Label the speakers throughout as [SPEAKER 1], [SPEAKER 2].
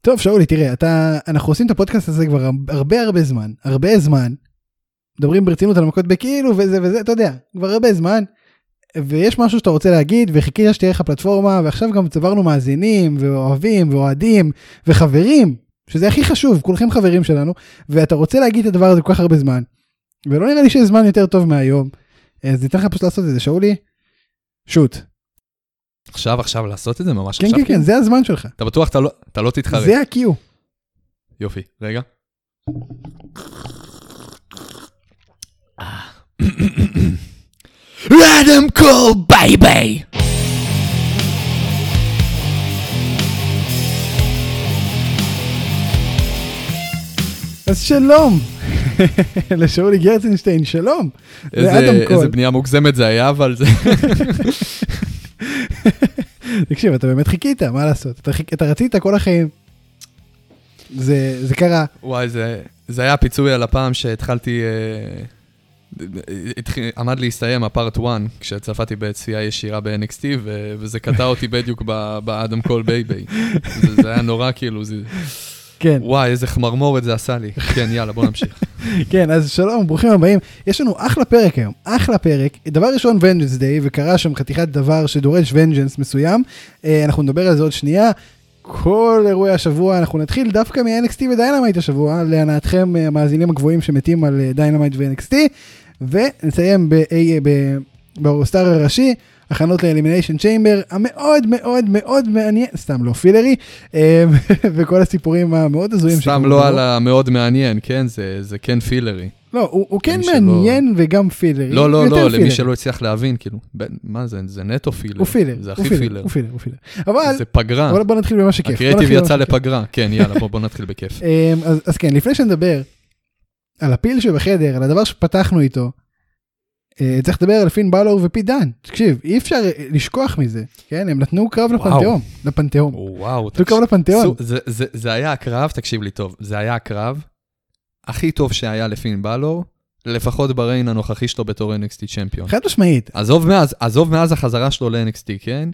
[SPEAKER 1] טוב שאולי תראה אתה אנחנו עושים את הפודקאסט הזה כבר הרבה הרבה זמן הרבה זמן. מדברים ברצינות על מכות בכאילו וזה וזה אתה יודע כבר הרבה זמן. ויש משהו שאתה רוצה להגיד וחיכית שתהיה לך פלטפורמה ועכשיו גם צברנו מאזינים ואוהבים ואוהדים וחברים שזה הכי חשוב כולכם חברים שלנו ואתה רוצה להגיד את הדבר הזה כל כך הרבה זמן. ולא נראה לי שיש זמן יותר טוב מהיום. אז ניתן לך פשוט לעשות את זה שאולי. שוט.
[SPEAKER 2] עכשיו עכשיו לעשות את זה ממש
[SPEAKER 1] כן
[SPEAKER 2] עכשיו?
[SPEAKER 1] כן כן זה הזמן שלך.
[SPEAKER 2] אתה בטוח אתה לא, אתה לא תתחרט.
[SPEAKER 1] זה ה-Q.
[SPEAKER 2] יופי, רגע. רדם קול ביי ביי!
[SPEAKER 1] אז שלום. לשאולי גרצנשטיין שלום. לאדם קול.
[SPEAKER 2] איזה בנייה מוגזמת זה היה, אבל זה...
[SPEAKER 1] תקשיב אתה באמת חיכית מה לעשות אתה, חיכ... אתה רצית כל החיים. זה זה קרה
[SPEAKER 2] וואי, זה, זה היה הפיצוי על הפעם שהתחלתי... אה, התח- עמד להסתיים הפארט 1, כשצפיתי בצפייה ישירה ב-NXT, ו- וזה קטע אותי בדיוק ב- באדם קול ביי ביי. זה, זה היה נורא כאילו, זה...
[SPEAKER 1] כן
[SPEAKER 2] וואי, איזה חמרמורת זה עשה לי. כן, יאללה, בוא נמשיך.
[SPEAKER 1] כן אז שלום ברוכים הבאים יש לנו אחלה פרק היום אחלה פרק דבר ראשון ונג'נס דיי וקרה שם חתיכת דבר שדורש ונג'נס מסוים אה, אנחנו נדבר על זה עוד שנייה. כל אירועי השבוע אנחנו נתחיל דווקא מ-NXT ודיינמייט השבוע להנאתכם אה, המאזינים הגבוהים שמתים על אה, דיינמייט ו-NXT ונסיים ב- אה, ב- באורסטאר הראשי הכנות לאלימיניישן צ'יימבר המאוד מאוד מאוד מעניין סתם לא פילרי אה, וכל הסיפורים המאוד הזויים
[SPEAKER 2] סתם
[SPEAKER 1] שקרו
[SPEAKER 2] לא
[SPEAKER 1] בו.
[SPEAKER 2] על המאוד מעניין, כן? זה, זה כן פילרי.
[SPEAKER 1] לא, הוא, הוא כן
[SPEAKER 2] למי שלא-
[SPEAKER 1] מעניין וגם פילר.
[SPEAKER 2] לא, לא,
[SPEAKER 1] יותר
[SPEAKER 2] לא, למי
[SPEAKER 1] פילר.
[SPEAKER 2] שלא הצליח להבין, כאילו, ב- מה זה, זה נטו פילר.
[SPEAKER 1] הוא פילר,
[SPEAKER 2] זה
[SPEAKER 1] הוא
[SPEAKER 2] הכי
[SPEAKER 1] פילר,
[SPEAKER 2] פילר.
[SPEAKER 1] הוא פילר, הוא פילר. אבל,
[SPEAKER 2] זה פגרה.
[SPEAKER 1] אבל בוא נתחיל במה שכיף. בוא
[SPEAKER 2] הקריאיטיב
[SPEAKER 1] נתחיל
[SPEAKER 2] יצא
[SPEAKER 1] במה שכיף.
[SPEAKER 2] לפגרה. כן, יאללה, בוא בוא נתחיל בכיף.
[SPEAKER 1] אמ, אז, אז כן, לפני שנדבר על הפיל שבחדר, על הדבר שפתחנו איתו, אה, צריך לדבר על פין בלור ופי דן. תקשיב, אי אפשר אה, לשכוח מזה, כן? הם נתנו קרב
[SPEAKER 2] וואו.
[SPEAKER 1] לפנתיאום. לפנתיאום.
[SPEAKER 2] וואו,
[SPEAKER 1] נתנו קרב לפנתיאום.
[SPEAKER 2] סו- זה- זה- זה היה הקרב, תקשיב לי טוב, זה היה הקרב הכי טוב שהיה לפין בלור, לפחות בריין הנוכחי שלו בתור NXT צ'מפיון.
[SPEAKER 1] חד משמעית.
[SPEAKER 2] עזוב מאז, עזוב מאז החזרה שלו ל-NXT, כן?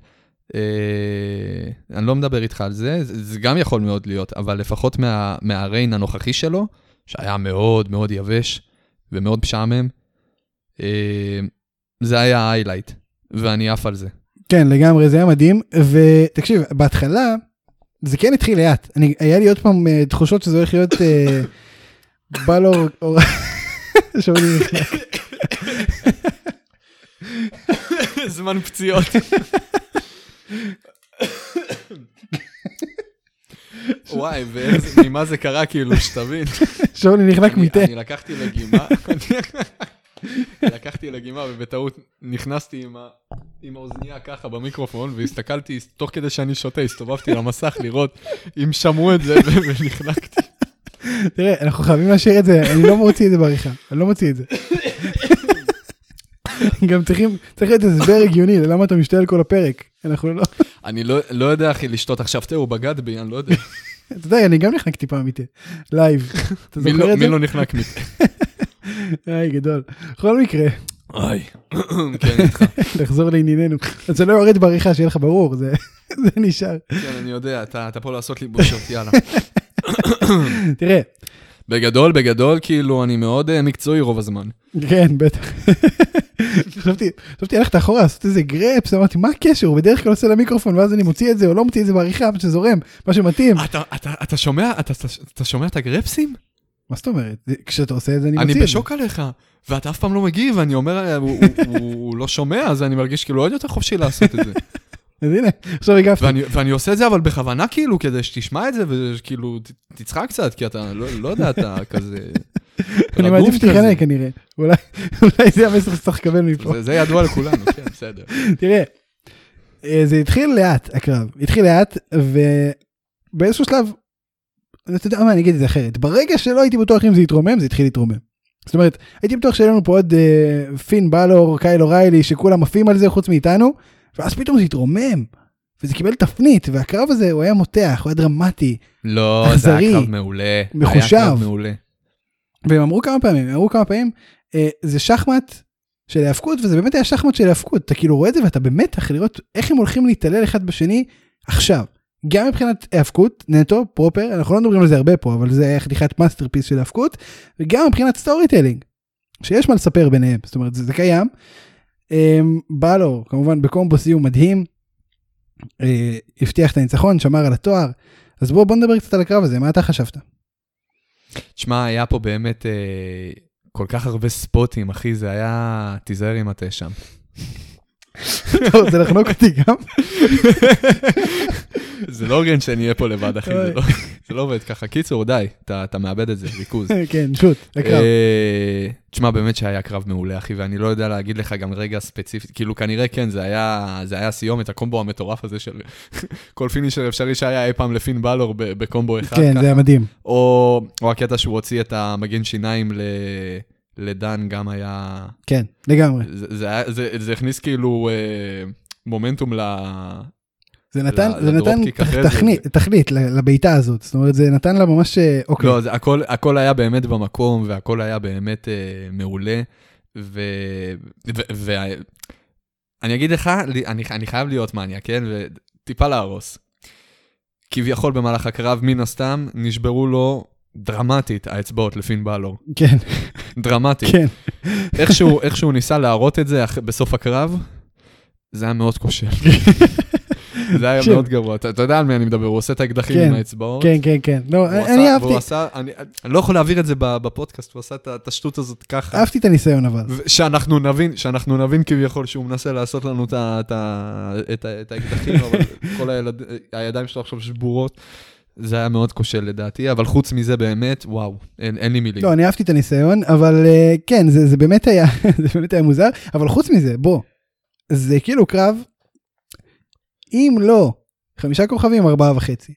[SPEAKER 2] אה, אני לא מדבר איתך על זה, זה זה גם יכול מאוד להיות, אבל לפחות מה, מהריין הנוכחי שלו, שהיה מאוד מאוד יבש ומאוד משעמם, אה, זה היה ההיילייט, ואני עף על זה.
[SPEAKER 1] כן, לגמרי, זה היה מדהים. ותקשיב, בהתחלה, זה כן התחיל לאט. אני, היה לי עוד פעם אה, תחושות שזה הולך להיות אה, בלור... או- שאולי נכנס.
[SPEAKER 2] זמן פציעות. וואי, וממה זה קרה כאילו, שתבין.
[SPEAKER 1] שאולי נחלק
[SPEAKER 2] אני-
[SPEAKER 1] מיטה.
[SPEAKER 2] אני לקחתי לגימה, לקחתי לגימה ובטעות נכנסתי עם ה- עם האוזנייה ככה במיקרופון והסתכלתי, תוך כדי שאני שותה, הסתובבתי למסך לראות אם שמעו את זה ו- ונחנקתי.
[SPEAKER 1] תראה, אנחנו חייבים להשאיר את זה, אני לא מוציא את זה בעריכה, אני לא מוציא את זה. גם צריכים, צריך להיות הסבר הגיוני ללמה אתה משתעל כל הפרק. אנחנו לא,
[SPEAKER 2] אני לא- לא יודע, אחי, לשתות עכשיו תה, הוא בגד בי, אני לא יודע.
[SPEAKER 1] אתה יודע, אני גם נחנקתי פעם מיטה, לייב. אתה
[SPEAKER 2] מי לא-
[SPEAKER 1] זוכר את זה?
[SPEAKER 2] מי לא נחנק מזה?
[SPEAKER 1] היי, גדול. בכל מקרה,
[SPEAKER 2] אוי. כן, איתך.
[SPEAKER 1] נחזור לענייננו. אז זה לא יורד בעריכה, שיהיה לך ברור, זה זה נשאר.
[SPEAKER 2] כן, אני יודע, אתה אתה פה לעשות לי בושות, יאללה.
[SPEAKER 1] תראה,
[SPEAKER 2] בגדול, בגדול, כאילו, אני מאוד אה, מקצועי רוב הזמן.
[SPEAKER 1] כן, בטח. חשבתי, חשבתי הלכת אחורה לעשות איזה גרפס, אמרתי, מה הקשר? הוא בדרך כלל עושה למיקרופון, ואז אני מוציא את זה או לא מוציא את זה בעריכה, מה שזורם, מה שמתאים.
[SPEAKER 2] אתה- אתה- אתה שומע? אתה- אתה- אתה שומע את הגרפסים?
[SPEAKER 1] מה זאת אומרת? זה- כשאתה עושה את זה אני מוציא
[SPEAKER 2] אני
[SPEAKER 1] את זה.
[SPEAKER 2] בשוק עליך, ואתה אף פעם לא מגיב, אני אומר, הוא- הוא- הוא הוא לא שומע, אז אני מרגיש כאילו עוד יותר חופשי לעשות את זה.
[SPEAKER 1] אז הנה, עכשיו הגבתי.
[SPEAKER 2] ואני- ואני עושה את זה אבל בכוונה כאילו, כדי שתשמע את זה, וכאילו, ת- תצחק קצת, כי אתה, לא לא יודע, אתה כזה...
[SPEAKER 1] אני
[SPEAKER 2] רדום
[SPEAKER 1] מעדיף
[SPEAKER 2] כזה.
[SPEAKER 1] שתיכנע כנראה. אולי אולי זה המסר שצריך לקבל מפה.
[SPEAKER 2] זה- זה ידוע לכולנו, כן, בסדר.
[SPEAKER 1] תראה, אה, זה התחיל לאט, הקרב. התחיל לאט, ובאיזשהו שלב, אתה יודע מה, אני אגיד את זה אחרת. ברגע שלא הייתי בטוח אם זה יתרומם, זה התחיל להתרומם. זאת אומרת, הייתי בטוח שיהיה לנו פה עוד אה, פין בלור, קייל אוריילי, שכולם עפים על זה חוץ מאיתנו, ואז פתאום זה התרומם. וזה קיבל תפנית, והקרב הזה הוא היה מותח, הוא היה דרמטי.
[SPEAKER 2] לא, זה
[SPEAKER 1] אכזרי,
[SPEAKER 2] היה קרב מעולה.
[SPEAKER 1] מחושב.
[SPEAKER 2] היה קרב מעולה.
[SPEAKER 1] והם אמרו כמה פעמים, הם אמרו כמה פעמים, אה, זה שחמט של היאבקות, וזה באמת היה שחמט של היאבקות. אתה כאילו רואה את זה ואתה במתח לראות איך הם הולכים להתעלל אחד בשני עכשיו. גם מבחינת האבקות נטו פרופר אנחנו לא מדברים על זה הרבה פה אבל זה היה חתיכת מאסטרפיס של האבקות וגם מבחינת סטורי טלינג שיש מה לספר ביניהם זאת אומרת זה, זה קיים. אמ, בא לו כמובן בקומבו סיום מדהים. אה, הבטיח את הניצחון שמר על התואר אז בוא בוא נדבר קצת על הקרב הזה מה אתה חשבת.
[SPEAKER 2] תשמע, היה פה באמת אה, כל כך הרבה ספוטים, אחי, זה היה... תיזהר אם אתה שם.
[SPEAKER 1] אתה רוצה לחנוק אותי גם?
[SPEAKER 2] זה לא הוגן שאני אהיה פה לבד, אחי, זה
[SPEAKER 1] אוי.
[SPEAKER 2] לא- זה לא עובד ככה. קיצור, די, אתה אתה מאבד את זה, ריכוז.
[SPEAKER 1] כן שוט לקרב.
[SPEAKER 2] אה, תשמע, באמת שהיה קרב מעולה, אחי, ואני לא יודע להגיד לך גם רגע ספציפי, כאילו, כנראה כן, זה היה, זה היה סיומת, הקומבו המטורף הזה של כל פינישר אפשרי שהיה אי פעם לפין בלור ב- בקומבו אחד.
[SPEAKER 1] כן
[SPEAKER 2] ככה.
[SPEAKER 1] זה היה מדהים.
[SPEAKER 2] או, או הקטע שהוא הוציא את המגן שיניים ל... לדן גם היה...
[SPEAKER 1] כן לגמרי.
[SPEAKER 2] זה, זה, היה- זה, זה הכניס כאילו אה, מומנטום ל...
[SPEAKER 1] זה נתן,
[SPEAKER 2] ל-
[SPEAKER 1] זה נתן
[SPEAKER 2] לדרופקיק אחרי זה.
[SPEAKER 1] תכנית, תכלית ל- לבעיטה הזאת, זאת אומרת זה נתן לה ממש אה, אוקיי,
[SPEAKER 2] לא, זה, הכל, הכל היה באמת במקום, והכל היה באמת אה, מעולה. ו... ו... ו... אני אגיד לך, לי- אני, אני חייב להיות מניאק, כן? וטיפה להרוס. כביכול במהלך הקרב, מן הסתם, נשברו לו דרמטית האצבעות לפין בלור.
[SPEAKER 1] כן,
[SPEAKER 2] דרמטית.
[SPEAKER 1] כן,
[SPEAKER 2] איכשהו, איכשהו ניסה להראות את זה אח- בסוף הקרב, זה היה מאוד כושל. זה היה
[SPEAKER 1] תקשיב.
[SPEAKER 2] מאוד גרוע. אתה אתה יודע על מי אני מדבר, הוא עושה את האקדחים
[SPEAKER 1] כן,
[SPEAKER 2] עם האצבעות.
[SPEAKER 1] כן, כן, כן, לא,
[SPEAKER 2] והוא
[SPEAKER 1] אני
[SPEAKER 2] עשה-
[SPEAKER 1] אני
[SPEAKER 2] והוא
[SPEAKER 1] אהבתי,
[SPEAKER 2] עשה, אני אני לא יכול להעביר את זה ב- בפודקאסט, הוא עשה את ה- את השטות הזאת ככה.
[SPEAKER 1] אהבתי את הניסיון אבל,
[SPEAKER 2] ו- שאנחנו נבין, שאנחנו נבין כביכול שהוא מנסה לעשות לנו את ה- את ה- את ה- את האקדחים, אבל כל הילד- הידיים שלו עכשיו שבורות. זה היה מאוד כושל לדעתי, אבל חוץ מזה באמת, וואו, אין אין לי מילים.
[SPEAKER 1] לא, אני אהבתי את הניסיון, אבל אה, כן, זה זה באמת היה, זה באמת היה מוזר, אבל חוץ מזה, בוא, זה כאילו קרב, אם לא, חמישה כוכבים, ארבעה וחצי,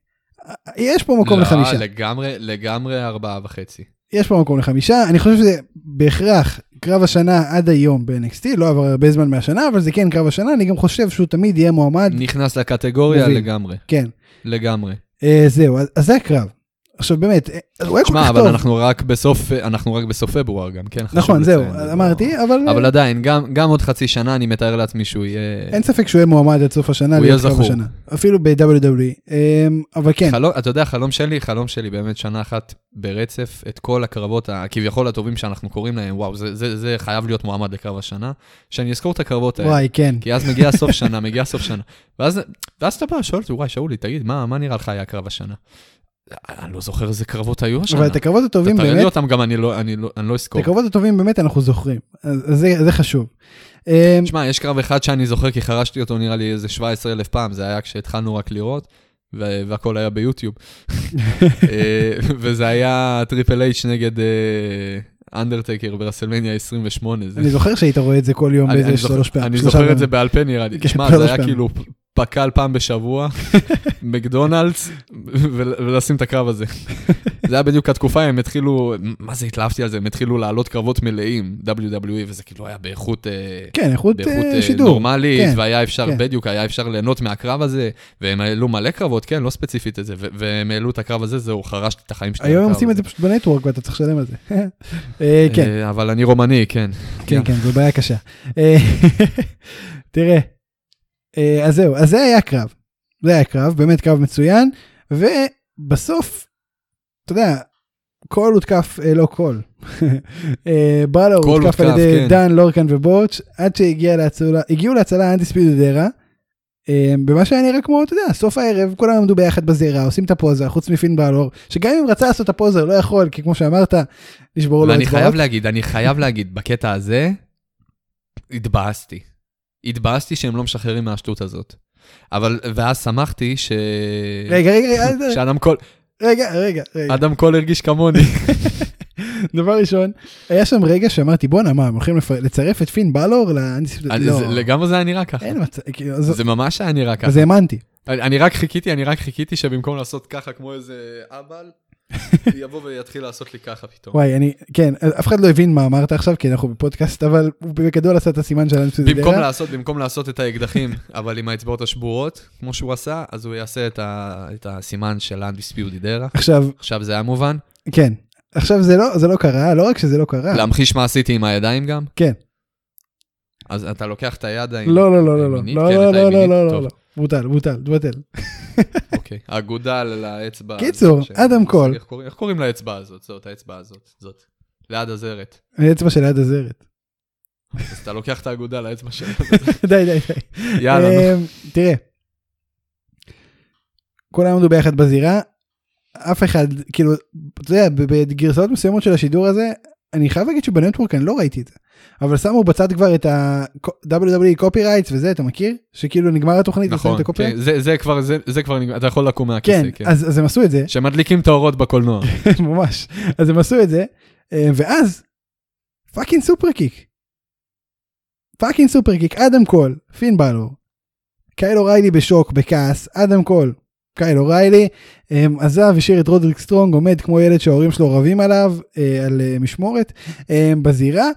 [SPEAKER 1] אה, יש פה מקום
[SPEAKER 2] לא,
[SPEAKER 1] לחמישה.
[SPEAKER 2] לגמרי, לגמרי ארבעה וחצי.
[SPEAKER 1] יש פה מקום לחמישה, אני חושב שזה בהכרח קרב השנה עד היום ב-NXT, לא עבר הרבה זמן מהשנה, אבל זה כן קרב השנה, אני גם חושב שהוא תמיד יהיה מועמד,
[SPEAKER 2] נכנס לקטגוריה
[SPEAKER 1] מוביל.
[SPEAKER 2] לגמרי,
[SPEAKER 1] כן.
[SPEAKER 2] לגמרי.
[SPEAKER 1] אה, זהו, אז אז זה הקרב. עכשיו באמת, אה, הוא היה כל
[SPEAKER 2] שמע,
[SPEAKER 1] כך
[SPEAKER 2] אבל
[SPEAKER 1] טוב.
[SPEAKER 2] אנחנו רק בסוף, אנחנו רק בסוף פברואר גם, כן? חשוב
[SPEAKER 1] נכון, זהו,
[SPEAKER 2] לציין, זה לא-
[SPEAKER 1] אמרתי, אבל
[SPEAKER 2] אבל
[SPEAKER 1] אה,
[SPEAKER 2] עדיין, גם, גם עוד חצי שנה, אני מתאר לעצמי שהוא יהיה...
[SPEAKER 1] אין ספק שהוא יהיה מועמד עד סוף השנה.
[SPEAKER 2] הוא יהיה
[SPEAKER 1] להיות קרב
[SPEAKER 2] זכור.
[SPEAKER 1] השנה. אפילו ב-WWE. אמ, אבל כן,
[SPEAKER 2] חלום, אתה יודע, חלום שלי, חלום שלי באמת שנה אחת ברצף, את כל הקרבות הכביכול הטובים שאנחנו קוראים להם, וואו, זה, זה, זה חייב להיות מועמד לקרב השנה, שאני אזכור את הקרבות האלה.
[SPEAKER 1] וואי, כן.
[SPEAKER 2] כי אז מגיע סוף שנה, מגיע סוף שנה. ואז, ואז אתה בא, שואל אותי, וואי, שאולי, תגיד, מה, מה נראה לך היה קרב השנה? אני לא זוכר איזה קרבות היו השנה.
[SPEAKER 1] אבל את הקרבות הטובים
[SPEAKER 2] אתה תראה לי
[SPEAKER 1] באמת,
[SPEAKER 2] אותם גם, אני לא, אני לא, אני לא
[SPEAKER 1] את
[SPEAKER 2] אזכור.
[SPEAKER 1] הקרבות הטובים באמת אנחנו זוכרים. אז אז זה- זה חשוב. אמ,
[SPEAKER 2] תשמע, יש קרב אחד שאני זוכר, כי חרשתי אותו נראה לי איזה 17 אלף פעם, זה היה כשהתחלנו רק לראות, ו- והכל היה ביוטיוב. אה, וזה היה טריפל אייץ' נגד אה, אנדרטקר ברסלמניה 28. זה-
[SPEAKER 1] אני זוכר שהיית רואה את זה כל יום
[SPEAKER 2] אני- אני
[SPEAKER 1] באיזה
[SPEAKER 2] זוכר-
[SPEAKER 1] שלוש פעמים.
[SPEAKER 2] אני
[SPEAKER 1] שלושה
[SPEAKER 2] זוכר את זה
[SPEAKER 1] פעמים.
[SPEAKER 2] בעל פה נראה לי.
[SPEAKER 1] כן,
[SPEAKER 2] תשמע, זה
[SPEAKER 1] שלוש
[SPEAKER 2] היה
[SPEAKER 1] פעמים.
[SPEAKER 2] כאילו פק"ל פעם בשבוע, מקדונלדס, ול- ולשים את הקרב הזה. זה היה בדיוק התקופה, הם התחילו, מה זה התלהבתי על זה, הם התחילו להעלות קרבות מלאים, WWE, וזה כאילו היה באיכות... אה,
[SPEAKER 1] כן, איכות
[SPEAKER 2] באיכות
[SPEAKER 1] אה,
[SPEAKER 2] אה,
[SPEAKER 1] שידור.
[SPEAKER 2] נורמלית,
[SPEAKER 1] כן,
[SPEAKER 2] והיה אפשר,
[SPEAKER 1] כן.
[SPEAKER 2] בדיוק, היה אפשר ליהנות מהקרב הזה, והם העלו מלא קרבות, כן, לא ספציפית את זה, ו- והם העלו את הקרב הזה, זהו, חרשתי את החיים שלי. על
[SPEAKER 1] היום הם
[SPEAKER 2] הקרב
[SPEAKER 1] עושים את זה
[SPEAKER 2] הזה.
[SPEAKER 1] פשוט בנטוורק ואתה צריך לשלם על זה. אה, כן.
[SPEAKER 2] אה, אבל אני רומני, כן.
[SPEAKER 1] כן, כן, זו בעיה קשה. אה, תראה, אה, אז זהו, אז זה היה קרב. זה היה קרב, באמת קרב מצוין, ובסוף, אתה יודע, קול הותקף, אה, לא קול, אה, בלו
[SPEAKER 2] קול
[SPEAKER 1] הותקף על
[SPEAKER 2] הותקף,
[SPEAKER 1] ידי
[SPEAKER 2] כן.
[SPEAKER 1] דן, לורקן ובורץ', עד שהגיע להצלה, הגיעו להצלה אנטיספידד ארה, אה, במה שהיה נראה כמו, אתה יודע, סוף הערב, כולם עמדו ביחד בזירה, עושים את הפוזה, חוץ מפין בלור, שגם אם רצה לעשות את הפוזה, הוא לא יכול, כי כמו שאמרת, נשברו לו
[SPEAKER 2] ואני
[SPEAKER 1] אצבעות.
[SPEAKER 2] חייב להגיד, אני חייב להגיד, בקטע הזה, התבאסתי. התבאסתי שהם לא משחררים מהשטות הזאת. אבל, ואז שמחתי ש...
[SPEAKER 1] רגע, אה, רגע, רגע, אל-
[SPEAKER 2] שאדם קול,
[SPEAKER 1] רגע, רגע, רגע.
[SPEAKER 2] אדם קול הרגיש כמוני.
[SPEAKER 1] דבר ראשון, היה שם רגע שאמרתי בואנה מה הם הולכים לפ- לצרף את פין בלור לאנטיס...
[SPEAKER 2] אני-
[SPEAKER 1] לא,
[SPEAKER 2] אה, זה- לגמרי זה היה נראה ככה.
[SPEAKER 1] אין מצב, כאילו, אז-
[SPEAKER 2] זה ממש היה נראה ככה.
[SPEAKER 1] אז האמנתי.
[SPEAKER 2] אני, אני רק חיכיתי, אני רק חיכיתי שבמקום לעשות ככה כמו איזה אבל, יבוא ויתחיל לעשות לי ככה פתאום.
[SPEAKER 1] וואי, אני, כן, אף אחד לא הבין מה אמרת עכשיו, כי אנחנו בפודקאסט, אבל הוא בגדול עשה את הסימן של האנטיס...
[SPEAKER 2] במקום לעשות, במקום לעשות את האקדחים, אבל עם האצבעות השבורות, כמו שהוא עשה, אז הוא יעשה את, ה, את הסימן של ה-Undisputed Era.
[SPEAKER 1] עכשיו,
[SPEAKER 2] עכשיו זה היה מובן.
[SPEAKER 1] כן, עכשיו זה לא, זה לא קרה, לא רק שזה לא קרה.
[SPEAKER 2] להמחיש מה עשיתי עם הידיים גם?
[SPEAKER 1] כן.
[SPEAKER 2] אז אתה לוקח את היד עם...
[SPEAKER 1] לא, לא, לא, לא, לא,
[SPEAKER 2] הימנית,
[SPEAKER 1] לא,
[SPEAKER 2] כן,
[SPEAKER 1] לא,
[SPEAKER 2] אתה
[SPEAKER 1] לא, לא,
[SPEAKER 2] ימנית,
[SPEAKER 1] לא,
[SPEAKER 2] טוב.
[SPEAKER 1] לא, לא. בוטל, בוטל, בוטל.
[SPEAKER 2] אוקיי. האגודה על האצבע. הזאת
[SPEAKER 1] קיצור,
[SPEAKER 2] ש-
[SPEAKER 1] אדם קול.
[SPEAKER 2] איך קוראים- איך קוראים לאצבע הזאת? זאת, האצבע הזאת. זאת. ליד הזרת.
[SPEAKER 1] האצבע שליד הזרת.
[SPEAKER 2] אז אתה לוקח את האגודה לאצבע שלה.
[SPEAKER 1] די, די, די.
[SPEAKER 2] יאללה, נו.
[SPEAKER 1] אמ, תראה, כולם עמדו ביחד בזירה, אף אחד, כאילו, אתה יודע, ב- בגרסאות מסוימות של השידור הזה, אני חייב להגיד שבנטוורק אני לא ראיתי את זה, אבל שמו בצד כבר את ה-WWE קופי רייטס E וזה, אתה מכיר? שכאילו נגמר התוכנית, ושמים את
[SPEAKER 2] נכון,
[SPEAKER 1] הקופי
[SPEAKER 2] כן, זה- זה כבר, זה- זה כבר נגמר, אתה יכול לקום
[SPEAKER 1] כן,
[SPEAKER 2] מהכיסא, כן.
[SPEAKER 1] אז כן, אז הם עשו את זה,
[SPEAKER 2] שמדליקים את האורות בקולנוע.
[SPEAKER 1] ממש, אז הם עשו את זה, אה, ואז, פאקינג סופר קיק. פאקינג סופר קיק, אדם קול, פין בלור. קייל אוריילי בשוק, בכעס, אדם קול. קייל אוריילי אה, עזב, השאיר את רודריק סטרונג, עומד כמו ילד שההורים שלו רבים עליו, אה, על אה, משמורת, אה, בזירה,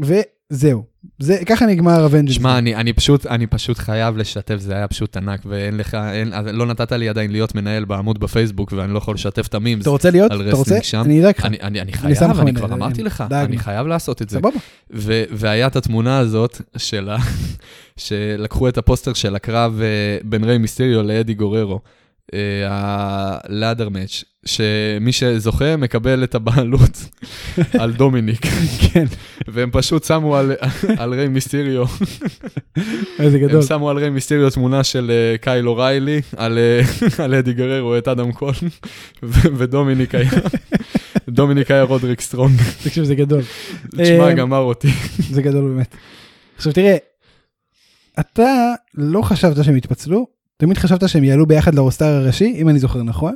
[SPEAKER 1] וזהו. זה, ככה נגמר הוונג'נס.
[SPEAKER 2] שמע, אני, אני, פשוט, אני פשוט חייב לשתף, זה היה פשוט ענק, ואין לך, אין, אז לא נתת לי עדיין להיות מנהל בעמוד בפייסבוק, ואני לא יכול לשתף את המימס.
[SPEAKER 1] אתה רוצה להיות?
[SPEAKER 2] על
[SPEAKER 1] אתה רוצה?
[SPEAKER 2] רסלינג שם.
[SPEAKER 1] אני אדאג לך.
[SPEAKER 2] אני, אני, אני חייב,
[SPEAKER 1] שם לך
[SPEAKER 2] אני
[SPEAKER 1] מנהל,
[SPEAKER 2] כבר
[SPEAKER 1] אני-
[SPEAKER 2] אמרתי לך,
[SPEAKER 1] דאגנו.
[SPEAKER 2] אני חייב לעשות את זה.
[SPEAKER 1] סבבה.
[SPEAKER 2] ו- והיה את התמונה הזאת של ה... שלקחו את הפוסטר של הקרב אה, בין ריי מיסטריו לאדי גוררו, אה, הלאדר מאץ', שמי שזוכה מקבל את הבעלות על דומיניק,
[SPEAKER 1] כן,
[SPEAKER 2] והם פשוט שמו על, על ריי מיסטריו,
[SPEAKER 1] איזה
[SPEAKER 2] הם
[SPEAKER 1] אה, גדול.
[SPEAKER 2] שמו על ריי מיסטריו תמונה של אה, קייל אוריילי, על אה, על אדי גוררו, את אדם קול, ו- ודומיניק היה... דומיניק היה רודריק סטרונג,
[SPEAKER 1] תקשיב, זה גדול.
[SPEAKER 2] תשמע,
[SPEAKER 1] אה,
[SPEAKER 2] גמר אותי.
[SPEAKER 1] זה גדול באמת. עכשיו תראה, אתה לא חשבת שהם יתפצלו, תמיד חשבת שהם יעלו ביחד לרוסטר הראשי, אם אני זוכר נכון.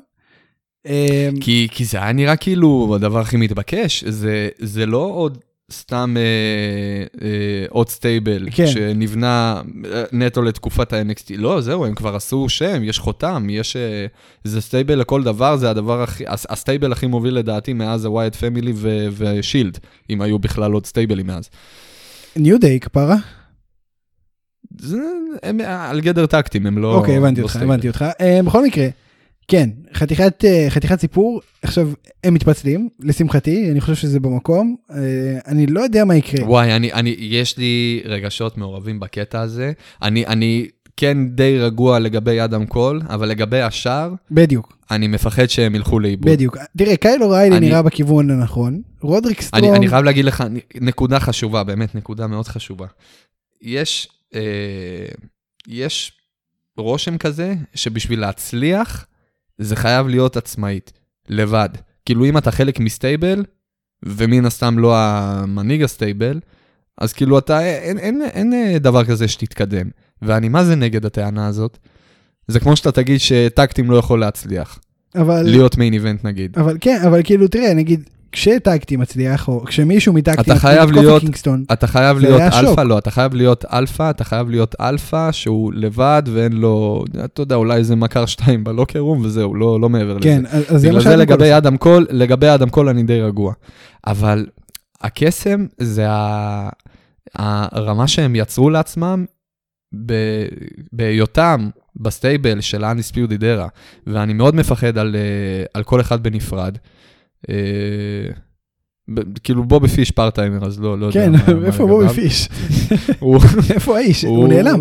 [SPEAKER 1] אמ,
[SPEAKER 2] כי, כי זה היה נראה כאילו הדבר הכי מתבקש, זה, זה לא עוד סתם אה, אה, עוד סטייבל
[SPEAKER 1] כן.
[SPEAKER 2] שנבנה אה, נטו לתקופת ה-NXT, לא, זהו, הם כבר עשו שם, יש חותם, יש... אה, זה סטייבל לכל דבר, זה הדבר הכי, הס- הסטייבל הכי מוביל לדעתי מאז הווייד פמילי ו- ושילד, אם היו בכלל עוד סטייבלים מאז.
[SPEAKER 1] ניו דיי כפרה.
[SPEAKER 2] זה, הם אה, על גדר טקטים, הם לא...
[SPEAKER 1] אוקיי, הבנתי
[SPEAKER 2] לא
[SPEAKER 1] אותך,
[SPEAKER 2] סטייבל.
[SPEAKER 1] הבנתי אותך. אמ, בכל מקרה, כן, חתיכת אה, חתיכת סיפור, עכשיו הם מתפצלים, לשמחתי, אני חושב שזה במקום, אה, אני לא יודע מה יקרה.
[SPEAKER 2] וואי, אני, אני, יש לי רגשות מעורבים בקטע הזה. אני, אני כן די רגוע לגבי אדם קול, אבל לגבי השאר,
[SPEAKER 1] בדיוק,
[SPEAKER 2] אני מפחד שהם ילכו לאיבוד.
[SPEAKER 1] בדיוק. תראה, קייל אוריילי
[SPEAKER 2] אני-
[SPEAKER 1] נראה בכיוון הנכון, רודריק
[SPEAKER 2] אני,
[SPEAKER 1] סטרום,
[SPEAKER 2] אני חייב להגיד לך, אני- נקודה חשובה, באמת נקודה מאוד חשובה. יש, אה, יש רושם כזה, שבשביל להצליח, זה חייב להיות עצמאית, לבד. כאילו, אם אתה חלק מסטייבל, ומן הסתם לא המנהיג הסטייבל, אז כאילו אתה, אין, אין, אין, אין דבר כזה שתתקדם. ואני מה זה נגד הטענה הזאת? זה כמו שאתה תגיד שטקטים לא יכול להצליח.
[SPEAKER 1] אבל...
[SPEAKER 2] להיות מיין איבנט נגיד.
[SPEAKER 1] אבל כן, אבל כאילו, תראה, נגיד, כשטקטי מצליח, או כשמישהו מטקטי,
[SPEAKER 2] אתה
[SPEAKER 1] מצליח
[SPEAKER 2] חייב
[SPEAKER 1] לתקוף את
[SPEAKER 2] להיות-
[SPEAKER 1] קינגסטון,
[SPEAKER 2] אתה חייב
[SPEAKER 1] נכון. זה
[SPEAKER 2] להיות
[SPEAKER 1] היה שוק.
[SPEAKER 2] אלפא, לא, אתה חייב להיות אלפא, אתה חייב להיות אלפא שהוא לבד ואין לו, אתה יודע, אולי איזה מכר שתיים בלוקר רום וזהו, לא, לא מעבר
[SPEAKER 1] כן,
[SPEAKER 2] לזה.
[SPEAKER 1] אז אז זה מה
[SPEAKER 2] בגלל זה
[SPEAKER 1] שאדם קול
[SPEAKER 2] לגבי אדם קול, לגבי אדם קול אני די רגוע. אבל הקסם זה ה... הרמה שהם יצרו לעצמם ב... בהיותם בסטייבל של ה-Undisputed Era, ואני מאוד מפחד על, אה, על כל אחד בנפרד. אה, ב- כאילו בובי פיש פארטיימר, אז לא, לא
[SPEAKER 1] עושה. כן,
[SPEAKER 2] יודע. מה- מה
[SPEAKER 1] איפה
[SPEAKER 2] לגביו.
[SPEAKER 1] בובי פיש?
[SPEAKER 2] הוא-
[SPEAKER 1] איפה האיש? הוא נעלם.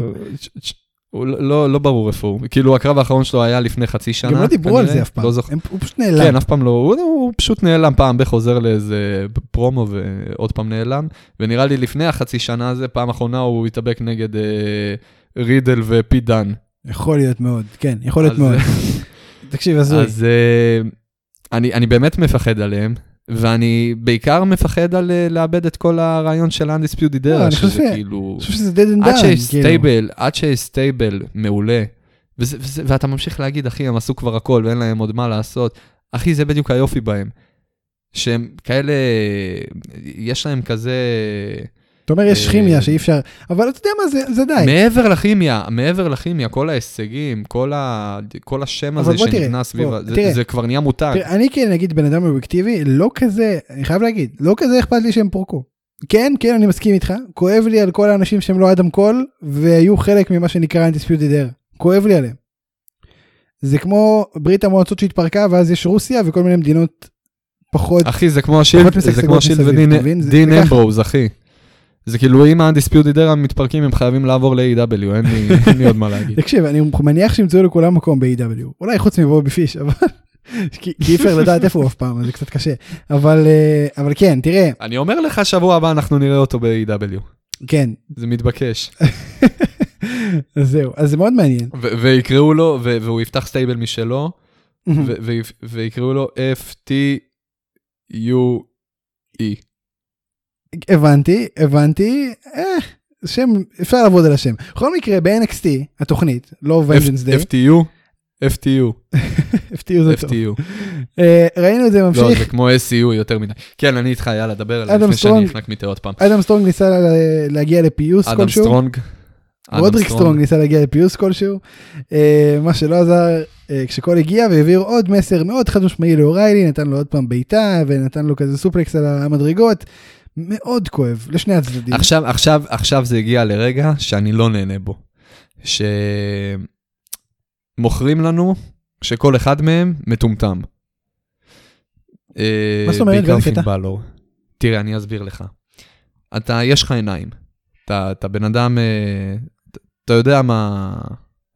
[SPEAKER 2] הוא לא, לא ברור איפה הוא. כאילו הקרב האחרון שלו היה לפני חצי שנה.
[SPEAKER 1] גם לא דיברו על
[SPEAKER 2] כנראה,
[SPEAKER 1] זה אף פעם.
[SPEAKER 2] לא זוכר.
[SPEAKER 1] הם- הוא פשוט
[SPEAKER 2] כן,
[SPEAKER 1] נעלם.
[SPEAKER 2] אף פעם לא, הוא, הוא פשוט נעלם פעם בחוזר לאיזה פרומו ועוד פעם נעלם. ונראה לי לפני החצי שנה הזה, פעם אחרונה הוא התאבק נגד אה, רידל ופי דן.
[SPEAKER 1] יכול להיות מאוד, כן, יכול להיות
[SPEAKER 2] אז-
[SPEAKER 1] מאוד. תקשיב, הזוי.
[SPEAKER 2] אז אה, אני, אני באמת מפחד עליהם, ואני בעיקר מפחד על אה, לאבד את כל הרעיון של undisputed
[SPEAKER 1] לא, אני
[SPEAKER 2] era, שזה
[SPEAKER 1] חושב-
[SPEAKER 2] כאילו...
[SPEAKER 1] אני חושב שזה dead and
[SPEAKER 2] עד
[SPEAKER 1] done. כאילו.
[SPEAKER 2] שיש סטייבל, עד שיש סטייבל מעולה, וזה, וזה, ואתה ממשיך להגיד, אחי, הם עשו כבר הכל ואין להם עוד מה לעשות, אחי, זה בדיוק היופי בהם. שהם כאלה, יש להם כזה...
[SPEAKER 1] אתה אומר, יש
[SPEAKER 2] אה,
[SPEAKER 1] כימיה שאי אפשר, אבל אתה יודע מה, זה- זה די.
[SPEAKER 2] מעבר לכימיה, מעבר לכימיה, כל ההישגים, כל, ה... כל השם
[SPEAKER 1] אבל
[SPEAKER 2] הזה
[SPEAKER 1] בוא תראה,
[SPEAKER 2] שנכנס סביב,
[SPEAKER 1] בוא,
[SPEAKER 2] ה- זה,
[SPEAKER 1] תראה.
[SPEAKER 2] זה כבר נהיה מותג.
[SPEAKER 1] תראה, אני כן, נגיד, בן אדם אובייקטיבי, לא כזה, אני חייב להגיד, לא כזה אכפת לי שהם פורקו. כן, כן, אני מסכים איתך, כואב לי על כל האנשים שהם לא אדם קול, והיו חלק ממה שנקרא Undisputed Air. כואב לי עליהם. זה כמו ברית המועצות שהתפרקה, ואז יש רוסיה וכל מיני מדינות פחות...
[SPEAKER 2] אחי, זה כמו השילד, זה
[SPEAKER 1] משגשגות
[SPEAKER 2] כמו השילד
[SPEAKER 1] מסביב,
[SPEAKER 2] ודין
[SPEAKER 1] אתה מבין? זה-
[SPEAKER 2] דין
[SPEAKER 1] זה ככה.
[SPEAKER 2] אמברוז, אחי. זה כאילו אם ה-Undisputed Era מתפרקים הם חייבים לעבור ל-AW, אין לי- אין לי עוד מה להגיד.
[SPEAKER 1] תקשיב, אני מניח שימצאו לכולם מקום ב-AW, אולי חוץ מבובי פיש, אבל... כי כי אי אפשר לדעת איפה הוא אף פעם, אז זה קצת קשה. אבל אה, אבל כן, תראה,
[SPEAKER 2] אני אומר לך, שבוע הבא אנחנו נראה אותו ב-AW.
[SPEAKER 1] כן,
[SPEAKER 2] זה מתבקש.
[SPEAKER 1] אז זהו, אז זה מאוד מעניין.
[SPEAKER 2] ו- ויקראו לו, ו- והוא יפתח סטייבל משלו, ו- ו- ויקראו לו FTUE. E.
[SPEAKER 1] הבנתי, הבנתי, אה, שם, אפשר לעבוד על השם. בכל מקרה, ב-NXT, התוכנית, לא Vengeance
[SPEAKER 2] F-
[SPEAKER 1] Day,
[SPEAKER 2] FTU? FTU.
[SPEAKER 1] הפתיעו זה טוב.
[SPEAKER 2] FTU.
[SPEAKER 1] אה, ראינו את זה
[SPEAKER 2] לא,
[SPEAKER 1] ממשיך,
[SPEAKER 2] זה כמו SEU יותר מדי. כן, אני איתך, יאללה, דבר על זה
[SPEAKER 1] אדם
[SPEAKER 2] לפני שאני
[SPEAKER 1] סטרונג.
[SPEAKER 2] אחנק מתה עוד פעם.
[SPEAKER 1] אדם סטרונג ניסה ל- להגיע לפיוס
[SPEAKER 2] אדם
[SPEAKER 1] כלשהו.
[SPEAKER 2] סטרונג. אדם
[SPEAKER 1] רודריק סטרונג ניסה להגיע לפיוס כלשהו, אה, מה שלא עזר אה, כשקול הגיע והעביר עוד מסר מאוד חד משמעי לאוריילי, נתן לו עוד פעם בעיטה ונתן לו כזה סופלקס על המדרגות, מאוד כואב לשני הצדדים.
[SPEAKER 2] עכשיו, עכשיו, עכשיו זה הגיע לרגע שאני לא נהנה בו. שמוכרים לנו שכל אחד מהם מטומטם. אה,
[SPEAKER 1] מה זאת אומרת?
[SPEAKER 2] בעיקר
[SPEAKER 1] באיזה קטע?
[SPEAKER 2] פין בלור. תראה, אני אסביר לך. אתה, יש לך עיניים. אתה, אתה בן אדם, אה, ת- אתה יודע מה,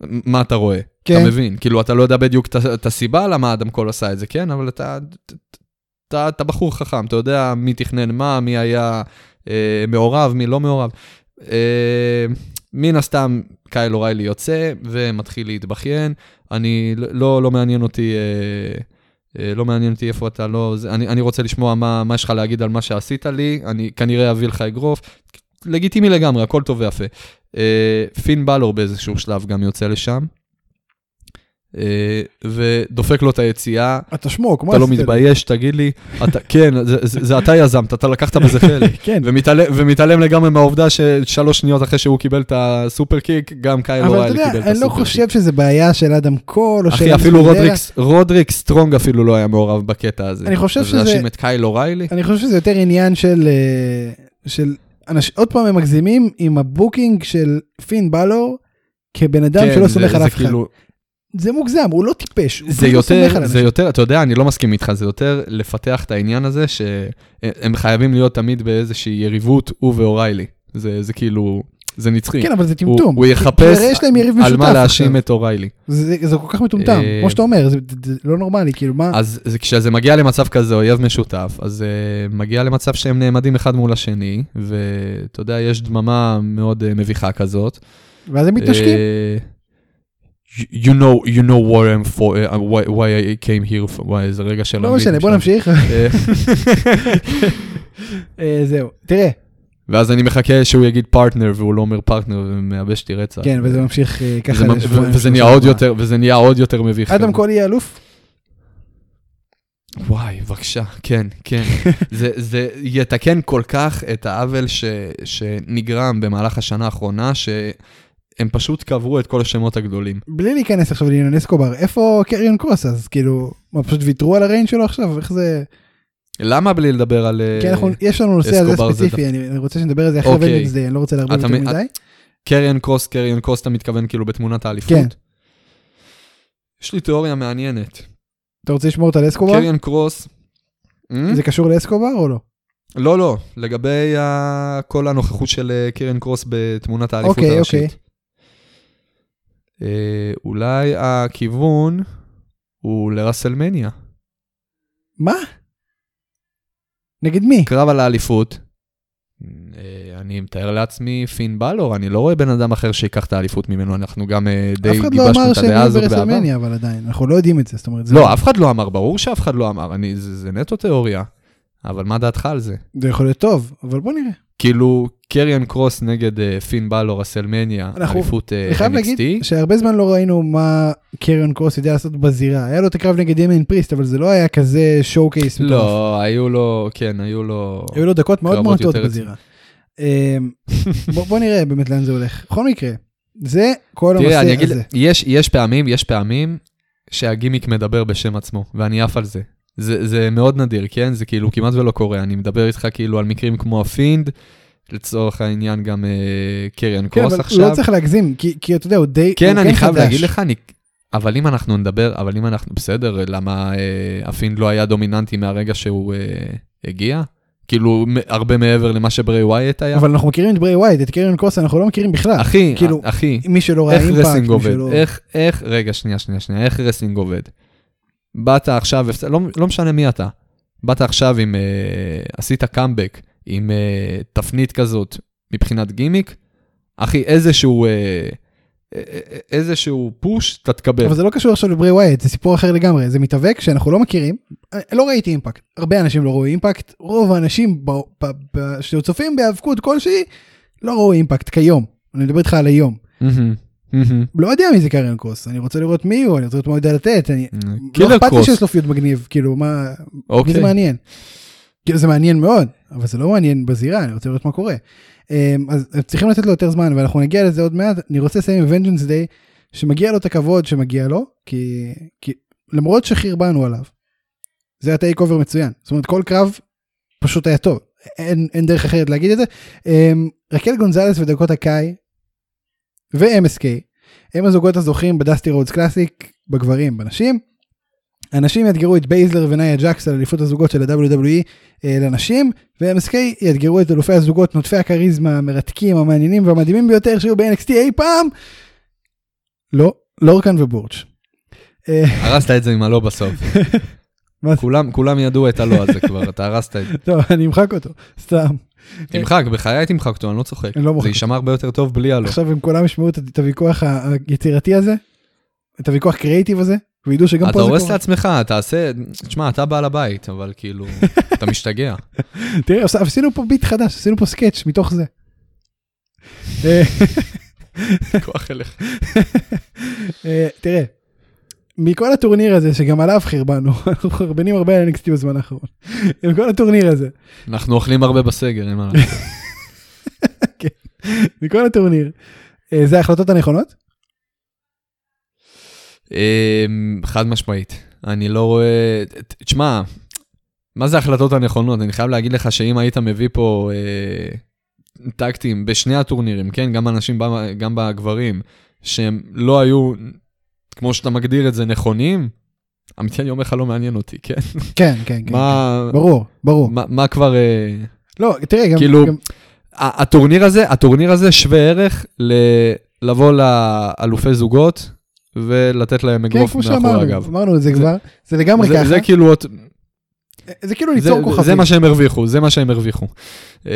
[SPEAKER 2] מה אתה רואה.
[SPEAKER 1] כן.
[SPEAKER 2] אתה מבין, כאילו אתה לא יודע בדיוק את- את הסיבה למה אדם קול עשה את זה, כן? אבל אתה, אתה, אתה, אתה בחור חכם, אתה יודע מי תכנן מה, מי היה אה, מעורב, מי לא מעורב. אה, מן הסתם קייל אוריילי יוצא ומתחיל להתבכיין, אני לא, לא מעניין אותי, אה, אה, לא מעניין אותי איפה אתה לא, זה, אני, אני רוצה לשמוע מה, מה יש לך להגיד על מה שעשית לי, אני כנראה אביא לך אגרוף. לגיטימי לגמרי, הכל טוב ויפה. אה, פין בלור באיזשהו שלב גם יוצא לשם, אה, ודופק לו את היציאה,
[SPEAKER 1] אתה שמוק, מה
[SPEAKER 2] אתה לא
[SPEAKER 1] עשית לי?
[SPEAKER 2] מתבייש, תגיד לי, אתה, כן, זה, זה, זה אתה יזמת, אתה לקחת בזה חלק.
[SPEAKER 1] כן,
[SPEAKER 2] ומתעלם, ומתעלם לגמרי מהעובדה ששלוש שניות אחרי שהוא קיבל את הסופר קיק, גם קייל
[SPEAKER 1] אבל אתה
[SPEAKER 2] אוריילי קיבל את הסופר קיק.
[SPEAKER 1] יודע, אני לא חושב שזה בעיה של אדם קול או של...
[SPEAKER 2] אחי, אפילו
[SPEAKER 1] אדם סונדרה.
[SPEAKER 2] רודריק- רודריק סטרונג אפילו לא היה מעורב בקטע הזה.
[SPEAKER 1] אני חושב שזה-
[SPEAKER 2] אז להאשים את קייל אוריילי?
[SPEAKER 1] אני חושב שזה יותר עניין של... אה, של אנשים, עוד פעם הם מגזימים עם הבוקינג של פין בלור כבן אדם
[SPEAKER 2] כן,
[SPEAKER 1] שלא
[SPEAKER 2] זה-
[SPEAKER 1] סומך על
[SPEAKER 2] זה
[SPEAKER 1] אף אחד.
[SPEAKER 2] כאילו-
[SPEAKER 1] זה מוגזם, הוא לא טיפש, הוא
[SPEAKER 2] זה
[SPEAKER 1] פשוט לא
[SPEAKER 2] יותר,
[SPEAKER 1] סומך על
[SPEAKER 2] זה
[SPEAKER 1] אנשים.
[SPEAKER 2] יותר, אתה יודע, אני לא מסכים איתך, זה יותר לפתח את העניין הזה שהם חייבים להיות תמיד באיזושהי יריבות, הוא ואוריילי. זה זה כאילו, זה נצחי.
[SPEAKER 1] כן, אבל זה
[SPEAKER 2] הוא-
[SPEAKER 1] טמטום.
[SPEAKER 2] הוא יחפש
[SPEAKER 1] כי הרי יש להם יריב
[SPEAKER 2] על
[SPEAKER 1] משותף
[SPEAKER 2] מה להאשים
[SPEAKER 1] עכשיו.
[SPEAKER 2] את אוריילי.
[SPEAKER 1] זה, זה כל כך מטומטם,
[SPEAKER 2] אה,
[SPEAKER 1] כמו שאתה אומר, זה, זה לא נורמלי, כאילו מה,
[SPEAKER 2] אז זה- כשזה מגיע למצב כזה, אויב משותף, אז זה מגיע למצב שהם נעמדים אחד מול השני, ואתה יודע, יש דממה מאוד אה, מביכה כזאת.
[SPEAKER 1] ואז הם מתנשקים.
[SPEAKER 2] אה, You know, you know what I'm for, uh, why, why I came here, for, why זה רגע של...
[SPEAKER 1] לא
[SPEAKER 2] אנגלית
[SPEAKER 1] משנה, בוא
[SPEAKER 2] משלנו.
[SPEAKER 1] נמשיך.
[SPEAKER 2] אה,
[SPEAKER 1] אה, זהו, תראה,
[SPEAKER 2] ואז אני מחכה שהוא יגיד פרטנר, והוא לא אומר פרטנר, ומייבש אותי רצח.
[SPEAKER 1] כן, וזה ממשיך אה,
[SPEAKER 2] וזה
[SPEAKER 1] ככה
[SPEAKER 2] ממ-
[SPEAKER 1] לשבועיים,
[SPEAKER 2] ו- וזה
[SPEAKER 1] שלושה,
[SPEAKER 2] נהיה עוד
[SPEAKER 1] ארבעה.
[SPEAKER 2] יותר, וזה נהיה עוד יותר מביך.
[SPEAKER 1] אדם קול יהיה אלוף?
[SPEAKER 2] וואי, בבקשה, כן, כן. זה, זה יתקן כל כך את העוול ש, שנגרם במהלך השנה האחרונה, שהם פשוט קברו את כל השמות הגדולים.
[SPEAKER 1] בלי להיכנס עכשיו לעניין אסקובר, איפה קריון קרוס אז? כאילו, מה, פשוט ויתרו על הריין שלו עכשיו? איך זה...
[SPEAKER 2] למה בלי לדבר על... אה,
[SPEAKER 1] כי כן, אנחנו, יש לנו נושא על זה
[SPEAKER 2] אסקובר זה
[SPEAKER 1] ספציפי, אני אני רוצה שנדבר על זה אחרי
[SPEAKER 2] אוקיי.
[SPEAKER 1] ונדסדיי, אני לא רוצה להרבה
[SPEAKER 2] אתה
[SPEAKER 1] יותר
[SPEAKER 2] מ- אה-
[SPEAKER 1] מדי.
[SPEAKER 2] קריאן קרוס, קריאן קרוס, אתה מתכוון כאילו בתמונת האליפות?
[SPEAKER 1] כן.
[SPEAKER 2] יש לי תיאוריה מעניינת.
[SPEAKER 1] אתה רוצה לשמור אותה על אסקובר?
[SPEAKER 2] קריאן קרוס... אה?
[SPEAKER 1] זה קשור לאסקובר או לא?
[SPEAKER 2] לא, לא, לגבי ה... כל הנוכחות של אה, קרן קרוס בתמונת האליפות
[SPEAKER 1] אוקיי,
[SPEAKER 2] הראשית.
[SPEAKER 1] אוקיי.
[SPEAKER 2] אה, אולי הכיוון הוא לרסלמניה.
[SPEAKER 1] מה? נגד מי?
[SPEAKER 2] קרב על האליפות. אה, אני מתאר לעצמי פין בלור, אני לא רואה בן אדם אחר שיקח את האליפות ממנו, אנחנו גם אה, די
[SPEAKER 1] אף אחד לא
[SPEAKER 2] גיבשנו
[SPEAKER 1] אמר
[SPEAKER 2] את
[SPEAKER 1] שהם
[SPEAKER 2] הדעה
[SPEAKER 1] יהיו
[SPEAKER 2] הזאת בעבר.
[SPEAKER 1] ברסלמניה, אבל עדיין, אנחנו לא יודעים את זה, זאת אומרת, זה-
[SPEAKER 2] לא, אף אחד לא אמר, ברור שאף אחד לא אמר, אני, זה, זה נטו תיאוריה, אבל מה דעתך על זה?
[SPEAKER 1] זה יכול להיות טוב, אבל בוא נראה.
[SPEAKER 2] כאילו, קריאן קרוס נגד אה, פין בלור, רסלמניה,
[SPEAKER 1] אנחנו-
[SPEAKER 2] אליפות אה,
[SPEAKER 1] אני חייב להגיד
[SPEAKER 2] NXT.
[SPEAKER 1] שהרבה זמן לא ראינו מה קריון קרוס יודע לעשות בזירה. היה לו את הקרב נגד ימין פריסט, אבל זה לא היה כזה שואו קייס.
[SPEAKER 2] לא, היו לו, כן, היו לו...
[SPEAKER 1] היו לו דקות מאוד
[SPEAKER 2] קרבות
[SPEAKER 1] מועטות
[SPEAKER 2] יותר
[SPEAKER 1] בזירה. אמ, בוא- בוא נראה באמת לאן זה הולך. בכל מקרה, זה כל
[SPEAKER 2] תראה, אני
[SPEAKER 1] הנושא
[SPEAKER 2] אגיד,
[SPEAKER 1] הזה.
[SPEAKER 2] יש, יש פעמים, יש פעמים שהגימיק מדבר בשם עצמו, ואני עף על זה. זה, זה מאוד נדיר, כן? זה כאילו כמעט ולא קורה. אני מדבר איתך כאילו על מקרים כמו הפינד, לצורך העניין גם אה, קריאן
[SPEAKER 1] כן,
[SPEAKER 2] קרוס
[SPEAKER 1] אבל
[SPEAKER 2] עכשיו.
[SPEAKER 1] לא צריך להגזים, כי- כי אתה יודע, הוא די
[SPEAKER 2] כן,
[SPEAKER 1] הוא
[SPEAKER 2] אני חייב
[SPEAKER 1] חדש.
[SPEAKER 2] להגיד לך, אני... אבל אם אנחנו נדבר, אבל אם אנחנו, בסדר, למה אה, הפינד לא היה דומיננטי מהרגע שהוא אה, הגיע? כאילו מ- הרבה מעבר למה שברי ווייט היה.
[SPEAKER 1] אבל אנחנו מכירים את ברי ווייט, את קרן קוסה, אנחנו לא מכירים בכלל.
[SPEAKER 2] אחי, אה,
[SPEAKER 1] כאילו,
[SPEAKER 2] אחי,
[SPEAKER 1] מי שלא ראה
[SPEAKER 2] איך
[SPEAKER 1] אימפקט,
[SPEAKER 2] רסינג
[SPEAKER 1] מי
[SPEAKER 2] עובד?
[SPEAKER 1] שלא...
[SPEAKER 2] איך, איך, רגע, שנייה, שנייה, שנייה, איך רסינג עובד? באת עכשיו, הפס- לא, לא משנה מי אתה, באת עכשיו עם, אה, עשית קאמבק עם אה, תפנית כזאת מבחינת גימיק, אחי, איזשהו, אה, אה, אה, איזשהו פוש, אתה תקבל.
[SPEAKER 1] אבל זה לא קשור עכשיו לברי ווייט, זה סיפור אחר לגמרי, זה מתאבק שאנחנו לא מכירים, אה, לא ראיתי אימפקט, הרבה אנשים לא ראו אימפקט, רוב האנשים ב- ב- ב- שצופים בהיאבקות כלשהי, לא ראו אימפקט כיום, אני מדבר איתך על היום,
[SPEAKER 2] מהמם, מהמם.
[SPEAKER 1] לא יודע מי זה קארן קרוס, אני רוצה לראות מי הוא, אני רוצה לראות מה הוא יודע לתת, אני... לא
[SPEAKER 2] אה, קילר
[SPEAKER 1] אכפת לי
[SPEAKER 2] קרוס,
[SPEAKER 1] שיש לו פיוט מגניב, כאילו מה, מי זה
[SPEAKER 2] אוקיי.
[SPEAKER 1] מעניין? כאילו זה מעניין מאוד, אבל זה לא מעניין בזירה, אני רוצה לראות מה קורה. אמ, אז צריכים לתת לו יותר זמן, ואנחנו נגיע לזה עוד מעט. אני רוצה לסיים עם ונג'נס דיי, שמגיע לו את הכבוד שמגיע לו, כי, כי למרות שחרבנו עליו, זה היה טייק אובר מצוין. זאת אומרת, כל קרב פשוט היה טוב. אין, אין דרך אחרת להגיד את זה. אמ, רקל גונזלס ודקוטה קאי ו-MSK, הם הזוגות הזוכים בדסטי רודס קלאסיק, בגברים, בנשים. הנשים יאתגרו את בייזלר ונאיה ג'קס על אליפות הזוגות של ה-WWE אה, לנשים, ו-MSK יאתגרו את אלופי הזוגות נוטפי הכריזמה המרתקים, המעניינים והמדהימים ביותר שהיו ב-NXT אי פעם. לא, לורקן ובורץ'. אה,
[SPEAKER 2] הרסת את זה עם הלא בסוף.
[SPEAKER 1] מה זה?
[SPEAKER 2] כולם, כולם ידעו את הלא הזה כבר, אתה הרסת את זה.
[SPEAKER 1] טוב, אני אמחק אותו, סתם.
[SPEAKER 2] תמחק, בחיי תמחק אותו, אני לא צוחק.
[SPEAKER 1] אני לא מוחק
[SPEAKER 2] זה יישמע הרבה יותר טוב בלי הלא.
[SPEAKER 1] עכשיו הם כולם ישמעו את- את הוויכוח ה- היצירתי הזה, את הוויכוח קריאיטיב הזה, וידעו שגם
[SPEAKER 2] אתה
[SPEAKER 1] פה זה
[SPEAKER 2] הורס
[SPEAKER 1] קורה.
[SPEAKER 2] לעצמך, תעשה, תשמע, אתה בעל הבית, אבל כאילו, אתה משתגע.
[SPEAKER 1] תראה, עש- עשינו פה ביט חדש, עשינו פה סקאץ' מתוך זה. אה,
[SPEAKER 2] כוח אליך.
[SPEAKER 1] אה, תראה, מכל הטורניר הזה, שגם עליו חרבנו, אנחנו חרבנים הרבה על NXT בזמן האחרון, מכל הטורניר הזה,
[SPEAKER 2] אנחנו אוכלים הרבה בסגר, אין מה לעשות.
[SPEAKER 1] מכל הטורניר, אה, זה ההחלטות הנכונות?
[SPEAKER 2] אמ, חד משמעית. אני לא רואה... ת- תשמע, מה זה ההחלטות הנכונות? אני חייב להגיד לך שאם היית מביא פה אה, טקטים בשני הטורנירים, כן? גם אנשים, ב- גם בגברים, שהם לא היו, כמו שאתה מגדיר את זה, נכונים, אמיתי, אני אומר לך, לא מעניין אותי, כן?
[SPEAKER 1] כן, כן, כן.
[SPEAKER 2] מה...
[SPEAKER 1] ברור, ברור.
[SPEAKER 2] מה, מה כבר... אה,
[SPEAKER 1] לא, תראה, גם...
[SPEAKER 2] כאילו,
[SPEAKER 1] גם-
[SPEAKER 2] ה- הטורניר הזה, הטורניר הזה שווה ערך ל... לבוא לאלופי זוגות ולתת להם
[SPEAKER 1] כן,
[SPEAKER 2] אגרוף
[SPEAKER 1] כמו
[SPEAKER 2] מאחורי
[SPEAKER 1] שאמרנו,
[SPEAKER 2] הגב.
[SPEAKER 1] אמרנו את זה
[SPEAKER 2] זה-
[SPEAKER 1] כבר, זה לגמרי
[SPEAKER 2] זה, זה
[SPEAKER 1] ככה,
[SPEAKER 2] כאילו, עוד-
[SPEAKER 1] זה כאילו
[SPEAKER 2] זה,
[SPEAKER 1] ליצור
[SPEAKER 2] זה
[SPEAKER 1] כוכבים.
[SPEAKER 2] מה שהם הרוויחו, זה מה שהם הרוויחו. אה,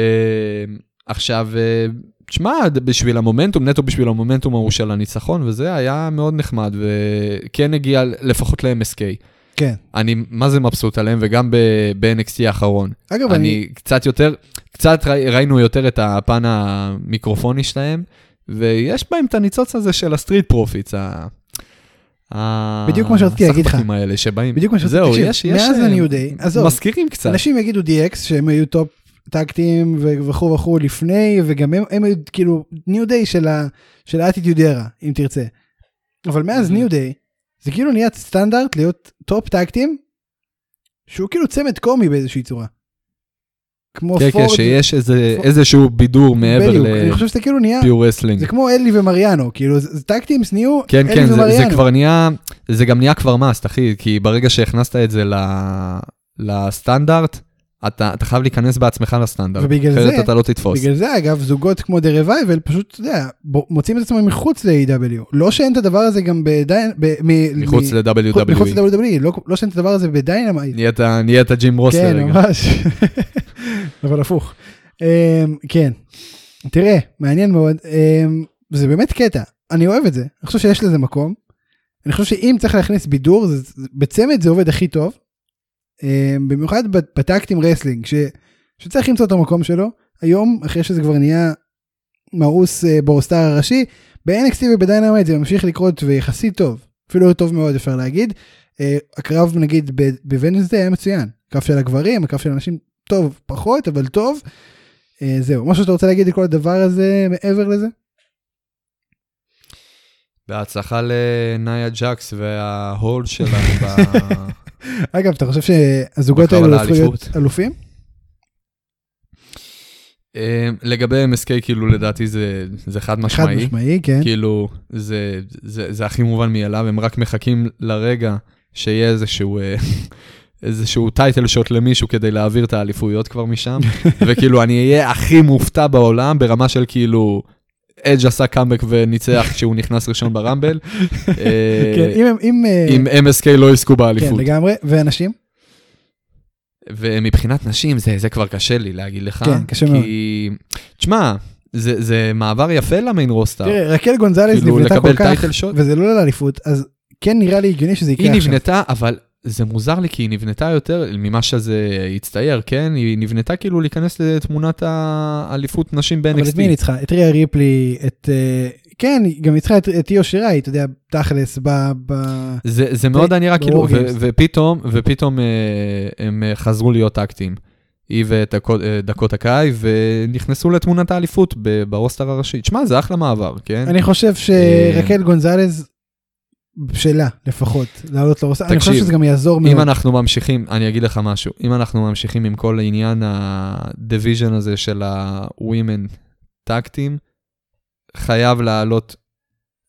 [SPEAKER 2] עכשיו, אה, תשמע, בשביל המומנטום, נטו בשביל המומנטום ההוא של הניצחון, וזה היה מאוד נחמד, וכן הגיע לפחות ל-MSK.
[SPEAKER 1] כן.
[SPEAKER 2] אני, מה זה מבסוט עליהם, וגם ב- ב-NXT האחרון.
[SPEAKER 1] אגב, אני...
[SPEAKER 2] אני קצת יותר, קצת ראי- ראינו יותר את הפן המיקרופוני שלהם, ויש בהם את הניצוץ הזה של הסטריט פרופיטס. ה- ה-
[SPEAKER 1] בדיוק מה שרציתי להגיד לך.
[SPEAKER 2] הסחבקים האלה שבאים.
[SPEAKER 1] בדיוק מה שרציתי,
[SPEAKER 2] זהו,
[SPEAKER 1] תקשיב,
[SPEAKER 2] יש, יש...
[SPEAKER 1] מאז
[SPEAKER 2] אה,
[SPEAKER 1] ה-New Day, עזוב.
[SPEAKER 2] מזכירים קצת.
[SPEAKER 1] אנשים יגידו DX שהם היו טופ טקטים ו- וכו' וכו' לפני וגם הם, הם היו כאילו ניו דיי של ה- של האטיטיוד ארה אם תרצה. אבל מאז
[SPEAKER 2] Mhm.
[SPEAKER 1] ניו דיי זה כאילו נהיה סטנדרט להיות טופ טקטים שהוא כאילו צמד קומי באיזושהי צורה. כמו
[SPEAKER 2] כן, כן,
[SPEAKER 1] פורד,
[SPEAKER 2] שיש איזה,
[SPEAKER 1] פורד-
[SPEAKER 2] איזשהו בידור מעבר
[SPEAKER 1] בדיוק, אני חושב שזה כאילו נהיה,
[SPEAKER 2] לפיור רסלינג.
[SPEAKER 1] זה כמו אלי ומריאנו, כאילו זה, זה טקטימס נהיו
[SPEAKER 2] כן,
[SPEAKER 1] אלי
[SPEAKER 2] כן, זה, זה
[SPEAKER 1] ומריאנו.
[SPEAKER 2] כבר נהיה, זה גם נהיה כבר מאסט, אחי, כי ברגע שהכנסת את זה ל, לסטנדרט, אתה, אתה חייב להיכנס בעצמך לסטנדרט.
[SPEAKER 1] ובגלל
[SPEAKER 2] אחרת
[SPEAKER 1] זה-
[SPEAKER 2] אתה לא תתפוס.
[SPEAKER 1] בגלל זה אגב זוגות כמו דה רווייבל פשוט אתה יודע, ב- מוצאים את עצמם מחוץ ל-AW לא שאין את הדבר הזה גם בדיין ב- מ-
[SPEAKER 2] מחוץ
[SPEAKER 1] מ-
[SPEAKER 2] ל-WWE.
[SPEAKER 1] מחוץ ל-WWE לא- לא שאין את הדבר הזה בדיינמייט.
[SPEAKER 2] נהיית, נהיית ג'ים רוס
[SPEAKER 1] כן
[SPEAKER 2] לרגע.
[SPEAKER 1] ממש אבל הפוך. אמ, כן תראה מעניין מאוד אמ, זה באמת קטע אני אוהב את זה אני חושב שיש לזה מקום. אני חושב שאם צריך להכניס בידור זה- זה- בצמד זה עובד הכי טוב. אמ, במיוחד בת- בטקטים רסלינג ש, שצריך למצוא את המקום שלו היום אחרי שזה כבר נהיה מאוס אה, באוסטר הראשי ב-NXT ובדיינמייט זה ממשיך לקרות ויחסית טוב אפילו טוב מאוד אפשר להגיד. אה, הקרב נגיד בוונסדה היה מצוין הקרב של הגברים הקרב של הנשים טוב פחות אבל טוב. אה, זהו משהו שאתה רוצה להגיד על כל הדבר הזה מעבר לזה
[SPEAKER 2] בהצלחה לנאיה ג'קס וההול שלה ב-
[SPEAKER 1] אגב אתה חושב שהזוגות
[SPEAKER 2] בקרב
[SPEAKER 1] האלו
[SPEAKER 2] על
[SPEAKER 1] הפכו להיות
[SPEAKER 2] האליפות.
[SPEAKER 1] אלופים
[SPEAKER 2] אה, לגבי MSK, כאילו, לדעתי זה, זה חד
[SPEAKER 1] חד
[SPEAKER 2] משמעי.
[SPEAKER 1] משמעי כן
[SPEAKER 2] כאילו, זה, זה, זה הכי מובן מאליו, הם רק מחכים לרגע שיהיה איזשהו אה, איזשהו טייטל שוט למישהו כדי להעביר את האליפויות כבר משם, וכאילו אני אהיה הכי מופתע בעולם ברמה של כאילו, אג' עשה קאמבק וניצח כשהוא נכנס ראשון ברמבל, אה,
[SPEAKER 1] כן, אם הם, אם... אה,
[SPEAKER 2] אם MSK לא יזכו
[SPEAKER 1] כן,
[SPEAKER 2] באליפות.
[SPEAKER 1] לגמרי, ואנשים?
[SPEAKER 2] ומבחינת נשים זה, זה כבר קשה לי להגיד לך,
[SPEAKER 1] כן, קשה
[SPEAKER 2] כי... תשמע, זה, זה מעבר יפה למיין רוסטר.
[SPEAKER 1] תראה, רקל גונזלס
[SPEAKER 2] כאילו
[SPEAKER 1] נבנתה כל
[SPEAKER 2] לקבל
[SPEAKER 1] כך,
[SPEAKER 2] טייטל שוט?
[SPEAKER 1] וזה לא לאליפות, אז כן נראה לי הגיוני שזה יקרה
[SPEAKER 2] היא
[SPEAKER 1] עכשיו.
[SPEAKER 2] נבנתה, אבל זה מוזר לי, כי היא נבנתה יותר ממה שזה הצטייר, כן? היא נבנתה כאילו להיכנס לתמונת האליפות נשים
[SPEAKER 1] אבל את מי היא
[SPEAKER 2] ב-NXT.
[SPEAKER 1] ניצחה? את ריה ריפלי, את... אה, כן, היא גם ניצחה את את איו שיראי, אתה יודע, תכלס, ב... ב-
[SPEAKER 2] זה, זה מאוד
[SPEAKER 1] ב-
[SPEAKER 2] היה נראה כאילו,
[SPEAKER 1] ב-War Games.
[SPEAKER 2] ו- ופתאום, ופתאום אה, הם אה, חזרו להיות טקטיים. היא ודקות הקאי, ונכנסו לתמונת האליפות ב- ברוסטר הראשי. תשמע, זה אחלה מעבר, כן? אה,
[SPEAKER 1] אני חושב שרקל גונזלז, שלה לפחות, לעלות לרוסה, אני חושב
[SPEAKER 2] תקשיב,
[SPEAKER 1] שזה גם יעזור
[SPEAKER 2] אם
[SPEAKER 1] מאוד.
[SPEAKER 2] אנחנו ממשיכים, אני אגיד לך משהו, אם אנחנו ממשיכים עם כל העניין הדיוויז'ן הזה של ה-women טקטים, חייב להעלות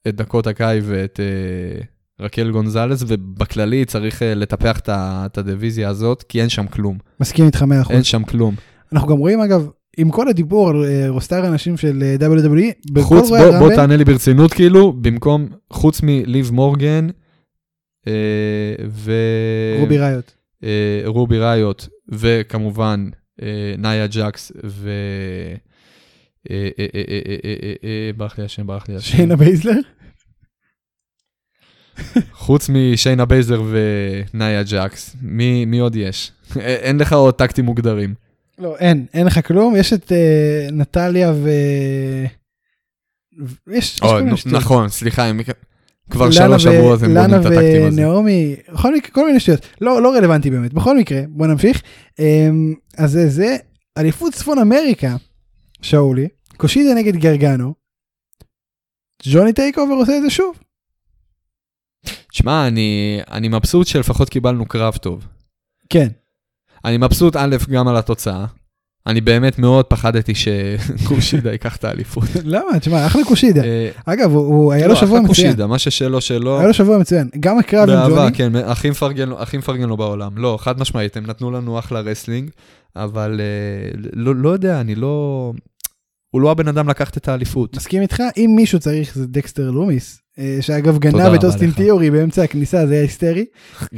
[SPEAKER 2] את דקות הקאי ואת אה, רקל גונזלס, ובכללי צריך אה, לטפח את ה- את הדיוויזיה הזאת, כי אין שם כלום.
[SPEAKER 1] מסכים איתך 100%.
[SPEAKER 2] אין שם כלום.
[SPEAKER 1] אנחנו גם רואים אגב, עם כל הדיבור על אה, רוסטר הנשים של אה, WWE, בכל
[SPEAKER 2] חוץ,
[SPEAKER 1] רואה
[SPEAKER 2] בוא, בוא
[SPEAKER 1] הרמבל,
[SPEAKER 2] תענה לי ברצינות, כאילו, במקום, חוץ מליב מורגן, אה, ו...
[SPEAKER 1] רובי ראיות.
[SPEAKER 2] אה, רובי ראיות, וכמובן אה, נאיה ג'קס, ו... אה, אה, אה, אה, אה, אה, אה, ברח לי השם, ברח לי השם.
[SPEAKER 1] שיינה בייזלר?
[SPEAKER 2] חוץ משיינה בייזר ונאיה ג'קס, מי מי עוד יש? אה, אין לך עוד טקטים מוגדרים.
[SPEAKER 1] לא, אין, אין לך כלום, יש את אה, נטליה ו... ו- יש, יש כל
[SPEAKER 2] או,
[SPEAKER 1] מיני
[SPEAKER 2] נו,
[SPEAKER 1] שטויות.
[SPEAKER 2] נכון, סליחה, הם- כבר
[SPEAKER 1] לנה
[SPEAKER 2] שלוש
[SPEAKER 1] ו-
[SPEAKER 2] שבועות הם בונים את הטקטים
[SPEAKER 1] לנה
[SPEAKER 2] הזה.
[SPEAKER 1] ונעמי, בכל מקרה, כל מיני שטויות. לא, לא רלוונטי באמת. בכל מקרה, בוא נמשיך. אמ, אז זה, זה אליפות צפון אמריקה, שאולי, קושידה נגד גרגנו, ג'וני טייקובר עושה את זה שוב.
[SPEAKER 2] שמע, אני- אני מבסוט שלפחות קיבלנו קרב טוב.
[SPEAKER 1] כן,
[SPEAKER 2] אני מבסוט א', גם על התוצאה. אני באמת מאוד פחדתי שקושידה ייקח את האליפות.
[SPEAKER 1] למה? תשמע, אחלה קושידה.
[SPEAKER 2] אה,
[SPEAKER 1] אגב, הוא- הוא היה לו
[SPEAKER 2] לא,
[SPEAKER 1] שבוע
[SPEAKER 2] אחלה
[SPEAKER 1] מצוין.
[SPEAKER 2] קושידה, מה ששלו שלו,
[SPEAKER 1] היה לו שבוע מצוין. גם הקרב עם
[SPEAKER 2] באהבה,
[SPEAKER 1] ג'וני,
[SPEAKER 2] כן, הכי מפרגן לו- הכי מפרגן לו בעולם. לא, חד משמעית, הם נתנו לנו אחלה רסלינג, אבל אה, לא לא יודע, אני לא... הוא לא הבן אדם לקחת את האליפות.
[SPEAKER 1] מסכים איתך, אם מישהו צריך זה דקסטר לומיס, אה, שאגב גנב
[SPEAKER 2] רבה
[SPEAKER 1] את אוסטין
[SPEAKER 2] לך.
[SPEAKER 1] תיאורי באמצע הכניסה, זה היה היסטרי.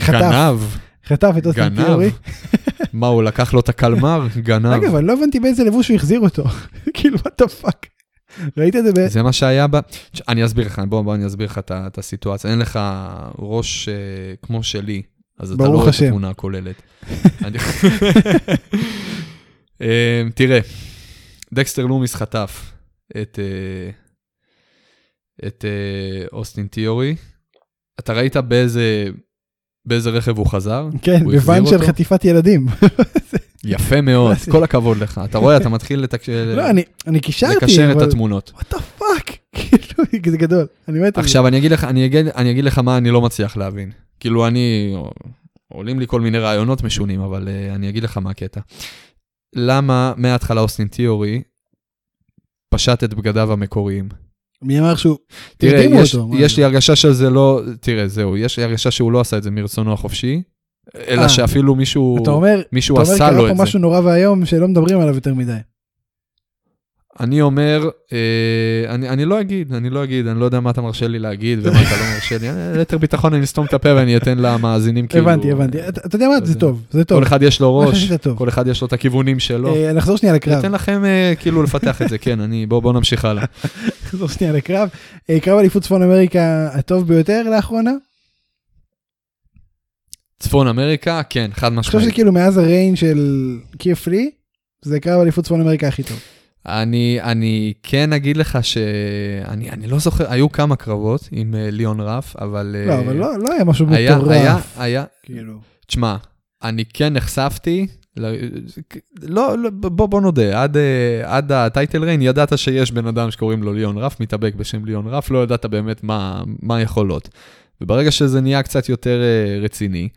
[SPEAKER 1] חטף,
[SPEAKER 2] גנב,
[SPEAKER 1] חטף את אוסטין תיאורי.
[SPEAKER 2] גנב. מה, הוא לקח לו את הקלמר? גנב.
[SPEAKER 1] אגב, אני לא הבנתי באיזה לבוש הוא החזיר אותו. כאילו, what the fuck. ראית את זה ב...
[SPEAKER 2] זה מה שהיה ב... ש- אני אסביר לך, בוא, בוא, אני אסביר לך את ה- את הסיטואציה. אין לך ראש אה, כמו שלי, אז אתה לא
[SPEAKER 1] ברוך
[SPEAKER 2] רואה את
[SPEAKER 1] השם.
[SPEAKER 2] התמונה הכוללת. אני- אה, תראה, דקסטר לומיס חטף את, אה, את אה, אוסטין תיאורי. אתה ראית באיזה, באיזה רכב הוא חזר?
[SPEAKER 1] כן,
[SPEAKER 2] הוא
[SPEAKER 1] בוואן
[SPEAKER 2] החזיר
[SPEAKER 1] של
[SPEAKER 2] אותו?
[SPEAKER 1] חטיפת ילדים.
[SPEAKER 2] יפה מאוד,
[SPEAKER 1] קלאסי.
[SPEAKER 2] כל הכבוד לך. אתה רואה, אתה מתחיל לתק...
[SPEAKER 1] לא, אני- אני קישרתי,
[SPEAKER 2] לקשר את
[SPEAKER 1] אבל...
[SPEAKER 2] התמונות.
[SPEAKER 1] what the fuck. כאילו, זה גדול. אני מת על זה.
[SPEAKER 2] עכשיו אני אגיד לך, אני אגיד, אני אגיד לך מה אני לא מצליח להבין. כאילו אני, עולים לי כל מיני רעיונות משונים, אבל uh, אני אגיד לך מה הקטע. למה מההתחלה אוסטין תיאורי פשט את בגדיו המקוריים?
[SPEAKER 1] מי אמר שהוא...
[SPEAKER 2] תראה,
[SPEAKER 1] הרדימו
[SPEAKER 2] יש,
[SPEAKER 1] אותו, מה
[SPEAKER 2] יש
[SPEAKER 1] זה?
[SPEAKER 2] לי הרגשה שזה לא, תראה, זהו, יש לי הרגשה שהוא לא עשה את זה מרצונו החופשי, אלא
[SPEAKER 1] אה.
[SPEAKER 2] שאפילו מישהו,
[SPEAKER 1] אתה אומר,
[SPEAKER 2] מישהו
[SPEAKER 1] אתה אומר, קרה
[SPEAKER 2] עשה לו את
[SPEAKER 1] פה
[SPEAKER 2] זה. כאילו,
[SPEAKER 1] משהו נורא ואיום שלא מדברים עליו יותר מדי.
[SPEAKER 2] אני אומר, אה, אני, אני לא אגיד, אני לא אגיד, אני לא יודע מה אתה מרשה לי להגיד ומה אתה לא מרשה לי, אני- ליתר ביטחון אני אסתום את הפה ואני אתן למאזינים כאילו...
[SPEAKER 1] הבנתי, הבנתי. אתה אתה יודע מה?
[SPEAKER 2] לא
[SPEAKER 1] זה
[SPEAKER 2] יודע.
[SPEAKER 1] טוב, זה טוב.
[SPEAKER 2] כל אחד יש לו
[SPEAKER 1] מה
[SPEAKER 2] ראש,
[SPEAKER 1] שעשית טוב.
[SPEAKER 2] כל אחד יש לו את הכיוונים שלו.
[SPEAKER 1] אה, נחזור שנייה לקרב.
[SPEAKER 2] ניתן לכם אה, כאילו לפתח את זה, כן, אני, בואו בוא נמשיך הלאה.
[SPEAKER 1] נחזור שנייה לקרב. אה, קרב אליפות צפון אמריקה הטוב ביותר לאחרונה. אני
[SPEAKER 2] צפון אמריקה, כן, חד
[SPEAKER 1] חושב שזה
[SPEAKER 2] משמעית.
[SPEAKER 1] כאילו מאז הריין של כיף לי, זה קרב אליפות צפון אמריקה הכי טוב.
[SPEAKER 2] אני, אני כן אגיד לך שאני אני לא זוכר, היו כמה קרבות עם אה, ליאון רף, אבל... אה,
[SPEAKER 1] לא, אבל לא לא היה משהו
[SPEAKER 2] היה, היה,
[SPEAKER 1] מטורף.
[SPEAKER 2] היה,
[SPEAKER 1] כאילו.
[SPEAKER 2] תשמע, אני כן נחשפתי, ל- לא, לא, בוא, בוא נודה, עד, אה, עד הטייטל ריין ידעת שיש בן אדם שקוראים לו ליאון רף, מתאבק בשם ליאון רף, לא ידעת באמת מה, מה היכולות. וברגע שזה נהיה קצת יותר אה, רציני,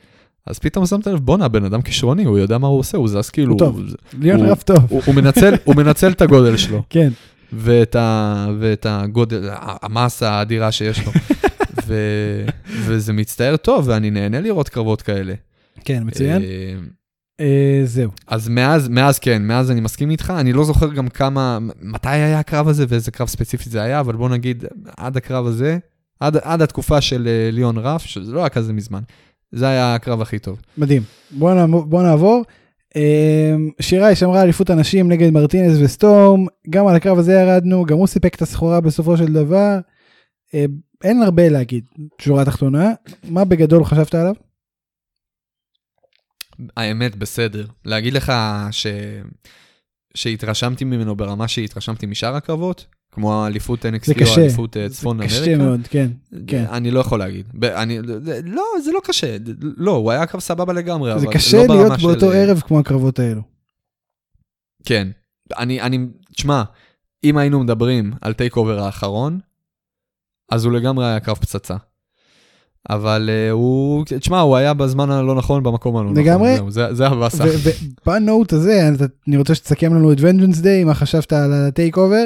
[SPEAKER 2] אז פתאום שמת לב, בואנה, הבן אדם כישרוני, הוא יודע מה הוא עושה, הוא זז כאילו,
[SPEAKER 1] טוב.
[SPEAKER 2] הוא,
[SPEAKER 1] ליאון
[SPEAKER 2] הוא-
[SPEAKER 1] רף טוב.
[SPEAKER 2] הוא, הוא, מנצל, הוא מנצל את הגודל שלו,
[SPEAKER 1] כן.
[SPEAKER 2] ואת, ה, ואת הגודל, ה- המסה האדירה שיש לו, ו, וזה מצטער טוב, ואני נהנה לראות קרבות כאלה.
[SPEAKER 1] כן, מצוין.
[SPEAKER 2] אה,
[SPEAKER 1] אה, זהו.
[SPEAKER 2] אז מאז, מאז כן, מאז אני מסכים איתך, אני לא זוכר גם כמה, מתי היה הקרב הזה ואיזה קרב ספציפי זה היה, אבל בוא נגיד, עד הקרב הזה, עד, עד התקופה של אה, ליאון רף, שזה לא היה כזה מזמן, זה היה הקרב הכי טוב.
[SPEAKER 1] מדהים. בוא, נעבור, בוא נעבור. אה, שיראי שמרה אליפות הנשים נגד מרטינז וסטורם, גם על הקרב הזה ירדנו, גם הוא סיפק את הסחורה בסופו של דבר. אה, אין הרבה להגיד, שורה תחתונה. מה בגדול חשבת עליו?
[SPEAKER 2] האמת, בסדר. להגיד לך ש... שהתרשמתי ממנו ברמה שהתרשמתי משאר הקרבות, כמו האליפות
[SPEAKER 1] זה
[SPEAKER 2] NXT או
[SPEAKER 1] קשה.
[SPEAKER 2] האליפות אה, צפון
[SPEAKER 1] זה
[SPEAKER 2] אמריקה.
[SPEAKER 1] קשה מאוד, כן. כן.
[SPEAKER 2] אני לא יכול להגיד. ב- אני, זה- לא, זה לא קשה. לא, הוא היה קרב סבבה לגמרי,
[SPEAKER 1] זה
[SPEAKER 2] אבל
[SPEAKER 1] קשה
[SPEAKER 2] לא ברמה
[SPEAKER 1] להיות
[SPEAKER 2] של-
[SPEAKER 1] באותו ערב כמו הקרבות האלו.
[SPEAKER 2] כן. אני, אני, תשמע, אם היינו מדברים על טייק אובר האחרון, אז הוא לגמרי היה קרב פצצה. אבל uh, הוא, תשמע, הוא היה בזמן הלא נכון, במקום הלא נכון.
[SPEAKER 1] לגמרי.
[SPEAKER 2] זהו, זה, זה הבאסה.
[SPEAKER 1] ובנוט הזה אז אני רוצה שתסכם לנו את ונג'נס דיי, מה חשבת על הטייק אובר?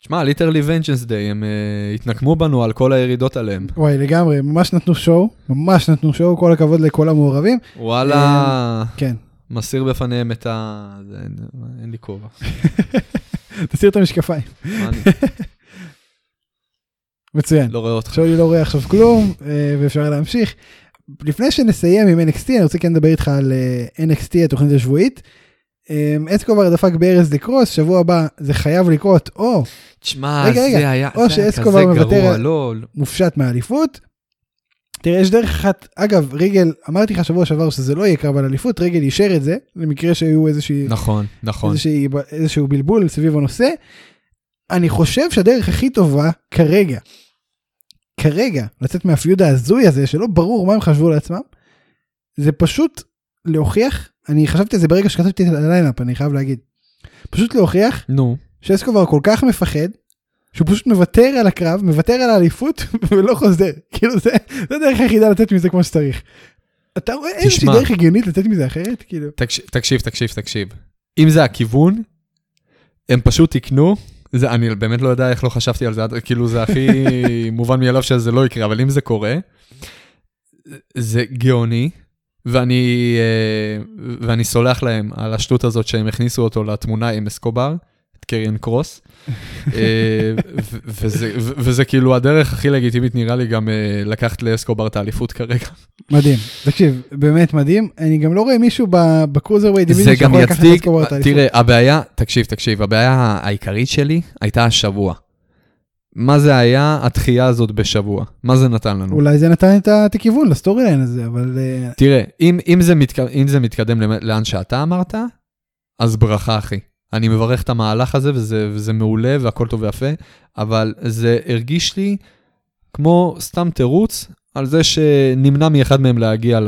[SPEAKER 2] תשמע, ליטרלי ונג'נס דיי, הם uh, התנקמו בנו על כל הירידות עליהם.
[SPEAKER 1] וואי לגמרי, ממש נתנו שואו, ממש נתנו שואו, כל הכבוד לכל המעורבים.
[SPEAKER 2] וואלה,
[SPEAKER 1] כן,
[SPEAKER 2] מסיר בפניהם את ה... זה, אין, אין לי כובע.
[SPEAKER 1] תסיר את המשקפיים,
[SPEAKER 2] מה אני
[SPEAKER 1] מצוין.
[SPEAKER 2] לא רואה אותך.
[SPEAKER 1] שאולי לא רואה עכשיו כלום אה, ואפשר להמשיך. לפני שנסיים עם NXT אני רוצה כן לדבר איתך על אה, NXT התוכנית השבועית. אה, אסקובר דפק בארז לקרוס שבוע הבא זה חייב לקרות או
[SPEAKER 2] תשמע,
[SPEAKER 1] רגע, רגע,
[SPEAKER 2] זה היה,
[SPEAKER 1] או
[SPEAKER 2] זה היה כזה
[SPEAKER 1] שאסקובר מוותר
[SPEAKER 2] גרוע,
[SPEAKER 1] על-
[SPEAKER 2] לא, לא.
[SPEAKER 1] מופשט מהאליפות. תראה יש דרך אחת אגב ריגל אמרתי לך שבוע שעבר שזה לא יהיה קרב על אליפות ריגל אישר את זה למקרה שהיו איזושהי
[SPEAKER 2] נכון, נכון.
[SPEAKER 1] איזושהי, איזשהו בלבול סביב הנושא. אני חושב שהדרך הכי טובה כרגע, כרגע, לצאת מהפיוד ההזוי הזה, שלא ברור מה הם חשבו לעצמם, זה פשוט להוכיח, אני חשבתי על זה ברגע שכתבתי את הליינאפ, אני חייב להגיד. פשוט להוכיח
[SPEAKER 2] נו.
[SPEAKER 1] שאסקובר כל כך מפחד, שהוא פשוט מוותר על הקרב, מוותר על האליפות, ולא חוזר. כאילו זה, זה הדרך היחידה לצאת מזה כמו שצריך. אתה רואה איזושהי
[SPEAKER 2] תשמע.
[SPEAKER 1] דרך הגיונית לצאת מזה אחרת? כאילו,
[SPEAKER 2] תקש- תקשיב, תקשיב, תקשיב. אם זה הכיוון, הם פשוט יקנו. זה, אני באמת לא יודע איך לא חשבתי על זה, עד- כאילו זה הכי מובן מאליו שזה לא יקרה, אבל אם זה קורה, זה גאוני, ואני, אה, ואני סולח להם על השטות הזאת שהם הכניסו אותו לתמונה עם אסקובר, את קריאן קרוס, אה, ו- וזה, ו- וזה כאילו הדרך הכי לגיטימית נראה לי גם אה, לקחת לאסקובר את האליפות כרגע.
[SPEAKER 1] מדהים, תקשיב, באמת מדהים, אני גם לא רואה מישהו ב- בקרוזרווייט
[SPEAKER 2] זה
[SPEAKER 1] דיוויזיון
[SPEAKER 2] גם
[SPEAKER 1] שיכול לקחת את
[SPEAKER 2] יצדיק,
[SPEAKER 1] אסקובר את האליפות.
[SPEAKER 2] תראה, הבעיה, תקשיב, תקשיב, הבעיה העיקרית שלי הייתה השבוע. מה זה היה הדחייה הזאת בשבוע? מה זה נתן לנו?
[SPEAKER 1] אולי זה נתן את ה- את הכיוון לסטורי ליין הזה, אבל אה,
[SPEAKER 2] תראה, אם, אם, זה מתק... אם זה מתקדם למ- לאן שאתה אמרת, אז ברכה, אחי. אני מברך את המהלך הזה, וזה, וזה מעולה, והכל טוב ויפה, אבל זה הרגיש לי כמו סתם תירוץ על זה שנמנע מאחד מהם להגיע ל...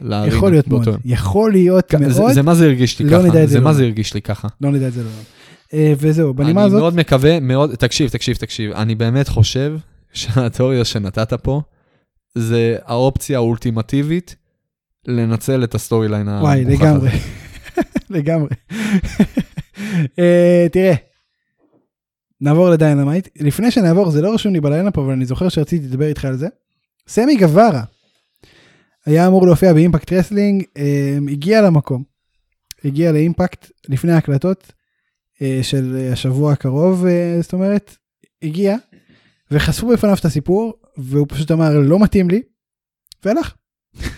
[SPEAKER 2] לארינה.
[SPEAKER 1] אה, יכול להיות מאוד,
[SPEAKER 2] אה, באותו יום.
[SPEAKER 1] יכול להיות
[SPEAKER 2] זה,
[SPEAKER 1] מאוד,
[SPEAKER 2] זה מה זה הרגיש לי
[SPEAKER 1] לא
[SPEAKER 2] ככה,
[SPEAKER 1] נדע את זה
[SPEAKER 2] זה מה
[SPEAKER 1] לעולם.
[SPEAKER 2] זה הרגיש לי ככה.
[SPEAKER 1] לא נדע את זה לעולם. אה, וזהו, בנימה
[SPEAKER 2] אני
[SPEAKER 1] הזאת,
[SPEAKER 2] מאוד מקווה, מאוד, תקשיב, תקשיב, תקשיב, אני באמת חושב שהתיאוריה שנתת פה, זה האופציה האולטימטיבית לנצל את הסטורי ליין
[SPEAKER 1] וואי,
[SPEAKER 2] המגוחך
[SPEAKER 1] לגמרי,
[SPEAKER 2] הזה.
[SPEAKER 1] לגמרי. אה, תראה, נעבור לדיינמייט, לפני שנעבור, זה לא רשום לי בליינאפ, אבל אני זוכר שרציתי לדבר איתך על זה. סמי גווארה היה אמור להופיע באימפקט רסלינג, אה, הגיע למקום, הגיע לאימפקט לפני ההקלטות אה, של אה, השבוע הקרוב, אה, זאת אומרת, הגיע, וחשפו בפניו את הסיפור, והוא פשוט אמר לא מתאים לי, והלך.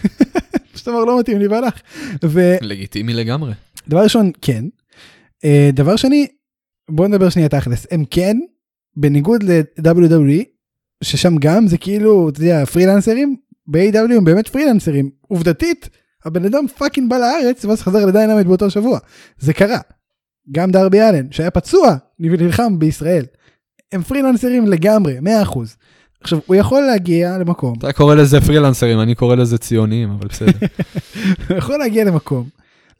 [SPEAKER 1] פשוט אמר לא מתאים לי והלך. ו...
[SPEAKER 2] לגיטימי לגמרי.
[SPEAKER 1] דבר ראשון כן אה, דבר שני בוא נדבר שנייה תכלס הם כן בניגוד ל-WWE ששם גם זה כאילו אתה יודע פרילנסרים ב-AW הם באמת פרילנסרים עובדתית הבן אדם פאקינג בא לארץ ואז חזר לדיינמט באותו שבוע זה קרה גם דרבי אלן שהיה פצוע נלחם בישראל הם פרילנסרים לגמרי 100%. עכשיו הוא יכול להגיע למקום
[SPEAKER 2] אתה קורא לזה פרילנסרים, אני קורא לזה ציוניים, אבל בסדר.
[SPEAKER 1] הוא יכול להגיע למקום,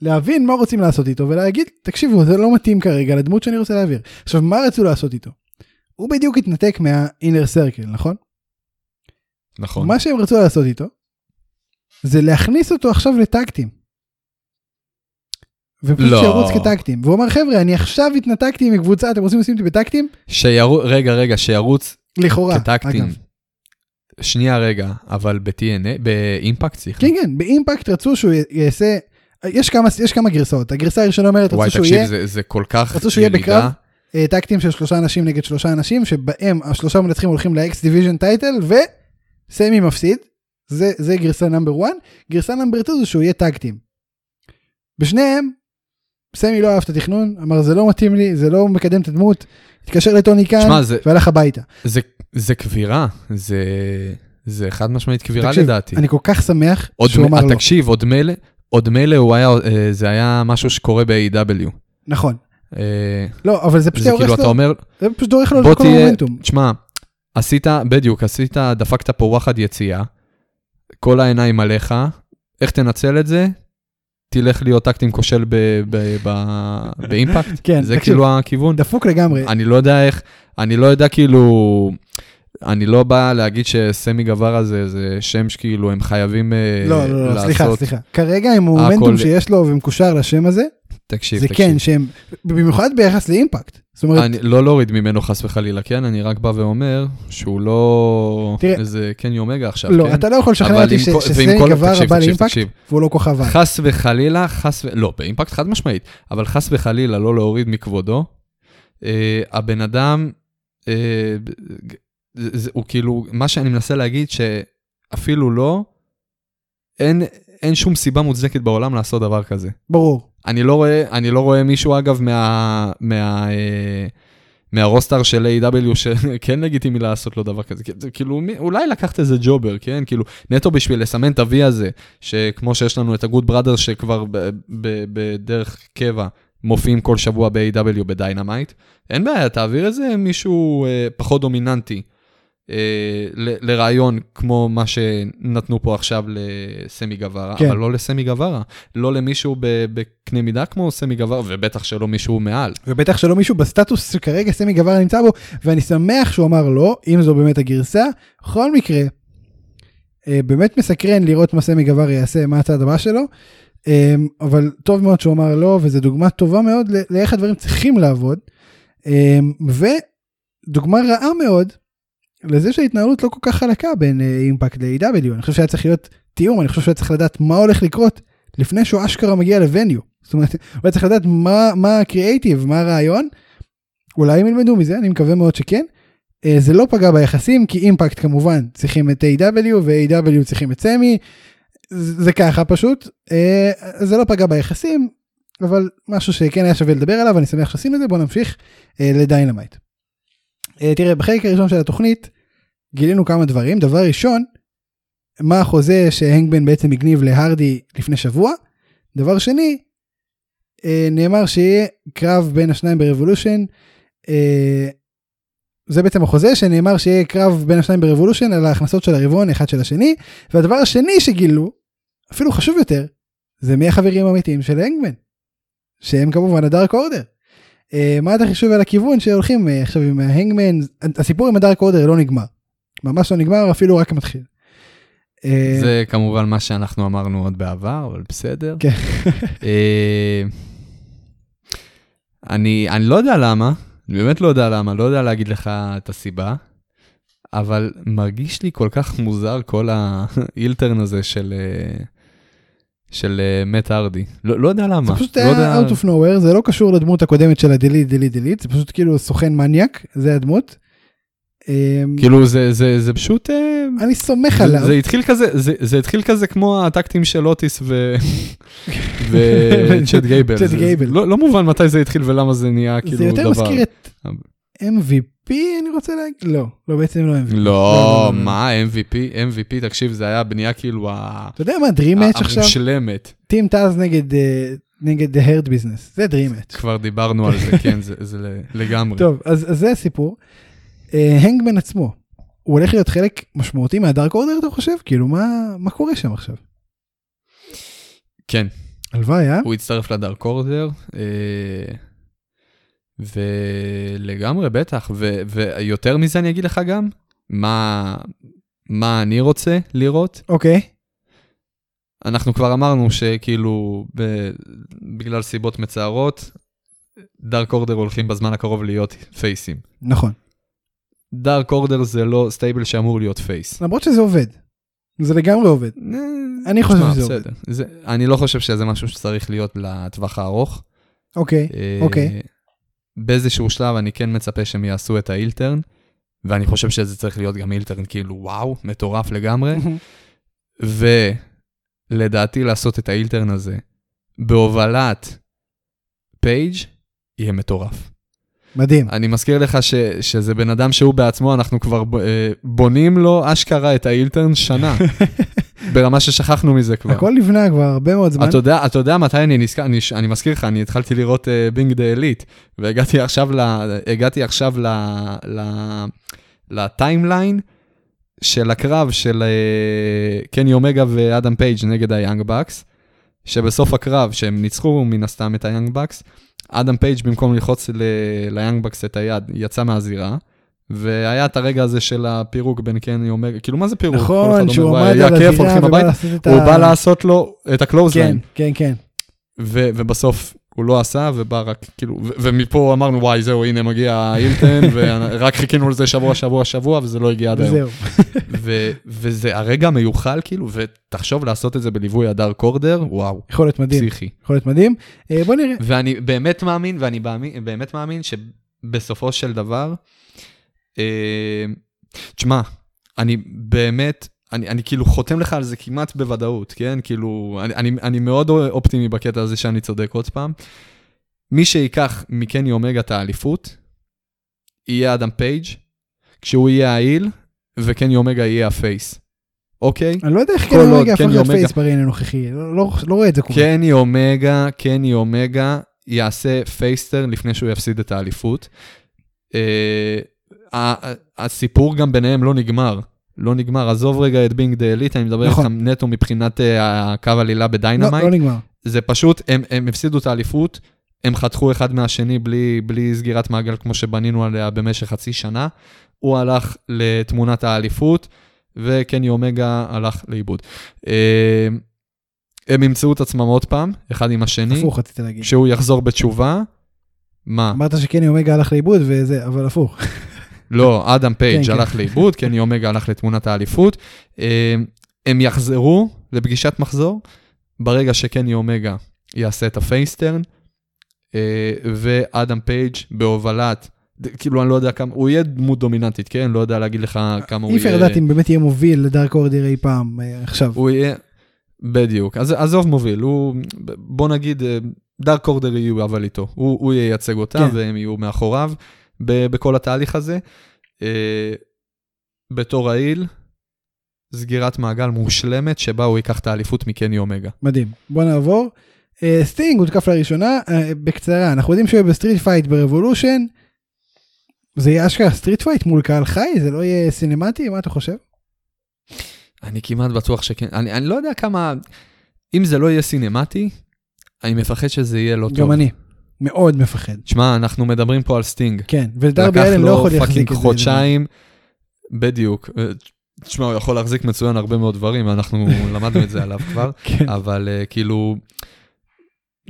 [SPEAKER 1] להבין מה רוצים לעשות איתו ולהגיד, תקשיבו, זה לא מתאים כרגע לדמות שאני רוצה להעביר. עכשיו, מה רצו לעשות איתו? הוא בדיוק התנתק מה-inner circle, נכון?
[SPEAKER 2] נכון.
[SPEAKER 1] מה שהם רצו לעשות איתו, זה להכניס אותו עכשיו לטקטים. ופשוט
[SPEAKER 2] לא.
[SPEAKER 1] שירוץ כטקטים. והוא אמר, חבר'ה, אני עכשיו התנתקתי מקבוצה, אתם רוצים לשים אותי בטקטים?
[SPEAKER 2] שירו... רגע, רגע, שירוץ
[SPEAKER 1] לכאורה.
[SPEAKER 2] כטקטים.
[SPEAKER 1] אגב.
[SPEAKER 2] שנייה רגע, אבל ב-TNA, באימפקט, סליחה.
[SPEAKER 1] כן, כן, באימפקט רצו שהוא י- יעשה, יש כמה, יש כמה גרסאות. הגרסה הראשונה אומרת, רצו
[SPEAKER 2] וואי,
[SPEAKER 1] שהוא
[SPEAKER 2] תקשיב,
[SPEAKER 1] יהיה
[SPEAKER 2] זה, זה כל כך
[SPEAKER 1] רצו שהוא יהיה
[SPEAKER 2] ירידה.
[SPEAKER 1] בקרב? אה, טקטים של שלושה אנשים נגד שלושה אנשים, שבהם השלושה מנצחים הולכים לאקס דיוויז'ן טייטל, וסמי מפסיד. זה, זה גרסה נאמבר 1. גרסה נאמבר 2 זה שהוא יהיה טקטים. בשניהם, סמי לא אהב את התכנון, אמר זה לא מתאים לי, זה לא מקדם את הדמות, התקשר לטוני קאן,
[SPEAKER 2] שמע, זה-
[SPEAKER 1] והלך הביתה.
[SPEAKER 2] זה, זה קבירה, זה, זה חד משמעית קבירה
[SPEAKER 1] תקשיב,
[SPEAKER 2] לדעתי.
[SPEAKER 1] אני כל כך שמח
[SPEAKER 2] עוד
[SPEAKER 1] שהוא
[SPEAKER 2] מ- אה,
[SPEAKER 1] אמר לא.
[SPEAKER 2] תקשיב, עוד מילא, עוד מילא הוא היה, אה, זה היה משהו שקורה ב-AW.
[SPEAKER 1] נכון.
[SPEAKER 2] אה,
[SPEAKER 1] לא, אבל זה פשוט
[SPEAKER 2] זה
[SPEAKER 1] דורך
[SPEAKER 2] כאילו, אתה
[SPEAKER 1] לו,
[SPEAKER 2] אומר,
[SPEAKER 1] זה פשוט דורך לו
[SPEAKER 2] בוא
[SPEAKER 1] את כל
[SPEAKER 2] תהיה-
[SPEAKER 1] המומנטום.
[SPEAKER 2] תשמע, עשית, בדיוק, עשית, דפקת פה וואחד יציאה, כל העיניים עליך, איך תנצל את זה? תלך להיות טקטים כושל ב- ב- ב- באימפקט?
[SPEAKER 1] כן,
[SPEAKER 2] זה
[SPEAKER 1] תקשיב,
[SPEAKER 2] כאילו הכיוון?
[SPEAKER 1] דפוק לגמרי.
[SPEAKER 2] אני לא יודע איך, אני לא יודע כאילו, אני לא בא להגיד שסמי גברה זה, זה שם שכאילו הם חייבים אה,
[SPEAKER 1] לא, לא, לא,
[SPEAKER 2] לעשות.
[SPEAKER 1] סליחה, סליחה. כרגע עם המומנטום
[SPEAKER 2] הכל-
[SPEAKER 1] שיש לו ומקושר לשם הזה,
[SPEAKER 2] תקשיב,
[SPEAKER 1] זה
[SPEAKER 2] תקשיב.
[SPEAKER 1] כן שהם, במיוחד ביחס לאימפקט. זאת אומרת,
[SPEAKER 2] אני לא להוריד ממנו חס וחלילה, כן? אני רק בא ואומר שהוא לא
[SPEAKER 1] תראה-
[SPEAKER 2] איזה קני אומגה עכשיו, כן?
[SPEAKER 1] לא, אתה לא יכול לשכנע
[SPEAKER 2] אבל
[SPEAKER 1] אותי
[SPEAKER 2] עם
[SPEAKER 1] ש-
[SPEAKER 2] כל-
[SPEAKER 1] שסמי
[SPEAKER 2] ועם כל-
[SPEAKER 1] גבר
[SPEAKER 2] תקשיב,
[SPEAKER 1] הבא
[SPEAKER 2] תקשיב,
[SPEAKER 1] לאימפקט
[SPEAKER 2] תקשיב.
[SPEAKER 1] והוא לא כוכב על.
[SPEAKER 2] חס וחלילה, חס ו... לא, באימפקט חד משמעית, אבל חס וחלילה לא להוריד מכבודו. אה, הבן אדם, אה, ג- זה, זה, הוא כאילו, מה שאני מנסה להגיד שאפילו לא, אין, אין שום סיבה מוצדקת בעולם לעשות דבר כזה.
[SPEAKER 1] ברור.
[SPEAKER 2] אני לא רואה, אני לא רואה מישהו אגב מה... מה אה, מהרוסטר של A.W. שכן לגיטימי לעשות לו דבר כזה, כי- זה כאילו מי- אולי לקחת איזה ג'ובר, כן? כאילו נטו בשביל לסמן את ה-V הזה, שכמו שיש לנו את הגוד בראדר שכבר ב- ב- בדרך קבע מופיעים כל שבוע ב-A.W. בדיינמייט, אין בעיה, תעביר איזה מישהו אה, פחות דומיננטי אה, ל- לרעיון כמו מה שנתנו פה עכשיו לסמי גווארה,
[SPEAKER 1] כן.
[SPEAKER 2] אבל לא לסמי גווארה. לא למישהו ב- בקנה מידה כמו סמי גבר, ובטח שלא מישהו מעל.
[SPEAKER 1] ובטח שלא מישהו בסטטוס שכרגע סמי גבר נמצא בו, ואני שמח שהוא אמר לא, אם זו באמת הגרסה. בכל מקרה, אה, באמת מסקרן לראות מה סמי גבר יעשה, מה הצעד הבא שלו, אה, אבל טוב מאוד שהוא אמר לא, וזו דוגמה טובה מאוד ל- לאיך הדברים צריכים לעבוד, אה, ודוגמה רעה מאוד לזה שההתנהלות לא כל כך חלקה בין אה, אימפקט ל-AW, אני חושב שהיה צריך להיות תיאום, אני חושב שהיה צריך לדעת מה הולך לקרות לפני שהוא אשכרה מגיע לווניו. זאת אומרת, הוא היה צריך לדעת מה, מה הקריאייטיב, מה הרעיון. אולי הם ילמדו מזה, אני מקווה מאוד שכן. אה, זה לא פגע ביחסים, כי אימפקט כמובן צריכים את A.W. ו-A.W. צריכים את סמי. זה זה ככה פשוט. אה, זה לא פגע ביחסים, אבל משהו שכן היה שווה לדבר עליו, אני שמח שעשינו את זה, בואו נמשיך אה, לדיינמייט. אה, תראה, בחלק הראשון של התוכנית גילינו כמה דברים. דבר ראשון, מה החוזה שהנגבן בעצם הגניב להרדי לפני שבוע. דבר שני, אה, נאמר שיהיה קרב בין השניים ברבולושן. אה, זה בעצם החוזה שנאמר שיהיה קרב בין השניים ברבולושן על ההכנסות של הרבעון אחד של השני. והדבר השני שגילו, אפילו חשוב יותר, זה מי החברים האמיתיים של הנגמן. שהם כמובן הדארק אורדר. אה, מה אתה חושב על הכיוון שהולכים אה, עכשיו עם ההנגמן? הסיפור עם הדארק אורדר לא נגמר. ממש לא נגמר, אפילו רק מתחיל. אה,
[SPEAKER 2] זה כמובן מה שאנחנו אמרנו עוד בעבר, אבל בסדר.
[SPEAKER 1] כן.
[SPEAKER 2] אה, אני, אני לא יודע למה, אני באמת לא יודע למה, לא יודע להגיד לך את הסיבה, אבל מרגיש לי כל כך מוזר כל האילטרן הזה של... אה, של אה, מאט ארדי. לא, לא יודע למה.
[SPEAKER 1] זה פשוט
[SPEAKER 2] לא יודע-
[SPEAKER 1] היה out of nowhere, זה לא קשור לדמות הקודמת של ה-delete, delete, delete, זה פשוט כאילו סוכן מניאק, זה הדמות. אמ,
[SPEAKER 2] כאילו זה, זה, זה פשוט... אה,
[SPEAKER 1] אני סומך
[SPEAKER 2] זה-
[SPEAKER 1] עליו,
[SPEAKER 2] זה התחיל כזה, זה, זה התחיל כזה כמו הטקטים של אוטיס ו... וצ'אט גייבל.
[SPEAKER 1] צ'אט
[SPEAKER 2] זה-
[SPEAKER 1] גייבל.
[SPEAKER 2] זה- לא, לא מובן מתי זה התחיל ולמה זה נהיה כאילו
[SPEAKER 1] זה
[SPEAKER 2] דבר.
[SPEAKER 1] יותר מזכיר את
[SPEAKER 2] אבל-
[SPEAKER 1] MVP אני רוצה להגיד, לא, לא בעצם לא MVP.
[SPEAKER 2] לא,
[SPEAKER 1] לא, לא, לא.
[SPEAKER 2] מה, MVP, MVP, תקשיב, זה היה בנייה כאילו ה-
[SPEAKER 1] אתה יודע מה, Dream Match
[SPEAKER 2] אה,
[SPEAKER 1] עכשיו?
[SPEAKER 2] המושלמת.
[SPEAKER 1] טים טאז נגד אה, נגד The Herd Business, זה Dream Match.
[SPEAKER 2] כבר דיברנו על זה, כן, זה- זה ל- לגמרי.
[SPEAKER 1] טוב, אז אז זה הסיפור. אה, הנגמן עצמו, הוא הולך להיות חלק משמעותי מהדארק אורדר אתה חושב? כאילו מה מה קורה שם עכשיו?
[SPEAKER 2] כן,
[SPEAKER 1] הלוואי, אה?
[SPEAKER 2] הוא הצטרף לדארק אורדר, אה, ולגמרי, בטח, ו- ויותר מזה אני אגיד לך גם, מה, מה אני רוצה לראות.
[SPEAKER 1] אוקיי,
[SPEAKER 2] אנחנו כבר אמרנו שכאילו, ב- בגלל סיבות מצערות, דארק אורדר הולכים בזמן הקרוב להיות פייסים.
[SPEAKER 1] נכון.
[SPEAKER 2] דארק אורדר זה לא סטייבל שאמור להיות פייס.
[SPEAKER 1] למרות שזה עובד. זה לגמרי עובד. אני חושב
[SPEAKER 2] תשמע,
[SPEAKER 1] שזה עובד.
[SPEAKER 2] בסדר. זה- אני לא חושב שזה משהו שצריך להיות לטווח הארוך.
[SPEAKER 1] אוקיי.
[SPEAKER 2] אה,
[SPEAKER 1] אוקיי.
[SPEAKER 2] באיזשהו שלב אני כן מצפה שהם יעשו את האילטרן, ואני חושב שזה צריך להיות גם אילטרן כאילו וואו, מטורף לגמרי, ולדעתי לעשות את האילטרן הזה בהובלת פייג' יהיה מטורף.
[SPEAKER 1] מדהים.
[SPEAKER 2] אני מזכיר לך ש, שזה בן אדם שהוא בעצמו, אנחנו כבר ב, אה, בונים לו אשכרה את האילטרן שנה, ברמה ששכחנו מזה כבר.
[SPEAKER 1] הכל נבנה כבר הרבה מאוד זמן.
[SPEAKER 2] אתה יודע, אתה יודע מתי אני נזכר, אני, אני מזכיר לך, אני התחלתי לראות אה, בינג דה אליט, והגעתי עכשיו, ל, הגעתי עכשיו ל, ל, לטיימליין של הקרב של אה, קני אומגה ואדם פייג' נגד היאנג בקס, שבסוף הקרב, שהם ניצחו מן הסתם את היאנג בקס, אדם פייג' במקום ללחוץ ל- ליאנג בקס את היד, יצא מהזירה. והיה את הרגע הזה של הפירוק בין קני אומגה, כאילו מה זה פירוק? כל אחד
[SPEAKER 1] נכון,
[SPEAKER 2] אומר,
[SPEAKER 1] שהוא
[SPEAKER 2] "וואי,
[SPEAKER 1] עמד
[SPEAKER 2] היה
[SPEAKER 1] על
[SPEAKER 2] כיף,
[SPEAKER 1] הזירה
[SPEAKER 2] הולכים
[SPEAKER 1] ובא
[SPEAKER 2] הביתה.
[SPEAKER 1] לעשות את ה...
[SPEAKER 2] הוא בא לעשות לו את
[SPEAKER 1] כן,
[SPEAKER 2] הקלוזליין,
[SPEAKER 1] כן, כן.
[SPEAKER 2] ו- ובסוף הוא לא עשה, ובא רק, כאילו, ו- ומפה אמרנו, וואי, זהו, הנה מגיע האילטן, ורק חיכינו לזה שבוע, שבוע, שבוע, וזה לא הגיע עד היום.
[SPEAKER 1] וזהו.
[SPEAKER 2] ו- וזה הרגע המיוחל, כאילו, ותחשוב לעשות את זה בליווי הדר קורדר, וואו,
[SPEAKER 1] יכול להיות מדהים.
[SPEAKER 2] פסיכי.
[SPEAKER 1] יכול להיות מדהים. אה, בוא נראה.
[SPEAKER 2] ואני באמת מאמין, ואני באמין, באמת מאמין שבסופו של דבר, אה, תשמע, אני באמת, אני, אני כאילו חותם לך על זה כמעט בוודאות, כן? כאילו, אני, אני, אני מאוד אופטימי בקטע הזה שאני צודק עוד פעם. מי שייקח מקני אומגה את האליפות, יהיה אדם פייג', כשהוא יהיה העיל, וקני אומגה יהיה הפייס, אוקיי?
[SPEAKER 1] אני לא יודע איך
[SPEAKER 2] כל
[SPEAKER 1] קני
[SPEAKER 2] עוד
[SPEAKER 1] אומגה הפך
[SPEAKER 2] קני
[SPEAKER 1] להיות
[SPEAKER 2] אומגה- כן,
[SPEAKER 1] פייס ברעיון הנוכחי. לא- לא- לא רואה את זה קורה.
[SPEAKER 2] קני אומגה, קני אומגה יעשה פייסטר לפני שהוא יפסיד את האליפות. אה, ה- ה- הסיפור גם ביניהם לא נגמר. לא נגמר, עזוב רגע את בינג דה אליט, אני מדבר איתך
[SPEAKER 1] נכון.
[SPEAKER 2] נטו מבחינת אה, הקו עלילה
[SPEAKER 1] לא, לא
[SPEAKER 2] בדיינמייט.
[SPEAKER 1] נגמר.
[SPEAKER 2] זה פשוט, הם, הם הפסידו את האליפות, הם חתכו אחד מהשני בלי, בלי סגירת מעגל כמו שבנינו עליה במשך חצי שנה. הוא הלך לתמונת האליפות, וקני אומגה הלך לאיבוד. אה, הם ימצאו את עצמם עוד פעם, אחד עם השני,
[SPEAKER 1] הפוך רציתי להגיד.
[SPEAKER 2] כשהוא יחזור בתשובה, מה?
[SPEAKER 1] אמרת שקני אומגה הלך לאיבוד וזה, אבל הפוך.
[SPEAKER 2] לא, אדם פייג'
[SPEAKER 1] כן,
[SPEAKER 2] הלך לאיבוד, קני אומגה הלך לתמונת האליפות. אה, הם יחזרו לפגישת מחזור ברגע שקני אומגה יעשה את הפייסטרן, אה, ואדם פייג' בהובלת, ד- כאילו אני לא יודע כמה, הוא יהיה דמות דומיננטית, כן? לא יודע להגיד לך כמה הוא אה,
[SPEAKER 1] אי אפשר
[SPEAKER 2] יהיה...
[SPEAKER 1] לדעת אם באמת יהיה מוביל לדארק אורדר אי פעם אה, עכשיו.
[SPEAKER 2] הוא יהיה... בדיוק, אז עזוב מוביל, הוא, בוא נגיד, אה, דארק אורדר יהיו אבל איתו, הוא, הוא ייצג אותם
[SPEAKER 1] כן.
[SPEAKER 2] כן. והם יהיו מאחוריו ב, בכל התהליך הזה. אה, בתור העיל, סגירת מעגל מושלמת שבה הוא ייקח את האליפות מקני אומגה.
[SPEAKER 1] מדהים. בוא נעבור. אה, סטינג הותקף לראשונה, אה, בקצרה, אנחנו יודעים שהוא יהיה בסטריט פייט ברבולושן. זה יהיה אשכרה סטריט פייט מול קהל חי? זה לא יהיה סינמטי? מה אתה חושב?
[SPEAKER 2] לא אני כמעט בטוח שכן, אני, אני לא יודע כמה, אם זה לא יהיה סינמטי, אני מפחד שזה יהיה לא טוב.
[SPEAKER 1] גם אני. מאוד מפחד.
[SPEAKER 2] שמע, אנחנו מדברים פה על סטינג.
[SPEAKER 1] כן, ודרבי אלן לא יכול להחזיק את
[SPEAKER 2] לקח
[SPEAKER 1] זה.
[SPEAKER 2] לו פאקינג חודשיים, בדיוק. אה, תשמע, הוא יכול להחזיק מצוין הרבה מאוד דברים, אנחנו למדנו את זה עליו כבר,
[SPEAKER 1] כן.
[SPEAKER 2] אבל אה, כאילו,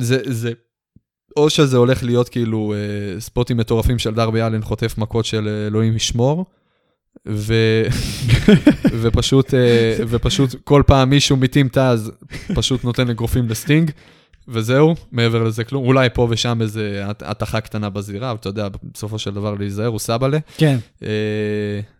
[SPEAKER 2] זה, זה, או שזה הולך להיות כאילו אה, ספוטים מטורפים של דרבי אלן חוטף מכות של אה, אלוהים ישמור, ו... ופשוט, אה, ופשוט כל פעם מישהו מטים תז פשוט נותן אגרופים לסטינג, וזהו, מעבר לזה כלום. אולי פה ושם איזה הת- התכה קטנה בזירה, אבל אתה יודע, בסופו של דבר להיזהר, הוא סבאלה.
[SPEAKER 1] כן.
[SPEAKER 2] אה,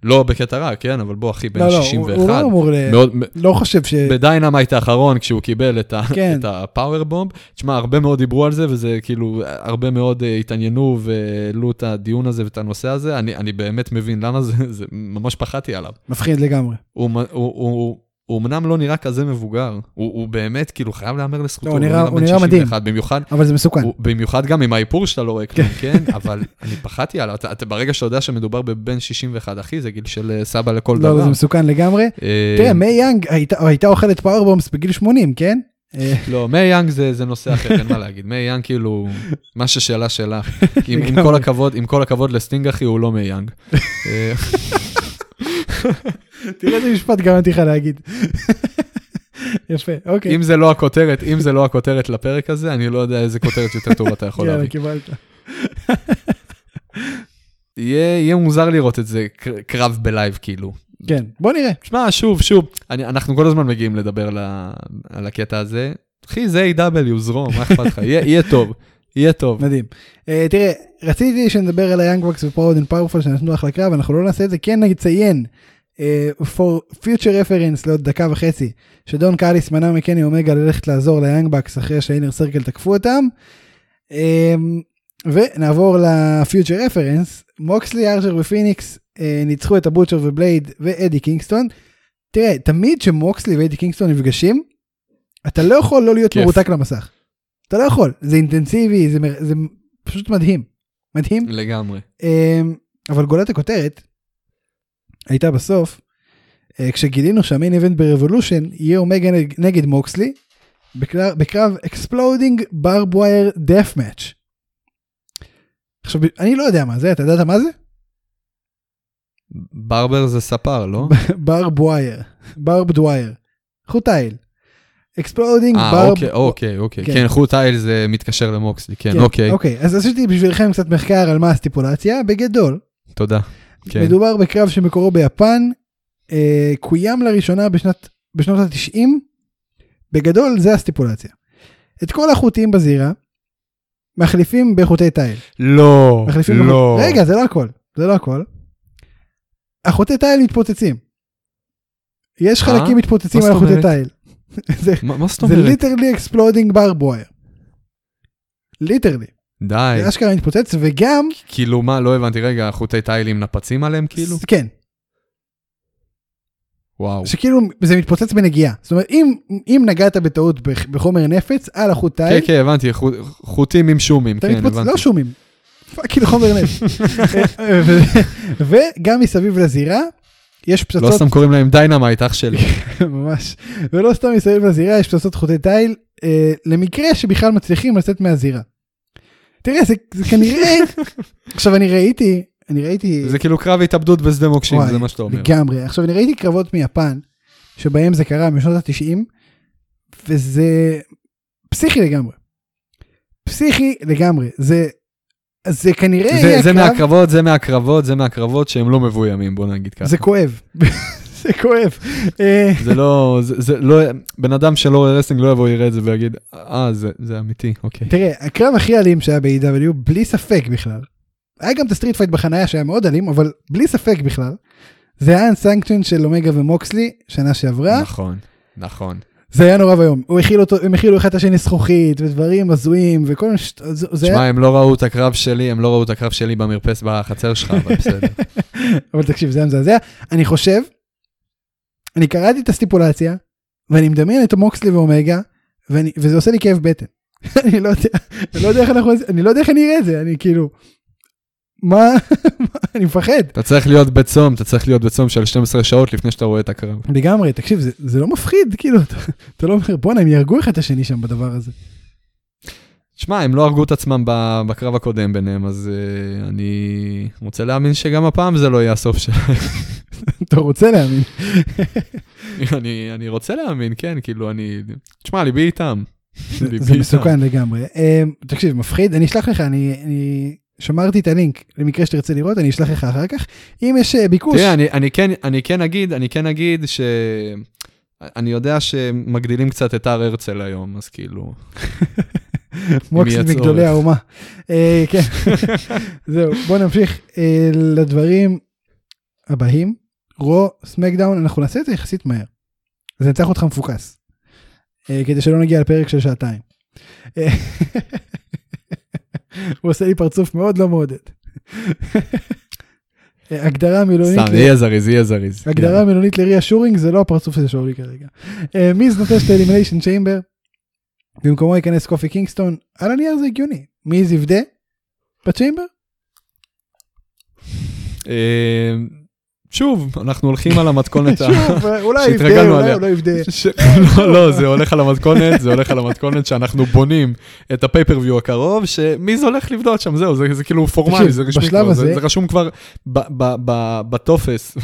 [SPEAKER 2] לא בקטע רע, כן, אבל בוא, אחי, בן
[SPEAKER 1] לא, לא, הוא-
[SPEAKER 2] 61.
[SPEAKER 1] הוא לא אמור ל...
[SPEAKER 2] מאוד,
[SPEAKER 1] לא חושב ש...
[SPEAKER 2] בדיינמייט האחרון, כשהוא קיבל את, ה,
[SPEAKER 1] כן.
[SPEAKER 2] את הפאוורבומב, תשמע, הרבה מאוד דיברו על זה, וזה כאילו, הרבה מאוד אה, התעניינו והעלו את הדיון הזה ואת הנושא הזה, אני, אני באמת מבין למה זה, זה ממש פחדתי עליו.
[SPEAKER 1] מפחיד לגמרי.
[SPEAKER 2] הוא, מ- הוא, הוא, הוא, הוא אמנם לא נראה כזה מבוגר, הוא, הוא באמת, כאילו, חייב להמר לזכותו,
[SPEAKER 1] לא, הוא נראה- הוא נראה
[SPEAKER 2] בן
[SPEAKER 1] מדהים.
[SPEAKER 2] 61, במיוחד,
[SPEAKER 1] אבל זה מסוכן.
[SPEAKER 2] הוא, במיוחד גם עם האיפור שאתה לא רואה כלום, כן? אבל אני פחדתי עליו, אתה, אתה, ברגע שאתה יודע שמדובר בבן 61, אחי, זה גיל של אה, סבא לכל
[SPEAKER 1] לא,
[SPEAKER 2] דבר.
[SPEAKER 1] זה כן, מסוכן לגמרי.
[SPEAKER 2] אה,
[SPEAKER 1] תראה, מיי יאנג הייתה- הייתה אוכלת פאורבומס בגיל 80, כן? אה,
[SPEAKER 2] לא, מיי יאנג זה, זה נושא אחר, אין מה להגיד. מיי יאנג כאילו, מה ששאלה שאלה. כי עם, עם, כל
[SPEAKER 1] לגמרי.
[SPEAKER 2] הכבוד, עם כל הכבוד לסטינג אחי, הוא לא מיי יאנג. אה,
[SPEAKER 1] תראה איזה משפט גרמתי לך להגיד. יפה, אוקיי.
[SPEAKER 2] אם זה לא הכותרת, אם זה לא הכותרת לפרק
[SPEAKER 1] כן,
[SPEAKER 2] הזה, אני לא יודע איזה כותרת יותר טובה אתה יכול
[SPEAKER 1] יאללה,
[SPEAKER 2] להביא.
[SPEAKER 1] קיבלת.
[SPEAKER 2] יהיה יהיה מוזר לראות את זה קר- קרב בלייב כאילו.
[SPEAKER 1] כן, בוא נראה.
[SPEAKER 2] תשמע, שוב, שוב, אני, אנחנו כל הזמן מגיעים לדבר על, ה, על הקטע הזה. אחי, זה A.W, זרום, מה אכפת לך? יהיה, יהיה טוב, יהיה טוב.
[SPEAKER 1] מדהים. אה, תראה, רציתי שנדבר על היאנג ווקס ופראוד אנד פאורפול שנתנו אחלה קרב, אנחנו לא נעשה את זה, כן נציין, אה, for future reference לעוד דקה וחצי, שדון קאליס מנע מקני אומגה ללכת לעזור ליאנג בקס אחרי שהאינר סרקל תקפו אותם. אה, ונעבור לפיוטר רפרנס, מוקסלי, ארג'ר ופיניקס אה, ניצחו את הבוטשר ובלייד ואדי קינגסטון. תראה, תמיד שמוקסלי ואדי קינגסטון נפגשים, אתה לא יכול לא להיות
[SPEAKER 2] כיף.
[SPEAKER 1] מרותק למסך. אתה לא יכול, זה אינטנסיבי, זה, מר- זה פשוט מדהים. מדהים.
[SPEAKER 2] לגמרי.
[SPEAKER 1] אמ, אבל גולת הכותרת הייתה בסוף, אה, כשגילינו שהמיין איבנט ברבולושן יהיה אומגה נג- נגד מוקסלי, בקרב- בקרב אקספלודינג ברב ווייר דף מאץ'. עכשיו ב- אני לא יודע מה זה, אתה ידעת מה זה?
[SPEAKER 2] ברבר זה ספר, לא?
[SPEAKER 1] ברב ווייר, ברב דווייר, חוט תיל. אקספלודינג
[SPEAKER 2] אה,
[SPEAKER 1] ברב
[SPEAKER 2] אוקיי, אוקיי, אוקיי.
[SPEAKER 1] כן.
[SPEAKER 2] כן, חוט האל זה מתקשר למוקסלי, כן,
[SPEAKER 1] כן,
[SPEAKER 2] אוקיי,
[SPEAKER 1] אוקיי, אז עשיתי בשבילכם קצת מחקר על מה הסטיפולציה, בגדול,
[SPEAKER 2] תודה.
[SPEAKER 1] כן.
[SPEAKER 2] כן.
[SPEAKER 1] מדובר בקרב שמקורו ביפן, אה, קוים לראשונה בשנת, בשנות ה-90, בגדול זה הסטיפולציה. את כל החוטים בזירה מחליפים בחוטי תיל.
[SPEAKER 2] לא,
[SPEAKER 1] מחליפים
[SPEAKER 2] לא.
[SPEAKER 1] בחוט... רגע, זה לא הכל, זה לא הכל. החוטי תיל מתפוצצים. יש
[SPEAKER 2] אה?
[SPEAKER 1] חלקים מתפוצצים
[SPEAKER 2] מה
[SPEAKER 1] על
[SPEAKER 2] זאת
[SPEAKER 1] החוטי
[SPEAKER 2] אומרת?
[SPEAKER 1] תיל. זה-
[SPEAKER 2] מה מה זאת
[SPEAKER 1] זה
[SPEAKER 2] אומרת?
[SPEAKER 1] ליטרלי אקספלודינג ברבויר. ליטרלי.
[SPEAKER 2] די.
[SPEAKER 1] זה אשכרה מתפוצץ וגם
[SPEAKER 2] כאילו מה, לא הבנתי, רגע, חוטי תיל עם נפצים עליהם כאילו?
[SPEAKER 1] כן
[SPEAKER 2] וואו.
[SPEAKER 1] שכאילו זה מתפוצץ בנגיעה זאת אומרת אם אם נגעת בטעות בח- בחומר נפץ על החוט
[SPEAKER 2] כן,
[SPEAKER 1] תיל
[SPEAKER 2] כן, הבנתי, חו- חוטים עם שומים,
[SPEAKER 1] אתה
[SPEAKER 2] כן,
[SPEAKER 1] מתפוצץ
[SPEAKER 2] הבנתי.
[SPEAKER 1] לא שומים. כאילו חומר נפץ. ו- וגם מסביב לזירה יש
[SPEAKER 2] לא
[SPEAKER 1] פצצות
[SPEAKER 2] סתם קוראים להם דיינמייט, אח שלי.
[SPEAKER 1] ממש ולא סתם מסביב לזירה יש פצצות חוטי תיל אה, למקרה שבכלל מצליחים לצאת מהזירה. תראה זה זה כנראה עכשיו אני ראיתי אני ראיתי
[SPEAKER 2] זה כאילו קרב התאבדות בשדה מוקשים,
[SPEAKER 1] וואי,
[SPEAKER 2] זה מה שאתה אומר.
[SPEAKER 1] לגמרי. עכשיו, אני ראיתי קרבות מיפן, שבהם זה קרה משנות התשעים, וזה פסיכי לגמרי. פסיכי לגמרי. זה, זה כנראה
[SPEAKER 2] זה-
[SPEAKER 1] יהיה
[SPEAKER 2] זה
[SPEAKER 1] הקרב-
[SPEAKER 2] מהקרבות, זה מהקרבות, זה מהקרבות שהם לא מבוימים, בוא נגיד ככה.
[SPEAKER 1] זה כואב. זה כואב. אה,
[SPEAKER 2] זה לא, זה זה לא, בן אדם שלא רואה רסלינג לא יבוא יראה את זה ויגיד, אה, זה- זה אמיתי, אוקיי.
[SPEAKER 1] תראה, הקרב הכי אלים שהיה ב-AW, בלי ספק בכלל. היה גם את הסטריט פייט בחנייה שהיה מאוד אלים, אבל בלי ספק בכלל. זה היה אנסנקצ'ן של אומגה ומוקסלי שנה שעברה.
[SPEAKER 2] נכון, נכון.
[SPEAKER 1] זה היה נורא ואיום. הוא הכיל אותו, הם הכילו אחד את השני זכוכית ודברים הזויים וכל מיני ש... זה זה היה...
[SPEAKER 2] שמע, הם לא ראו את הקרב שלי, הם לא ראו את הקרב שלי במרפס בחצר שלך, אבל בסדר.
[SPEAKER 1] אבל תקשיב, זה היה מזעזע. אני חושב, אני קראתי את הסטיפולציה, ואני מדמיין את מוקסלי ואומגה, ואני, וזה עושה לי כאב בטן. אני לא יודע, אני לא יודע איך אנחנו, אני לא יודע איך אני אראה את זה, אני כאילו, מה, מה? אני מפחד.
[SPEAKER 2] אתה צריך להיות בצום, אתה צריך להיות בצום של 12 שעות לפני שאתה רואה את הקרב.
[SPEAKER 1] לגמרי, תקשיב, זה, זה לא מפחיד, כאילו, אתה, אתה לא אומר, בואנה, הם יהרגו אחד את השני שם בדבר הזה.
[SPEAKER 2] שמע, הם לא הרגו את עצמם ב- בקרב הקודם ביניהם, אז אה, אני רוצה להאמין שגם הפעם זה לא יהיה הסוף שלהם.
[SPEAKER 1] אתה רוצה להאמין.
[SPEAKER 2] אני, אני רוצה להאמין, כן, כאילו, אני... תשמע, ליבי איתם.
[SPEAKER 1] זה-
[SPEAKER 2] ליבי
[SPEAKER 1] זה
[SPEAKER 2] איתם.
[SPEAKER 1] מסוכן לגמרי. אמ, תקשיב, מפחיד, אני אשלח לך, אני אני שמרתי את הלינק למקרה שתרצה לראות, אני אשלח לך אחר כך. אם יש אה, ביקוש,
[SPEAKER 2] תראה, אני, אני, כן, אני כן אגיד, אני כן אגיד ש... אני יודע שמגדילים קצת את הר הרצל היום, אז כאילו...
[SPEAKER 1] מוקסי
[SPEAKER 2] יהיה צורך.
[SPEAKER 1] מגדולי האומה. אה, כן, זהו, בוא נמשיך אה, לדברים הבאים. רו, סמקדאון, אנחנו נעשה את זה יחסית מהר. זה נצטרך אותך מפוקס. אה, כדי שלא נגיע לפרק של שעתיים. אה, הוא עושה לי פרצוף מאוד לא מעודד. אה, הגדרה מילולית.
[SPEAKER 2] סתם,
[SPEAKER 1] ל-
[SPEAKER 2] יהיה זריז, יהיה זריז.
[SPEAKER 1] הגדרה מילונית לריה שורינג זה לא הפרצוף שזה שור לי כרגע. אה, מיז נוטש את האלימיניישן צ'יימבר, במקומו ייכנס קופי קינגסטון, על הנייר זה הגיוני. מיז יבדה בצ'יימבר?
[SPEAKER 2] אה, שוב, אנחנו הולכים על המתכונת ה...
[SPEAKER 1] שוב, אה, אולי יבדה,
[SPEAKER 2] שהתרגלנו
[SPEAKER 1] אולי
[SPEAKER 2] עליה.
[SPEAKER 1] הוא לא יבדה.
[SPEAKER 2] ש- לא, לא, זה הולך על המתכונת, זה הולך על המתכונת שאנחנו בונים את הפייפריוויו הקרוב, שמי זה הולך לבדות שם, זהו, זה, זה כאילו פורמלי,
[SPEAKER 1] תקשיב,
[SPEAKER 2] זה רשמי
[SPEAKER 1] בשלב
[SPEAKER 2] כבר, זה,
[SPEAKER 1] הזה-
[SPEAKER 2] זה רשום כבר ב- ב- ב- בטופס,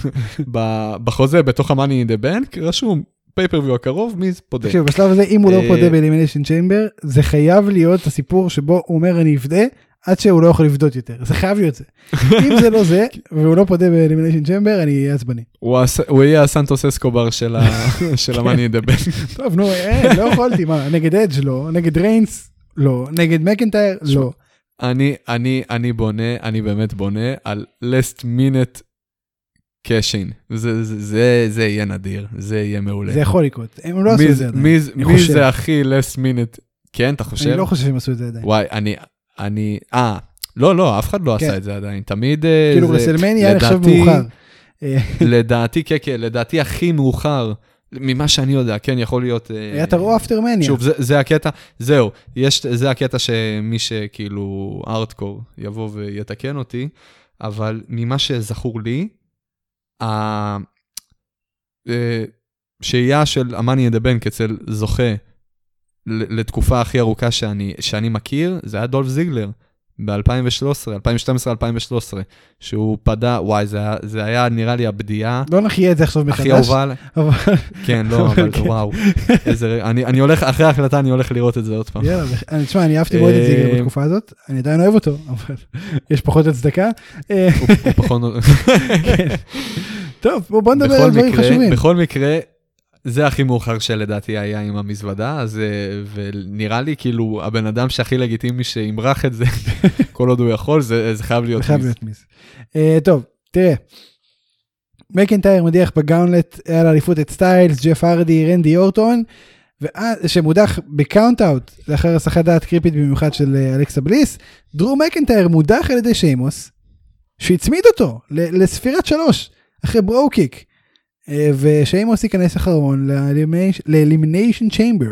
[SPEAKER 2] ב- בחוזה, בתוך ה-Money in the Bank, רשום פייפריוויו הקרוב, מי זה פודה.
[SPEAKER 1] תקשיב, בשלב הזה אם הוא לא
[SPEAKER 2] אה,
[SPEAKER 1] פודה באלימיניישן צ'יימבר, זה חייב להיות הסיפור שבו הוא אומר אני אבדה, עד שהוא לא יכול לבדות יותר, זה חייב להיות זה. אם זה לא
[SPEAKER 2] כן.
[SPEAKER 1] זה, והוא לא פודה באלימיניישן צ'מבר, אני אהיה עצבני.
[SPEAKER 2] הוא הס- הוא יהיה הסנטוס אסקובר של ה- של
[SPEAKER 1] כן.
[SPEAKER 2] המאני דבן.
[SPEAKER 1] טוב, נו, אין, לא יכולתי, מה, נגד אדג' לא, נגד ריינס, לא, נגד מקנטייר, לא.
[SPEAKER 2] אני, אני, אני בונה, אני באמת בונה על last minute קאשין. זה, זה, זה, זה יהיה נדיר, זה יהיה מעולה.
[SPEAKER 1] זה יכול לקרות, הם לא עשו
[SPEAKER 2] מי,
[SPEAKER 1] את זה עדיין.
[SPEAKER 2] מי, זה-
[SPEAKER 1] אני
[SPEAKER 2] מי
[SPEAKER 1] חושב.
[SPEAKER 2] זה הכי last minute? כן, אתה חושב?
[SPEAKER 1] אני לא חושב שהם עשו את זה עדיין.
[SPEAKER 2] וואי, אני, אני, אה, לא, לא, אף אחד לא
[SPEAKER 1] כן.
[SPEAKER 2] עשה את זה עדיין. תמיד, אה,
[SPEAKER 1] כאילו
[SPEAKER 2] זה-
[SPEAKER 1] רסלמניה היה נחשב
[SPEAKER 2] לדעתי-
[SPEAKER 1] מאוחר. אה,
[SPEAKER 2] לדעתי, כן, כן, לדעתי הכי מאוחר, ממה שאני יודע, כן, יכול להיות... אה,
[SPEAKER 1] היה את הרוע אפטרמניה.
[SPEAKER 2] שוב, זה, זה הקטע, זהו, יש, זה הקטע שמי שכאילו ארטקור יבוא ויתקן אותי, אבל ממה שזכור לי, ה... אה, שהייה של המאני אין דה בנק אצל זוכה ל- לתקופה הכי ארוכה שאני, שאני מכיר, זה היה דולף זיגלר ב-2013, 2012-2013, שהוא פדה, וואי, זה, היה- זה היה נראה לי הבדיעה
[SPEAKER 1] לא נחיה את זה עכשיו
[SPEAKER 2] הכי
[SPEAKER 1] מחדש,
[SPEAKER 2] אהובה. עליי.
[SPEAKER 1] אבל
[SPEAKER 2] כן, לא,
[SPEAKER 1] אבל
[SPEAKER 2] אבל
[SPEAKER 1] כן.
[SPEAKER 2] וואו, איזה, אני, אני הולך, אחרי ההחלטה אני הולך לראות את זה עוד פעם.
[SPEAKER 1] יאללה, בח- אני- תשמע, אני אהבתי מאוד את זיגר
[SPEAKER 2] אה,
[SPEAKER 1] בתקופה הזאת, אני עדיין אוהב אותו, אבל יש פחות הצדקה. אה,
[SPEAKER 2] הוא הוא פחות...
[SPEAKER 1] כן. טוב, בוא בוא נדבר
[SPEAKER 2] בכל
[SPEAKER 1] על דברים
[SPEAKER 2] מקרה-
[SPEAKER 1] חשובים.
[SPEAKER 2] בכל מקרה, זה הכי מאוחר שלדעתי היה עם המזוודה, אז אה, ונראה לי כאילו הבן אדם שהכי לגיטימי שימרח את זה, כל עוד הוא יכול, זה זה חייב להיות
[SPEAKER 1] זה חייב
[SPEAKER 2] מיס.
[SPEAKER 1] להיות מיס. אה, טוב, תראה. מקנטייר מדיח בגאונלט על אליפות את סטיילס, ג'ף ארדי, רנדי אורטון, ואז- שמודח בקאונט אאוט לאחר הסחת דעת קריפית במיוחד של אה, אלכסה בליס. דרור מקנטייר מודח על ידי שיימוס, שהצמיד אותו ל- לספירת שלוש, אחרי ברו-קיק. אה, ושיימוס ייכנס אחרון לאלימינייש- לאלימיניישן צ'יימבר.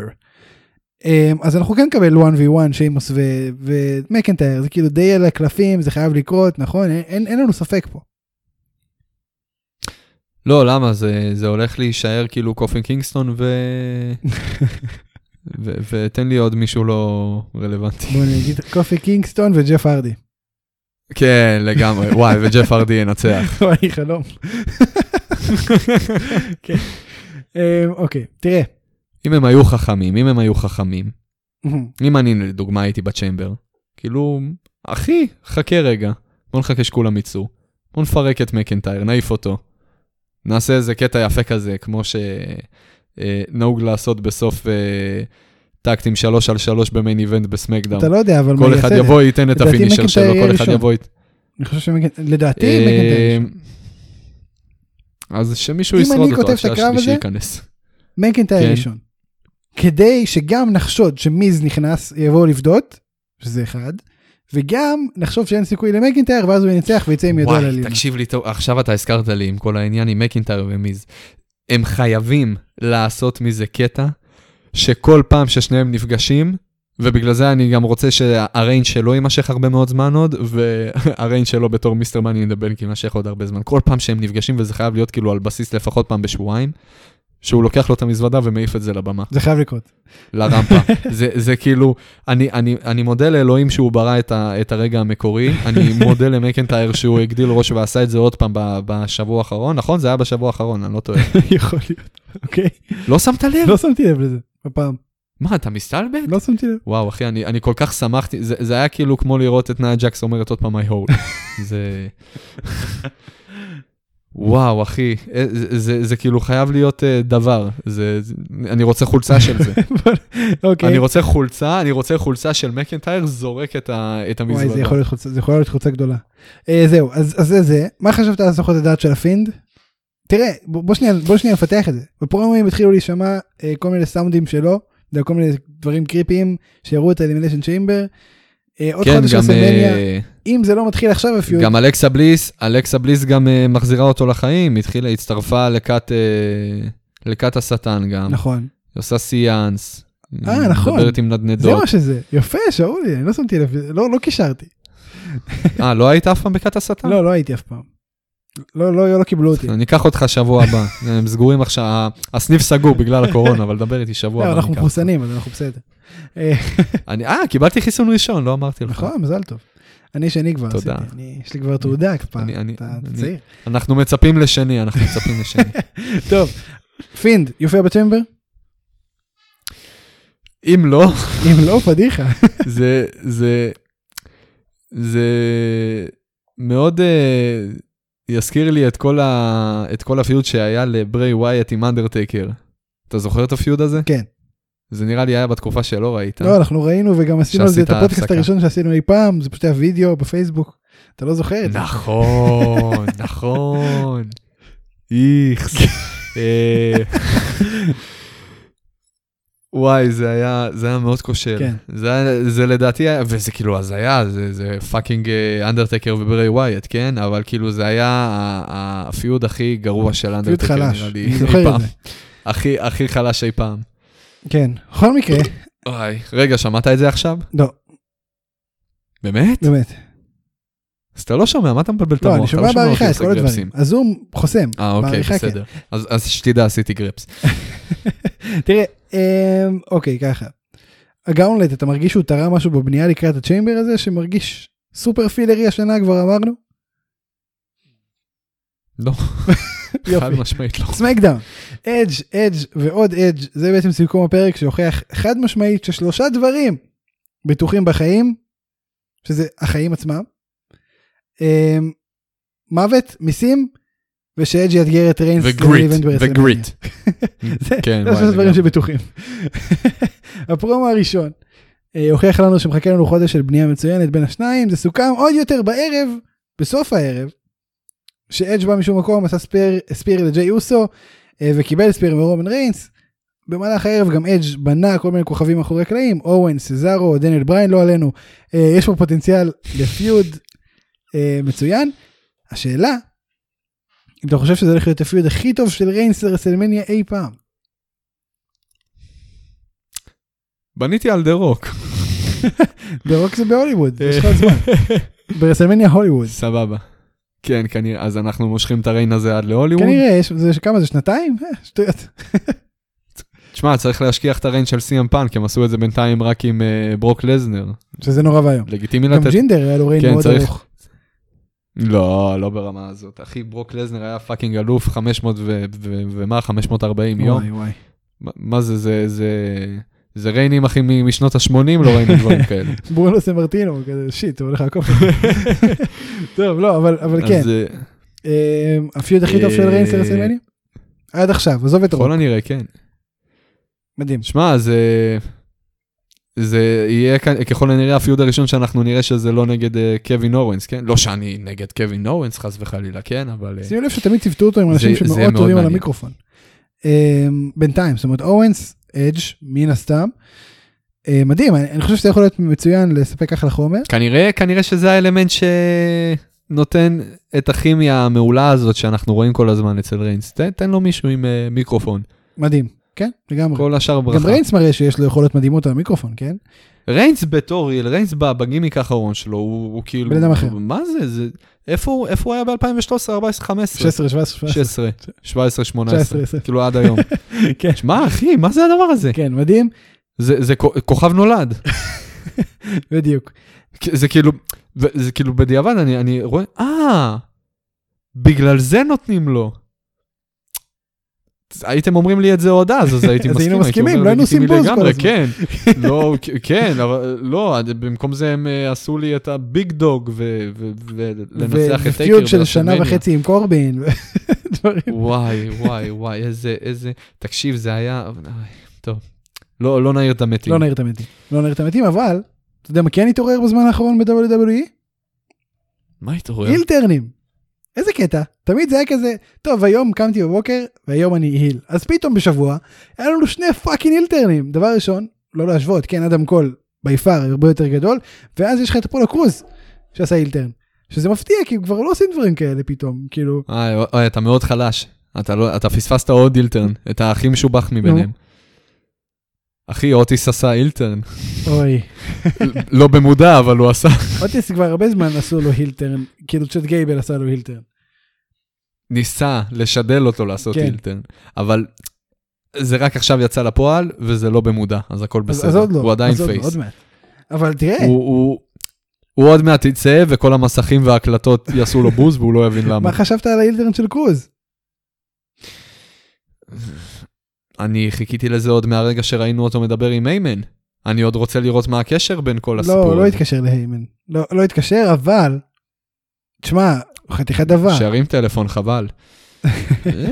[SPEAKER 1] אמ, אז אנחנו כן נקבל 1v1 שיימוס ו- ומקנטייר זה כאילו די על הקלפים זה חייב לקרות נכון אין, אין, אין לנו ספק פה.
[SPEAKER 2] לא, למה? זה זה הולך להישאר כאילו קופן קינגסטון ו... ו- ותן לי עוד מישהו לא רלוונטי.
[SPEAKER 1] בוא נגיד קופי קינגסטון וג'ף ארדי.
[SPEAKER 2] כן, לגמרי. וואי, וג'ף ארדי ינצח.
[SPEAKER 1] וואי חלום. כן. אמ, אוקיי תראה.
[SPEAKER 2] אם הם היו חכמים, אם הם היו חכמים, אם אני לדוגמה הייתי בצ'יימבר, כאילו, אחי, חכה רגע, בוא נחכה שכולם יצאו, בוא נפרק את מקנטייר, נעיף אותו. נעשה איזה קטע יפה כזה, כמו שנהוג לעשות בסוף אה, טקטים 3 על 3 במיין איבנט בסמקדאון.
[SPEAKER 1] אתה לא יודע אבל
[SPEAKER 2] כל
[SPEAKER 1] מה
[SPEAKER 2] אחד
[SPEAKER 1] יעשה את זה.
[SPEAKER 2] יבוא, ייתן את
[SPEAKER 1] לדעתי
[SPEAKER 2] הפינישר
[SPEAKER 1] מקנטייר
[SPEAKER 2] שלו,
[SPEAKER 1] יהיה
[SPEAKER 2] כל אחד
[SPEAKER 1] ראשון.
[SPEAKER 2] יבוא... ית-
[SPEAKER 1] אני חושב שמקנטייר לדעתי
[SPEAKER 2] אה,
[SPEAKER 1] מקנטייר. ראשון.
[SPEAKER 2] אז שמישהו
[SPEAKER 1] אם
[SPEAKER 2] ישרוד
[SPEAKER 1] אני
[SPEAKER 2] אותו,
[SPEAKER 1] כותב
[SPEAKER 2] עד
[SPEAKER 1] את הקרב הזה-
[SPEAKER 2] שהשלישי ייכנס.
[SPEAKER 1] מקנטייר
[SPEAKER 2] כן.
[SPEAKER 1] ראשון. כדי שגם נחשוד שמיז נכנס יבואו לבדות שזה אחד וגם נחשוב שאין סיכוי למקנטייר ואז הוא ינצח ויצא עם ידו על
[SPEAKER 2] וואי,
[SPEAKER 1] הלימה.
[SPEAKER 2] תקשיב לי טוב, עכשיו אתה הזכרת לי עם כל העניין עם מקינטייר ומיז. הם חייבים לעשות מזה קטע, שכל פעם ששניהם נפגשים, ובגלל זה אני גם רוצה שהריינג שלו יימשך הרבה מאוד זמן עוד, והריינג שלו בתור מיסטר מאני נדבנק יימשך עוד הרבה זמן. כל פעם שהם נפגשים, וזה חייב להיות כאילו על בסיס לפחות פעם בשבועיים, שהוא לוקח לו את המזוודה ומעיף את זה לבמה.
[SPEAKER 1] זה חייב לקרות.
[SPEAKER 2] לרמפה. זה, זה כאילו, אני, אני, אני מודה לאלוהים שהוא ברא את, ה, את הרגע המקורי, אני מודה למקנטייר שהוא הגדיל ראש ועשה את זה עוד פעם ב- בשבוע האחרון, נכון? זה היה בשבוע האחרון, אני לא טועה.
[SPEAKER 1] יכול להיות. אוקיי.
[SPEAKER 2] לא שמת לב?
[SPEAKER 1] לא שמתי לב לזה הפעם.
[SPEAKER 2] מה, אתה מסתלבט?
[SPEAKER 1] לא שמתי לב.
[SPEAKER 2] וואו, אחי, אני, אני כל כך שמחתי, זה, זה היה כאילו כמו לראות את נאה ג'קס אומרת עוד פעם I hold. זה... וואו, אחי, אה, זה, זה, זה כאילו חייב להיות אה, דבר. זה, זה, אני רוצה חולצה של זה.
[SPEAKER 1] אוקיי.
[SPEAKER 2] אני רוצה חולצה, אני רוצה חולצה של מקנטייר זורק את, ה, את המזוודה.
[SPEAKER 1] וואי, זה יכול להיות חולצה, זה יכול להיות חולצה גדולה. אה, זהו, אז אז זה זה. מה חשבת על הסחות הדעת של הפינד? תראה, בוא בוא שנייה, בוא שנייה נפתח את זה. בפרומים התחילו להישמע אה, כל מיני סאונדים שלו, זה כל מיני דברים קריפיים שיראו את האלימיניישן צ'יימבר. אה, עוד
[SPEAKER 2] כן,
[SPEAKER 1] חודש
[SPEAKER 2] גם,
[SPEAKER 1] רסלמניה,
[SPEAKER 2] אה,
[SPEAKER 1] אם זה לא מתחיל עכשיו הפיוד,
[SPEAKER 2] גם אלכסה בליס, אלכסה בליס גם אה, מחזירה אותו לחיים, התחילה, הצטרפה לכת, אה, לכת השטן גם,
[SPEAKER 1] נכון.
[SPEAKER 2] היא עושה סיאנס.
[SPEAKER 1] אה, נכון.
[SPEAKER 2] מדברת עם
[SPEAKER 1] זה
[SPEAKER 2] נדנדות.
[SPEAKER 1] מה שזה, יפה, שאולי, אני לא שמתי לב, לזה, לא לא קישרתי.
[SPEAKER 2] אה, לא היית אף פעם בכת השטן?
[SPEAKER 1] לא, לא הייתי אף פעם. לא, לא, לא קיבלו אותי.
[SPEAKER 2] אני אקח אותך שבוע הבא, הם סגורים עכשיו, ה- הסניף סגור בגלל הקורונה, אבל דבר איתי שבוע
[SPEAKER 1] לא,
[SPEAKER 2] הבא.
[SPEAKER 1] אנחנו
[SPEAKER 2] אני אקח
[SPEAKER 1] מחוסנים, אז אנחנו בסדר.
[SPEAKER 2] אותך. אני- אה, קיבלתי חיסון ראשון, לא אמרתי לך.
[SPEAKER 1] נכון, מזל טוב. אני שני כבר עשיתי,
[SPEAKER 2] תודה.
[SPEAKER 1] אני- יש לי כבר תעודה כבר,
[SPEAKER 2] אני- אני-
[SPEAKER 1] אתה אתה
[SPEAKER 2] אני-
[SPEAKER 1] צעיר.
[SPEAKER 2] אנחנו מצפים לשני, אנחנו מצפים לשני.
[SPEAKER 1] טוב, פינד, יופיע בצ'מבר?
[SPEAKER 2] אם לא,
[SPEAKER 1] אם לא, פדיחה.
[SPEAKER 2] זה, זה, זה מאוד אה, יזכיר לי את כל, ה... את כל הפיוד שהיה לברי ווייט עם אנדרטקר. אתה זוכר את הפיוד הזה?
[SPEAKER 1] כן.
[SPEAKER 2] זה נראה לי היה בתקופה שלא ראית.
[SPEAKER 1] לא, אנחנו ראינו וגם עשינו על זה את
[SPEAKER 2] שעשית
[SPEAKER 1] הפודקאסט
[SPEAKER 2] הפסקה.
[SPEAKER 1] הראשון שעשינו אי פעם, זה פשוט היה וידאו בפייסבוק. אתה לא זוכר את זה.
[SPEAKER 2] נכון, נכון. איכס. אה, וואי, זה היה, זה היה מאוד כושל.
[SPEAKER 1] כן.
[SPEAKER 2] זה, היה- זה לדעתי, היה- וזה כאילו הזיה, זה, זה פאקינג אה, אנדרטקר וברי ווייט, כן? אבל כאילו זה היה ה- ה- הפיוד הכי גרוע של
[SPEAKER 1] פיוט
[SPEAKER 2] אנדרטקר,
[SPEAKER 1] חלש,
[SPEAKER 2] נראה לי,
[SPEAKER 1] אני
[SPEAKER 2] אי
[SPEAKER 1] זוכר את
[SPEAKER 2] פעם.
[SPEAKER 1] זה.
[SPEAKER 2] הכי, הכי חלש אי פעם.
[SPEAKER 1] כן. בכל מקרה,
[SPEAKER 2] וואי, רגע, שמעת את זה עכשיו?
[SPEAKER 1] לא,
[SPEAKER 2] באמת?
[SPEAKER 1] באמת.
[SPEAKER 2] אז אתה לא שומע, מה אתה מבלבל את
[SPEAKER 1] לא,
[SPEAKER 2] המוח?
[SPEAKER 1] אני
[SPEAKER 2] אתה
[SPEAKER 1] שומע
[SPEAKER 2] אותי
[SPEAKER 1] בעריכה את
[SPEAKER 2] עושה
[SPEAKER 1] כל
[SPEAKER 2] גרפסים.
[SPEAKER 1] הדברים. הזום חוסם.
[SPEAKER 2] אה, אוקיי,
[SPEAKER 1] בעריכה, כן.
[SPEAKER 2] בסדר. אז, אז שתדע, עשיתי גרפס.
[SPEAKER 1] תראה, אמ, אוקיי, ככה. הגאונלט, אתה מרגיש שהוא תרם משהו בבנייה לקראת הצ'יימבר הזה, שמרגיש סופר פילרי השנה, כבר אמרנו?
[SPEAKER 2] לא, חד
[SPEAKER 1] יופי.
[SPEAKER 2] משמעית לא.
[SPEAKER 1] סמקדאון. אדג', אדג' ועוד אדג', זה בעצם סיכום הפרק שהוכיח חד משמעית ששלושה דברים בטוחים בחיים, שזה החיים עצמם, אמ, מוות, מיסים, ושאדג' יאתגר את ריינס.
[SPEAKER 2] וגריט,
[SPEAKER 1] לאיבנט ברסלמניה.
[SPEAKER 2] וגריט.
[SPEAKER 1] זה
[SPEAKER 2] כן,
[SPEAKER 1] זה
[SPEAKER 2] וואי,
[SPEAKER 1] שלושה דברים
[SPEAKER 2] לגמרי.
[SPEAKER 1] שבטוחים. הפרומו הראשון אה, הוכיח לנו שמחכה לנו חודש של בנייה מצוינת בין השניים, זה סוכם עוד יותר בערב, בסוף הערב, שאדג' בא משום מקום עשה ספיר, ספיר לג'יי אוסו אה, וקיבל ספיר מרומן ריינס. במהלך הערב גם אדג' בנה כל מיני כוכבים מאחורי הקלעים, אורן, סזארו, דניאל בריין, לא עלינו. אה, יש פה פוטנציאל לפיוד אה, מצוין. השאלה, אם אתה חושב שזה הולך להיות הפיוד הכי טוב של ריינס לרסלמניה אי פעם.
[SPEAKER 2] בניתי על דה רוק.
[SPEAKER 1] ברוק זה בהוליווד,
[SPEAKER 2] אה.
[SPEAKER 1] יש לך עוד זמן. ברסלמניה הוליווד.
[SPEAKER 2] סבבה. כן, כנראה, אז אנחנו מושכים את הריין הזה עד להוליווד.
[SPEAKER 1] כנראה, יש, זה, כמה זה, שנתיים? אה, שטויות.
[SPEAKER 2] תשמע, צריך להשכיח את הריין של סי.אם פאנק, הם עשו את זה בינתיים רק עם אה, ברוק לזנר.
[SPEAKER 1] שזה נורא ואיום.
[SPEAKER 2] לגיטימי
[SPEAKER 1] גם
[SPEAKER 2] לתת...
[SPEAKER 1] ג'ינדר היה לו ריין
[SPEAKER 2] לא כן,
[SPEAKER 1] מאוד
[SPEAKER 2] צריך-
[SPEAKER 1] ארוך.
[SPEAKER 2] לא, לא ברמה הזאת. אחי, ברוק לזנר היה פאקינג אלוף 500 ו- ו- ומה? 540 יום.
[SPEAKER 1] וואי, וואי.
[SPEAKER 2] מה- מה זה, זה, זה... זה ריינים, אחי, מ- משנות ה-80, לא ראינו דברים כאלה.
[SPEAKER 1] ברונו סמרטינו, כזה שיט, הוא הולך לעקוף. טוב, לא, אבל, אבל כן.
[SPEAKER 2] אז אה,
[SPEAKER 1] אמ, הפיוד הכי טוב של
[SPEAKER 2] אה,
[SPEAKER 1] ריינס לרסלמניה? עד עכשיו, עזוב את רוק.
[SPEAKER 2] ככל הנראה, כן.
[SPEAKER 1] מדהים.
[SPEAKER 2] שמע, זה... זה יהיה כאן- ככל הנראה הפיוד הראשון שאנחנו נראה שזה לא נגד אה, קווין אורנס, כן? לא שאני נגד קווין אורנס, חס וחלילה, כן? אבל... אה,
[SPEAKER 1] שימו לב שתמיד ציוותו אותו עם אנשים
[SPEAKER 2] זה- זה
[SPEAKER 1] שמאוד
[SPEAKER 2] מאוד
[SPEAKER 1] טובים על
[SPEAKER 2] מעניין.
[SPEAKER 1] המיקרופון. אמ, בינתיים, זאת אומרת, אורנס, אדג', מן הסתם. אה, מדהים, אני אני חושב שזה יכול להיות מצוין לספק אחלה חומר.
[SPEAKER 2] כנראה, כנראה שזה האלמנט שנותן את הכימיה המעולה הזאת שאנחנו רואים כל הזמן אצל ריינס. ת- תן לו מישהו עם אה, מיקרופון,
[SPEAKER 1] מדהים, כן, לגמרי.
[SPEAKER 2] כל השאר ברכה.
[SPEAKER 1] גם ריינס מראה שיש לו יכולות מדהימות על המיקרופון, כן?
[SPEAKER 2] ריינס בתור, איל, ריינס ב- בגימיק האחרון שלו, הוא, הוא כאילו...
[SPEAKER 1] בן אדם אחר.
[SPEAKER 2] מה זה? זה... איפה, הוא- איפה הוא היה ב-2013, 14, 15?
[SPEAKER 1] 16, 17,
[SPEAKER 2] 16, 17,
[SPEAKER 1] 19,
[SPEAKER 2] 18,
[SPEAKER 1] 20.
[SPEAKER 2] כאילו עד היום.
[SPEAKER 1] כן.
[SPEAKER 2] שמע, אחי, מה זה הדבר הזה?
[SPEAKER 1] כן, מדהים,
[SPEAKER 2] זה, זה כ- כוכב נולד.
[SPEAKER 1] בדיוק.
[SPEAKER 2] כ- זה כאילו, ו- זה כאילו בדיעבד, אני, אני רואה, אה, בגלל זה נותנים לו. אז הייתם אומרים לי את זה עוד אז, אז הייתי
[SPEAKER 1] אז היינו
[SPEAKER 2] מסכים. הייתי אומר,
[SPEAKER 1] מסכימים, לא היינו עושים
[SPEAKER 2] "לגיטימי
[SPEAKER 1] בוז כל
[SPEAKER 2] לגמרי",
[SPEAKER 1] הזמן.
[SPEAKER 2] כן, לא, כ- כן, אבל לא, עד- במקום זה הם אה, עשו לי את הביג דוג ו- ו- ולנצח את טייקר.
[SPEAKER 1] ופיוד של שנה
[SPEAKER 2] ולסלמניה.
[SPEAKER 1] וחצי עם קורבין, ודברים.
[SPEAKER 2] וואי, וואי, וואי, איזה, איזה, תקשיב, זה היה, אוי, טוב, לא, לא נעיר את המתים.
[SPEAKER 1] לא נעיר את המתים, לא נעיר את המתים, אבל, אתה יודע מה כן התעורר בזמן האחרון E? ב-WWE?
[SPEAKER 2] מה התעורר?
[SPEAKER 1] הילטרנים. איזה קטע, תמיד זה היה כזה, טוב היום קמתי בבוקר והיום אני היל. אז פתאום בשבוע, היה לנו שני פאקינג הילטרנים. דבר ראשון, לא להשוות, כן אדם קול בי פאר הרבה יותר גדול, ואז יש לך את הפול הקרוז שעשה הילטרן. שזה מפתיע כי כבר לא עושים דברים כאלה פתאום, כאילו,
[SPEAKER 2] אה, אוי, אתה מאוד חלש. אתה, לא, אתה פספסת עוד אילטרן, את הכי משובח מביניהם. אחי, אוטיס עשה אילטרן.
[SPEAKER 1] אוי.
[SPEAKER 2] לא במודע, אבל הוא עשה.
[SPEAKER 1] אוטיס כבר הרבה זמן עשו לו הילטרן, כאילו צ'אט גייבל עשה לו הילטרן.
[SPEAKER 2] ניסה לשדל אותו לעשות
[SPEAKER 1] כן.
[SPEAKER 2] אילטרן, אבל זה רק עכשיו יצא לפועל, וזה לא במודע, אז הכל
[SPEAKER 1] אז-
[SPEAKER 2] בסדר.
[SPEAKER 1] אז עוד לא,
[SPEAKER 2] הוא עדיין
[SPEAKER 1] אז עוד לא, אה.
[SPEAKER 2] פייס.
[SPEAKER 1] עוד מעט. אבל תראה,
[SPEAKER 2] הוא, הוא, הוא עוד מעט יצא, וכל המסכים וההקלטות יעשו לו בוז, והוא לא יבין למה.
[SPEAKER 1] מה חשבת על ההילטרן של קרוז?
[SPEAKER 2] אני חיכיתי לזה עוד מהרגע שראינו אותו מדבר עם איימן. אני עוד רוצה לראות מה הקשר בין כל הסיפור.
[SPEAKER 1] לא, לא התקשר להיימן. לא, לא התקשר, אבל... תשמע, חתיכת דבר.
[SPEAKER 2] שירים טלפון, חבל. אה.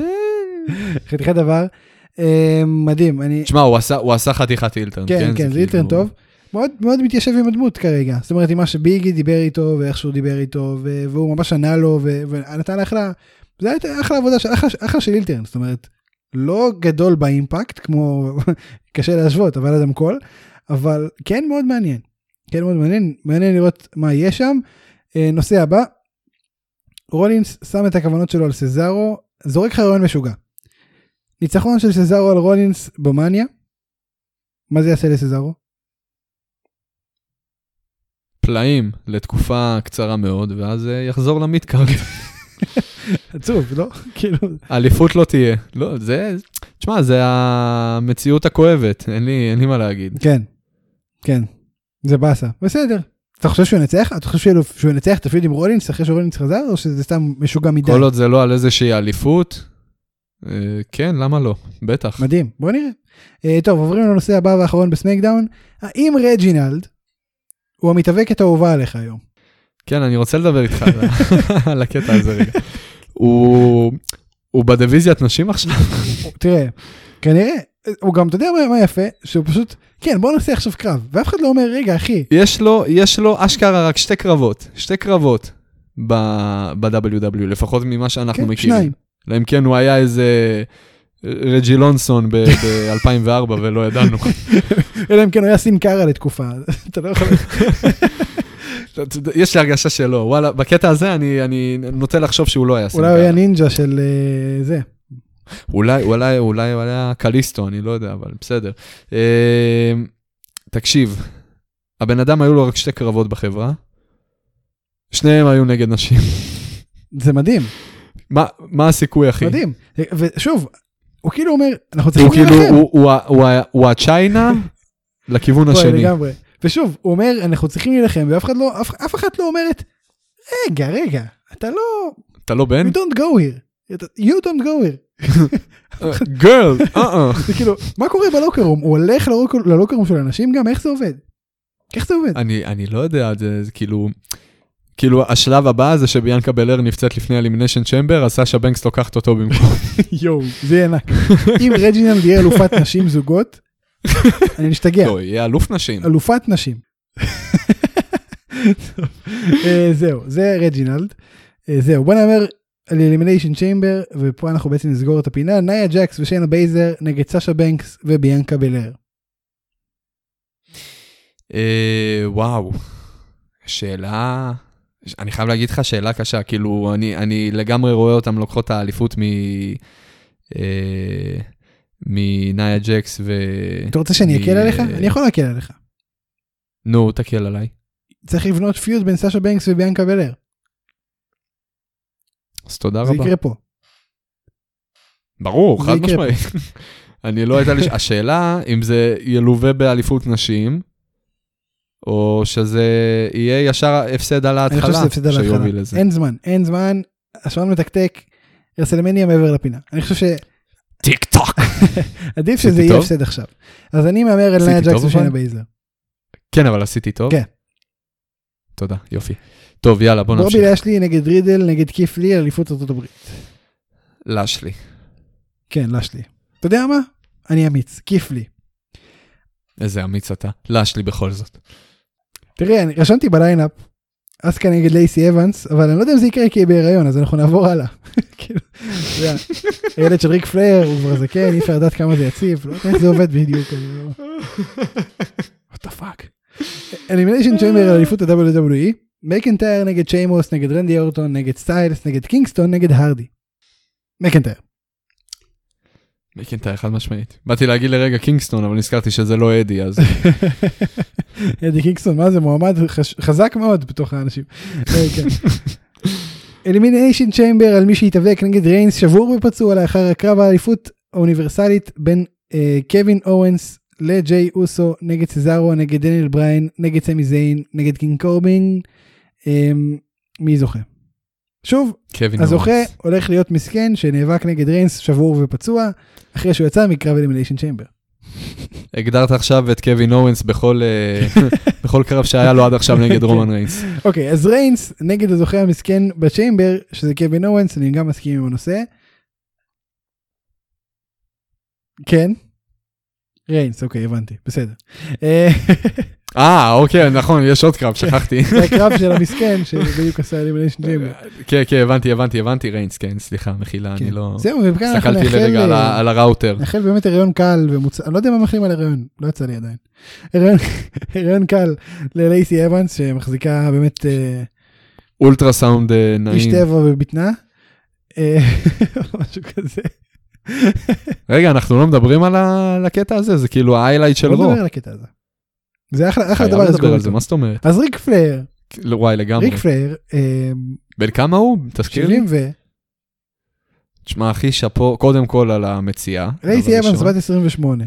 [SPEAKER 1] חתיכת דבר. אה, מדהים, אני...
[SPEAKER 2] תשמע, הוא עשה- הוא עשה חתיכת אילטרן.
[SPEAKER 1] כן, כן, זה אילטרן
[SPEAKER 2] כאילו-
[SPEAKER 1] טוב. מאוד מאוד מתיישב עם הדמות כרגע. זאת אומרת, עם מה שביגי דיבר איתו, ואיך שהוא דיבר איתו, ו- והוא ממש ענה לו, ו- ונתן אחלה... זה הייתה אחלה עבודה, של- אחלה- אחלה של אילטרן, זאת אומרת, לא גדול באימפקט, כמו... קשה להשוות, אבל אדם קול, אבל כן מאוד מעניין. כן מאוד מעניין, מעניין לראות מה יהיה שם. אה, נושא הבא, רולינס שם את הכוונות שלו על סזארו, זורק לך רעיון משוגע. ניצחון של סזארו על רולינס במאניה, מה זה יעשה לסזארו?
[SPEAKER 2] פלאים לתקופה קצרה מאוד, ואז אה, יחזור למיטקארד.
[SPEAKER 1] עצוב, לא? כאילו,
[SPEAKER 2] אליפות לא תהיה. לא, זה... תשמע, זה המציאות הכואבת, אין לי, אין לי מה להגיד.
[SPEAKER 1] כן, כן, זה באסה, בסדר. אתה חושב שהוא ינצח? אתה חושב שהוא- שהוא ינצח את הפיוד עם רולינס אחרי שרולינס חזר, או שזה סתם משוגע מדי?
[SPEAKER 2] כל עוד זה לא על איזושהי אליפות, אה, כן, למה לא? בטח.
[SPEAKER 1] מדהים, בוא נראה. אה, טוב, עוברים לנושא הבא והאחרון בסמקדאון. האם רג'ינלד הוא המתאבקת האהובה עליך היום?
[SPEAKER 2] כן, אני רוצה לדבר איתך על ה- על הקטע הזה רגע. הוא... הוא בדיוויזיית נשים עכשיו?
[SPEAKER 1] תראה, כנראה, הוא גם, אתה יודע מה- מה יפה? שהוא פשוט, כן, בוא נעשה עכשיו קרב, ואף אחד לא אומר, רגע, אחי,
[SPEAKER 2] יש לו, יש לו אשכרה רק שתי קרבות, שתי קרבות ב-WW, לפחות ממה שאנחנו
[SPEAKER 1] כן,
[SPEAKER 2] מכירים.
[SPEAKER 1] שניים.
[SPEAKER 2] אלא אם כן הוא היה איזה רג'י לונסון ב-2004 ולא ידענו.
[SPEAKER 1] אלא אם כן הוא היה סין קארה לתקופה, אתה לא יכול...
[SPEAKER 2] יש לי הרגשה שלא, וואלה, בקטע הזה אני, אני נוטה לחשוב שהוא לא היה
[SPEAKER 1] אולי הוא היה
[SPEAKER 2] סינגל.
[SPEAKER 1] נינג'ה של אה, זה.
[SPEAKER 2] אולי, אולי, אולי הוא היה קליסטו, אני לא יודע, אבל בסדר. אה, תקשיב, הבן אדם היו לו רק שתי קרבות בחברה, שניהם היו נגד נשים.
[SPEAKER 1] זה מדהים,
[SPEAKER 2] מה, מה הסיכוי, אחי?
[SPEAKER 1] מדהים. ושוב, הוא כאילו אומר, אנחנו צריכים
[SPEAKER 2] הוא כאילו,
[SPEAKER 1] להילחם.
[SPEAKER 2] הוא- הוא ה- הוא ה- הוא הצ'יינה לכיוון
[SPEAKER 1] וואי,
[SPEAKER 2] השני.
[SPEAKER 1] לגמרי. ושוב, הוא אומר, אנחנו צריכים להילחם, ואף אחד לא, אף, אף אחת לא אומרת, רגע, רגע, אתה לא,
[SPEAKER 2] אתה לא בן?
[SPEAKER 1] you don't go here. אתה- You don't go here.
[SPEAKER 2] אה, גרל, אה-אה.
[SPEAKER 1] זה כאילו, מה קורה בלוקרום? הוא הולך ללוק- ללוקרום של אנשים גם? איך זה עובד? איך זה עובד?
[SPEAKER 2] אני, אני לא יודע, זה, זה כאילו... כאילו, השלב הבא זה שביאנקה בלר נפצעת לפני אלימיניישן צ'מבר, אז סאשה בנקס לוקחת אותו במקום.
[SPEAKER 1] יואו, זה יהיה ענק. אם רג'ינלד יהיה אלופת נשים זוגות, אני משתגע.
[SPEAKER 2] לא, יהיה אלוף נשים.
[SPEAKER 1] כן. אלופת נשים. טוב, אה, זהו, זה רג'ינלד. אה, זהו, בוא נאמר על אלימיניישן צ'יימבר, ופה אנחנו בעצם נסגור את הפינה. נאיה ג'קס ושיינה בייזר נגד סאשה בנקס וביאנקה בלר.
[SPEAKER 2] אה, וואו, שאלה... אני חייב להגיד לך שאלה קשה, כאילו, אני, אני לגמרי רואה אותם לוקחות את האליפות מ... אה, מניה ג'קס ו...
[SPEAKER 1] אתה רוצה שאני אקל
[SPEAKER 2] אה,
[SPEAKER 1] עליך? אני יכול להקל עליך.
[SPEAKER 2] נו, תקל עליי.
[SPEAKER 1] צריך לבנות פיוד בין סאשה בנקס וביאנקה בלר.
[SPEAKER 2] אז תודה
[SPEAKER 1] זה
[SPEAKER 2] רבה.
[SPEAKER 1] יקרה פה.
[SPEAKER 2] ברור,
[SPEAKER 1] זה
[SPEAKER 2] חד
[SPEAKER 1] יקרה.
[SPEAKER 2] משמעית. אני לא הייתה לי... ש- השאלה אם זה ילווה באליפות נשים, או שזה יהיה ישר הפסד על
[SPEAKER 1] אני חושב
[SPEAKER 2] ההתחלה,
[SPEAKER 1] שזה הפסד על ההתחלה.
[SPEAKER 2] שיוביל לזה.
[SPEAKER 1] אין זמן, אין זמן, השעון מתקתק, הרסלמניה מעבר לפינה. אני חושב
[SPEAKER 2] טיק טוק.
[SPEAKER 1] שעדיף
[SPEAKER 2] עשיתי
[SPEAKER 1] שזה יהיה
[SPEAKER 2] טוב?
[SPEAKER 1] הפסד עכשיו. אז אני מהמר על
[SPEAKER 2] עשיתי
[SPEAKER 1] נאיה
[SPEAKER 2] טוב,
[SPEAKER 1] ג'קס
[SPEAKER 2] אבל?
[SPEAKER 1] ושיינה בייזר.
[SPEAKER 2] כן, אבל עשיתי טוב.
[SPEAKER 1] כן.
[SPEAKER 2] תודה, יופי. טוב, יאללה, בוא
[SPEAKER 1] רובי
[SPEAKER 2] נמשיך.
[SPEAKER 1] לאשלי נגד רידל נגד כיף לי על אליפות ארצות הברית.
[SPEAKER 2] לאשלי.
[SPEAKER 1] כן, לשלי. אתה יודע מה? אני אמיץ, כיף לי.
[SPEAKER 2] איזה אמיץ אתה. לאשלי בכל זאת.
[SPEAKER 1] תראה, אני רשמתי בליינאפ, אסקה נגד לייסי אבנס, אבל אני לא יודע אם זה יקרה כי היא בהיריון, אז אנחנו נעבור הלאה. כאילו, אתה יודע, הילד של ריק פלר, הוא כבר זקן, אי אפשר לדעת כמה זה יציב, לא יודע איך זה עובד בדיוק. אני לא- What the fuck? אלימיניישן צ'יימבר על אליפות ה-WWE, מקנטייר נגד שיימוס, נגד רנדי אורטון, נגד סטיילס, נגד קינגסטון, נגד הרדי. מקנטייר.
[SPEAKER 2] מקנטייר חד משמעית. באתי להגיד לרגע קינגסטון, אבל נזכרתי שזה לא אדי, אז
[SPEAKER 1] אדי קינגסון, מה זה מועמד חש- חזק מאוד בתוך האנשים. אוקיי, אלימיניישן צ'יימבר על מי שהתאבק נגד ריינס שבור ופצוע לאחר הקרב האליפות האוניברסלית בין אה, קווין אורנס לג'יי אוסו נגד סזארו נגד דניאל בריין נגד סמי זיין נגד קינג קורבין. אה, מי זוכה? שוב,
[SPEAKER 2] קווין
[SPEAKER 1] הזוכה
[SPEAKER 2] אורנס.
[SPEAKER 1] הולך להיות מסכן שנאבק נגד ריינס שבור ופצוע אחרי שהוא יצא מקרב אלימיניישן צ'יימבר.
[SPEAKER 2] הגדרת עכשיו את קווין אורנס בכל אה, בכל קרב שהיה לו עד עכשיו
[SPEAKER 1] כן.
[SPEAKER 2] נגד רומן ריינס.
[SPEAKER 1] אוקיי, אז ריינס נגד הזוכה המסכן בצ'יימבר, שזה קווין אורנס, אני גם מסכים עם הנושא. כן? ריינס, אוקיי, הבנתי, בסדר. אה,
[SPEAKER 2] אה, אוקיי, נכון, יש עוד קרב, שכחתי.
[SPEAKER 1] זה הקרב של המסכן שבדיוק עשה אלימיניישן ג'יימבר.
[SPEAKER 2] כן, כן, הבנתי, הבנתי, הבנתי, ריינס, כן, סליחה, מחילה, אני לא...
[SPEAKER 1] זהו, וכאן אנחנו
[SPEAKER 2] הסתכלתי
[SPEAKER 1] נאחל...
[SPEAKER 2] לרגע על
[SPEAKER 1] אה,
[SPEAKER 2] ה- על הראוטר.
[SPEAKER 1] נאחל באמת הריון קל ומוצ... אני לא יודע מה מאחלים על הריון, לא יצא לי עדיין. הריון, הריון קל ללייסי אבנס שמחזיקה באמת אה,
[SPEAKER 2] אולטרסאונד אה,
[SPEAKER 1] איש
[SPEAKER 2] נעים.
[SPEAKER 1] טבע ובטנה. אה, משהו כזה.
[SPEAKER 2] רגע, אנחנו לא מדברים על ה- על הקטע הזה? זה כאילו ההיילייט של
[SPEAKER 1] לא
[SPEAKER 2] רו.
[SPEAKER 1] נדבר על הקטע הזה. זה אחלה, אחלה
[SPEAKER 2] חייב
[SPEAKER 1] דבר
[SPEAKER 2] לדבר
[SPEAKER 1] לסגור
[SPEAKER 2] אה, על זה,
[SPEAKER 1] איתו.
[SPEAKER 2] מה זאת אומרת?
[SPEAKER 1] אז ריק פלר,
[SPEAKER 2] לא, וואי, לגמרי.
[SPEAKER 1] ריק פלר, אה,
[SPEAKER 2] בן כמה הוא? תזכיר לי.
[SPEAKER 1] 70 ו...
[SPEAKER 2] תשמע, אחי, שאפו, קודם כל על המציאה. דבר
[SPEAKER 1] לייסי אבנס
[SPEAKER 2] ראשון.
[SPEAKER 1] בת 28.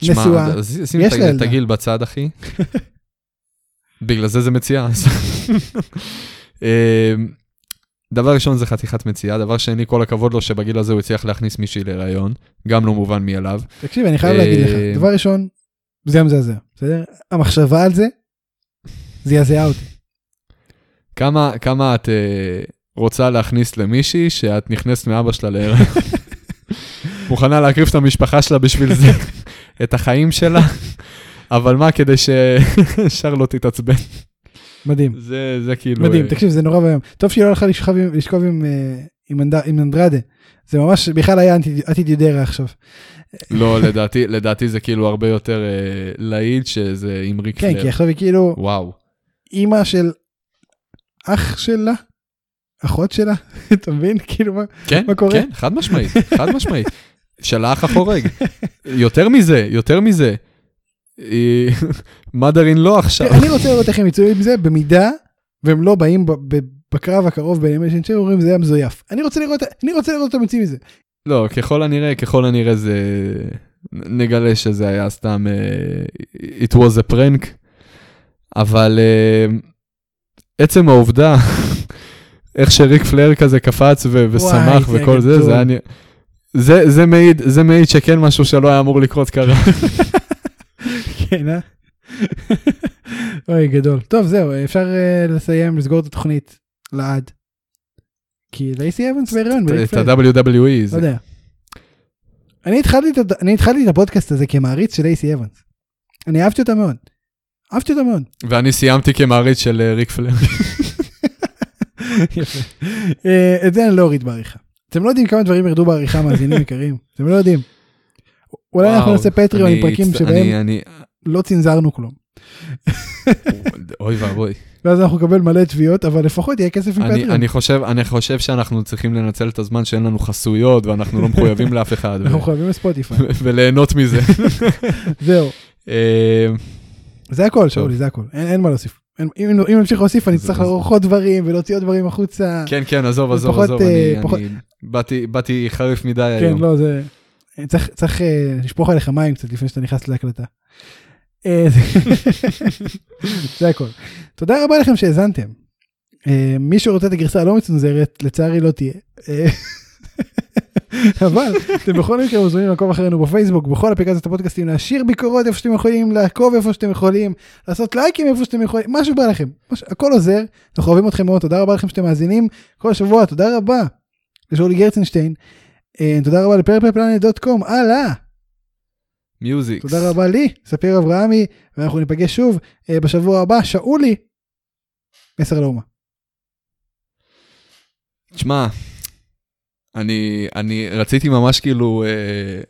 [SPEAKER 2] תשמע,
[SPEAKER 1] נשואה.
[SPEAKER 2] אז שים
[SPEAKER 1] יש
[SPEAKER 2] את
[SPEAKER 1] לה
[SPEAKER 2] ה- את
[SPEAKER 1] ילדה.
[SPEAKER 2] הגיל בצד, אחי. בגלל זה זה מציאה. אז. אמ, דבר ראשון זה חתיכת מציאה, דבר שני, כל הכבוד לו שבגיל הזה הוא הצליח להכניס מישהי להיריון, גם לא מובן מאליו.
[SPEAKER 1] תקשיב, אני חייב להגיד לך,
[SPEAKER 2] אה,
[SPEAKER 1] דבר ראשון, זה היה מזעזע, בסדר? המחשבה על זה, זעזעה אותי.
[SPEAKER 2] כמה, כמה את אה, רוצה להכניס למישהי שאת נכנסת מאבא שלה להיריון? מוכנה להקריב את המשפחה שלה בשביל זה, את החיים שלה, אבל מה, כדי ששרלוט תתעצבן.
[SPEAKER 1] מדהים.
[SPEAKER 2] זה, זה כאילו...
[SPEAKER 1] מדהים,
[SPEAKER 2] אה,
[SPEAKER 1] תקשיב, זה נורא ואיום. טוב שהיא לא הלכה לשכב עם- לשכב עם, אה, עם אנד- עם אנדרדה. זה ממש, בכלל היה אנטי- אנטידידרה עכשיו. כן,
[SPEAKER 2] לא, לדעתי, לדעתי זה כאילו הרבה יותר אה, להיט שזה עם ריק
[SPEAKER 1] כן,
[SPEAKER 2] פלר.
[SPEAKER 1] כי עכשיו היא כאילו
[SPEAKER 2] וואו.
[SPEAKER 1] אימא של אח שלה, אחות שלה, אתה מבין? כאילו מה?
[SPEAKER 2] כן,
[SPEAKER 1] מה קורה?
[SPEAKER 2] כן, חד משמעית, חד משמעית. של האח החורג. יותר מזה, יותר מזה. אה, היא- מדרין לא עכשיו.
[SPEAKER 1] אני רוצה לראות איך הם יצאו עם זה, במידה והם לא באים ב- ב- בקרב הקרוב באנימיישן שהם אומרים זה היה מזויף. אני רוצה לראות, אני רוצה לראות אותם יוצאים מזה.
[SPEAKER 2] לא, ככל הנראה, ככל הנראה זה... נגלה שזה היה סתם... אה, it was a prank. אבל אה, עצם העובדה, איך שריק פלר כזה קפץ ו- ושמח
[SPEAKER 1] זה
[SPEAKER 2] וכל זה,
[SPEAKER 1] גדול.
[SPEAKER 2] זה היה נראה... זה, זה, מעיד, זה מעיד שכן משהו שלא היה אמור לקרות קרה.
[SPEAKER 1] כן, אה? אוי, גדול. טוב, זהו, אפשר אה, לסיים, לסגור את התוכנית לעד. כי לייסי אבנס בהיריון, בריק
[SPEAKER 2] את E.
[SPEAKER 1] פלר,
[SPEAKER 2] ה-WWE.
[SPEAKER 1] לא
[SPEAKER 2] זה-
[SPEAKER 1] יודע. אני התחלתי את הד- אני התחלתי את הפודקאסט הזה כמעריץ של לייסי אבנס. אני אהבתי אותה מאוד. אהבתי אותה מאוד.
[SPEAKER 2] ואני סיימתי כמעריץ של אה, ריק פלר.
[SPEAKER 1] יפה. אה, את זה אני לא אוריד בעריכה. אתם לא יודעים כמה דברים ירדו בעריכה, מאזינים יקרים. אתם לא יודעים. אולי אנחנו
[SPEAKER 2] וואו,
[SPEAKER 1] נעשה פטריון עם
[SPEAKER 2] אני
[SPEAKER 1] פרקים
[SPEAKER 2] הצט-
[SPEAKER 1] שבהם
[SPEAKER 2] אני, אני,
[SPEAKER 1] לא צנזרנו כלום.
[SPEAKER 2] אוי ואבוי.
[SPEAKER 1] ואז אנחנו נקבל מלא תביעות, אבל לפחות יהיה כסף
[SPEAKER 2] אני,
[SPEAKER 1] מפטריון.
[SPEAKER 2] אני, חושב, אני חושב שאנחנו צריכים לנצל את הזמן שאין לנו חסויות ואנחנו לא מחויבים לאף אחד ו-
[SPEAKER 1] אנחנו חייבים לספוטיפיי.
[SPEAKER 2] וליהנות מזה.
[SPEAKER 1] זהו.
[SPEAKER 2] אה,
[SPEAKER 1] זה הכל,
[SPEAKER 2] טוב.
[SPEAKER 1] שאולי, זה הכל. אין אין מה להוסיף. אין- אם אם נמשיך להוסיף, אני
[SPEAKER 2] אז-
[SPEAKER 1] אצטרך
[SPEAKER 2] אז-
[SPEAKER 1] לערוך עוד דברים ולהוציא עוד דברים החוצה.
[SPEAKER 2] כן, כן, עזוב, עזוב,
[SPEAKER 1] פחות,
[SPEAKER 2] עזוב,
[SPEAKER 1] אה,
[SPEAKER 2] אני,
[SPEAKER 1] פחות-
[SPEAKER 2] אני באתי, באתי חריף מדי
[SPEAKER 1] כן,
[SPEAKER 2] היום.
[SPEAKER 1] לא, זה... צריך- צריך אה, לשפוך עליך מים קצת לפני שאתה נכנס להקלטה. אה, זה- זה הכל. תודה רבה לכם שהאזנתם. אה, מי שרוצה את הגרסה הלא מצונזרת, לצערי לא תהיה. אה, אבל אתם בכל מקרה מוזמנים לעקוב אחרינו בפייסבוק, בכל אפליקציות הפודקאסטים, להשאיר ביקורות איפה שאתם יכולים, לעקוב איפה שאתם יכולים, לעשות לייקים איפה שאתם יכולים, מה שבא לכם, מה ש- הכל עוזר, אנחנו אוהבים אתכם מאוד, תודה רבה לכם שאתם מאזינים כל השבוע, תודה רבה לשאולי גרצנשטיין, אה, תודה רבה לפרפלפלנט.קום, הלאה,
[SPEAKER 2] מיוזיקס.
[SPEAKER 1] תודה רבה לי, ספיר אברהמי, ואנחנו ניפגש שוב אה, בשבוע הבא, שאולי, מסר לאומה.
[SPEAKER 2] תשמע, אני, אני רציתי ממש כאילו אה,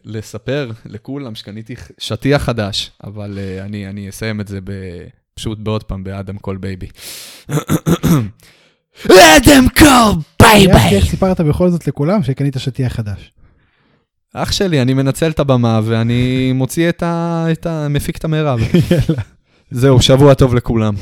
[SPEAKER 2] לספר לכולם שקניתי ח- שטיח חדש, אבל אה, אני, אני אסיים את זה ב, פשוט בעוד פעם באדם קול בייבי. אדם קול
[SPEAKER 1] היה
[SPEAKER 2] ביי
[SPEAKER 1] כיף, סיפרת בכל זאת לכולם שקנית שטיח חדש.
[SPEAKER 2] אח שלי, אני מנצל את הבמה ואני מוציא את ה... את ה מפיק את המרב.
[SPEAKER 1] יאללה.
[SPEAKER 2] זהו, שבוע טוב לכולם.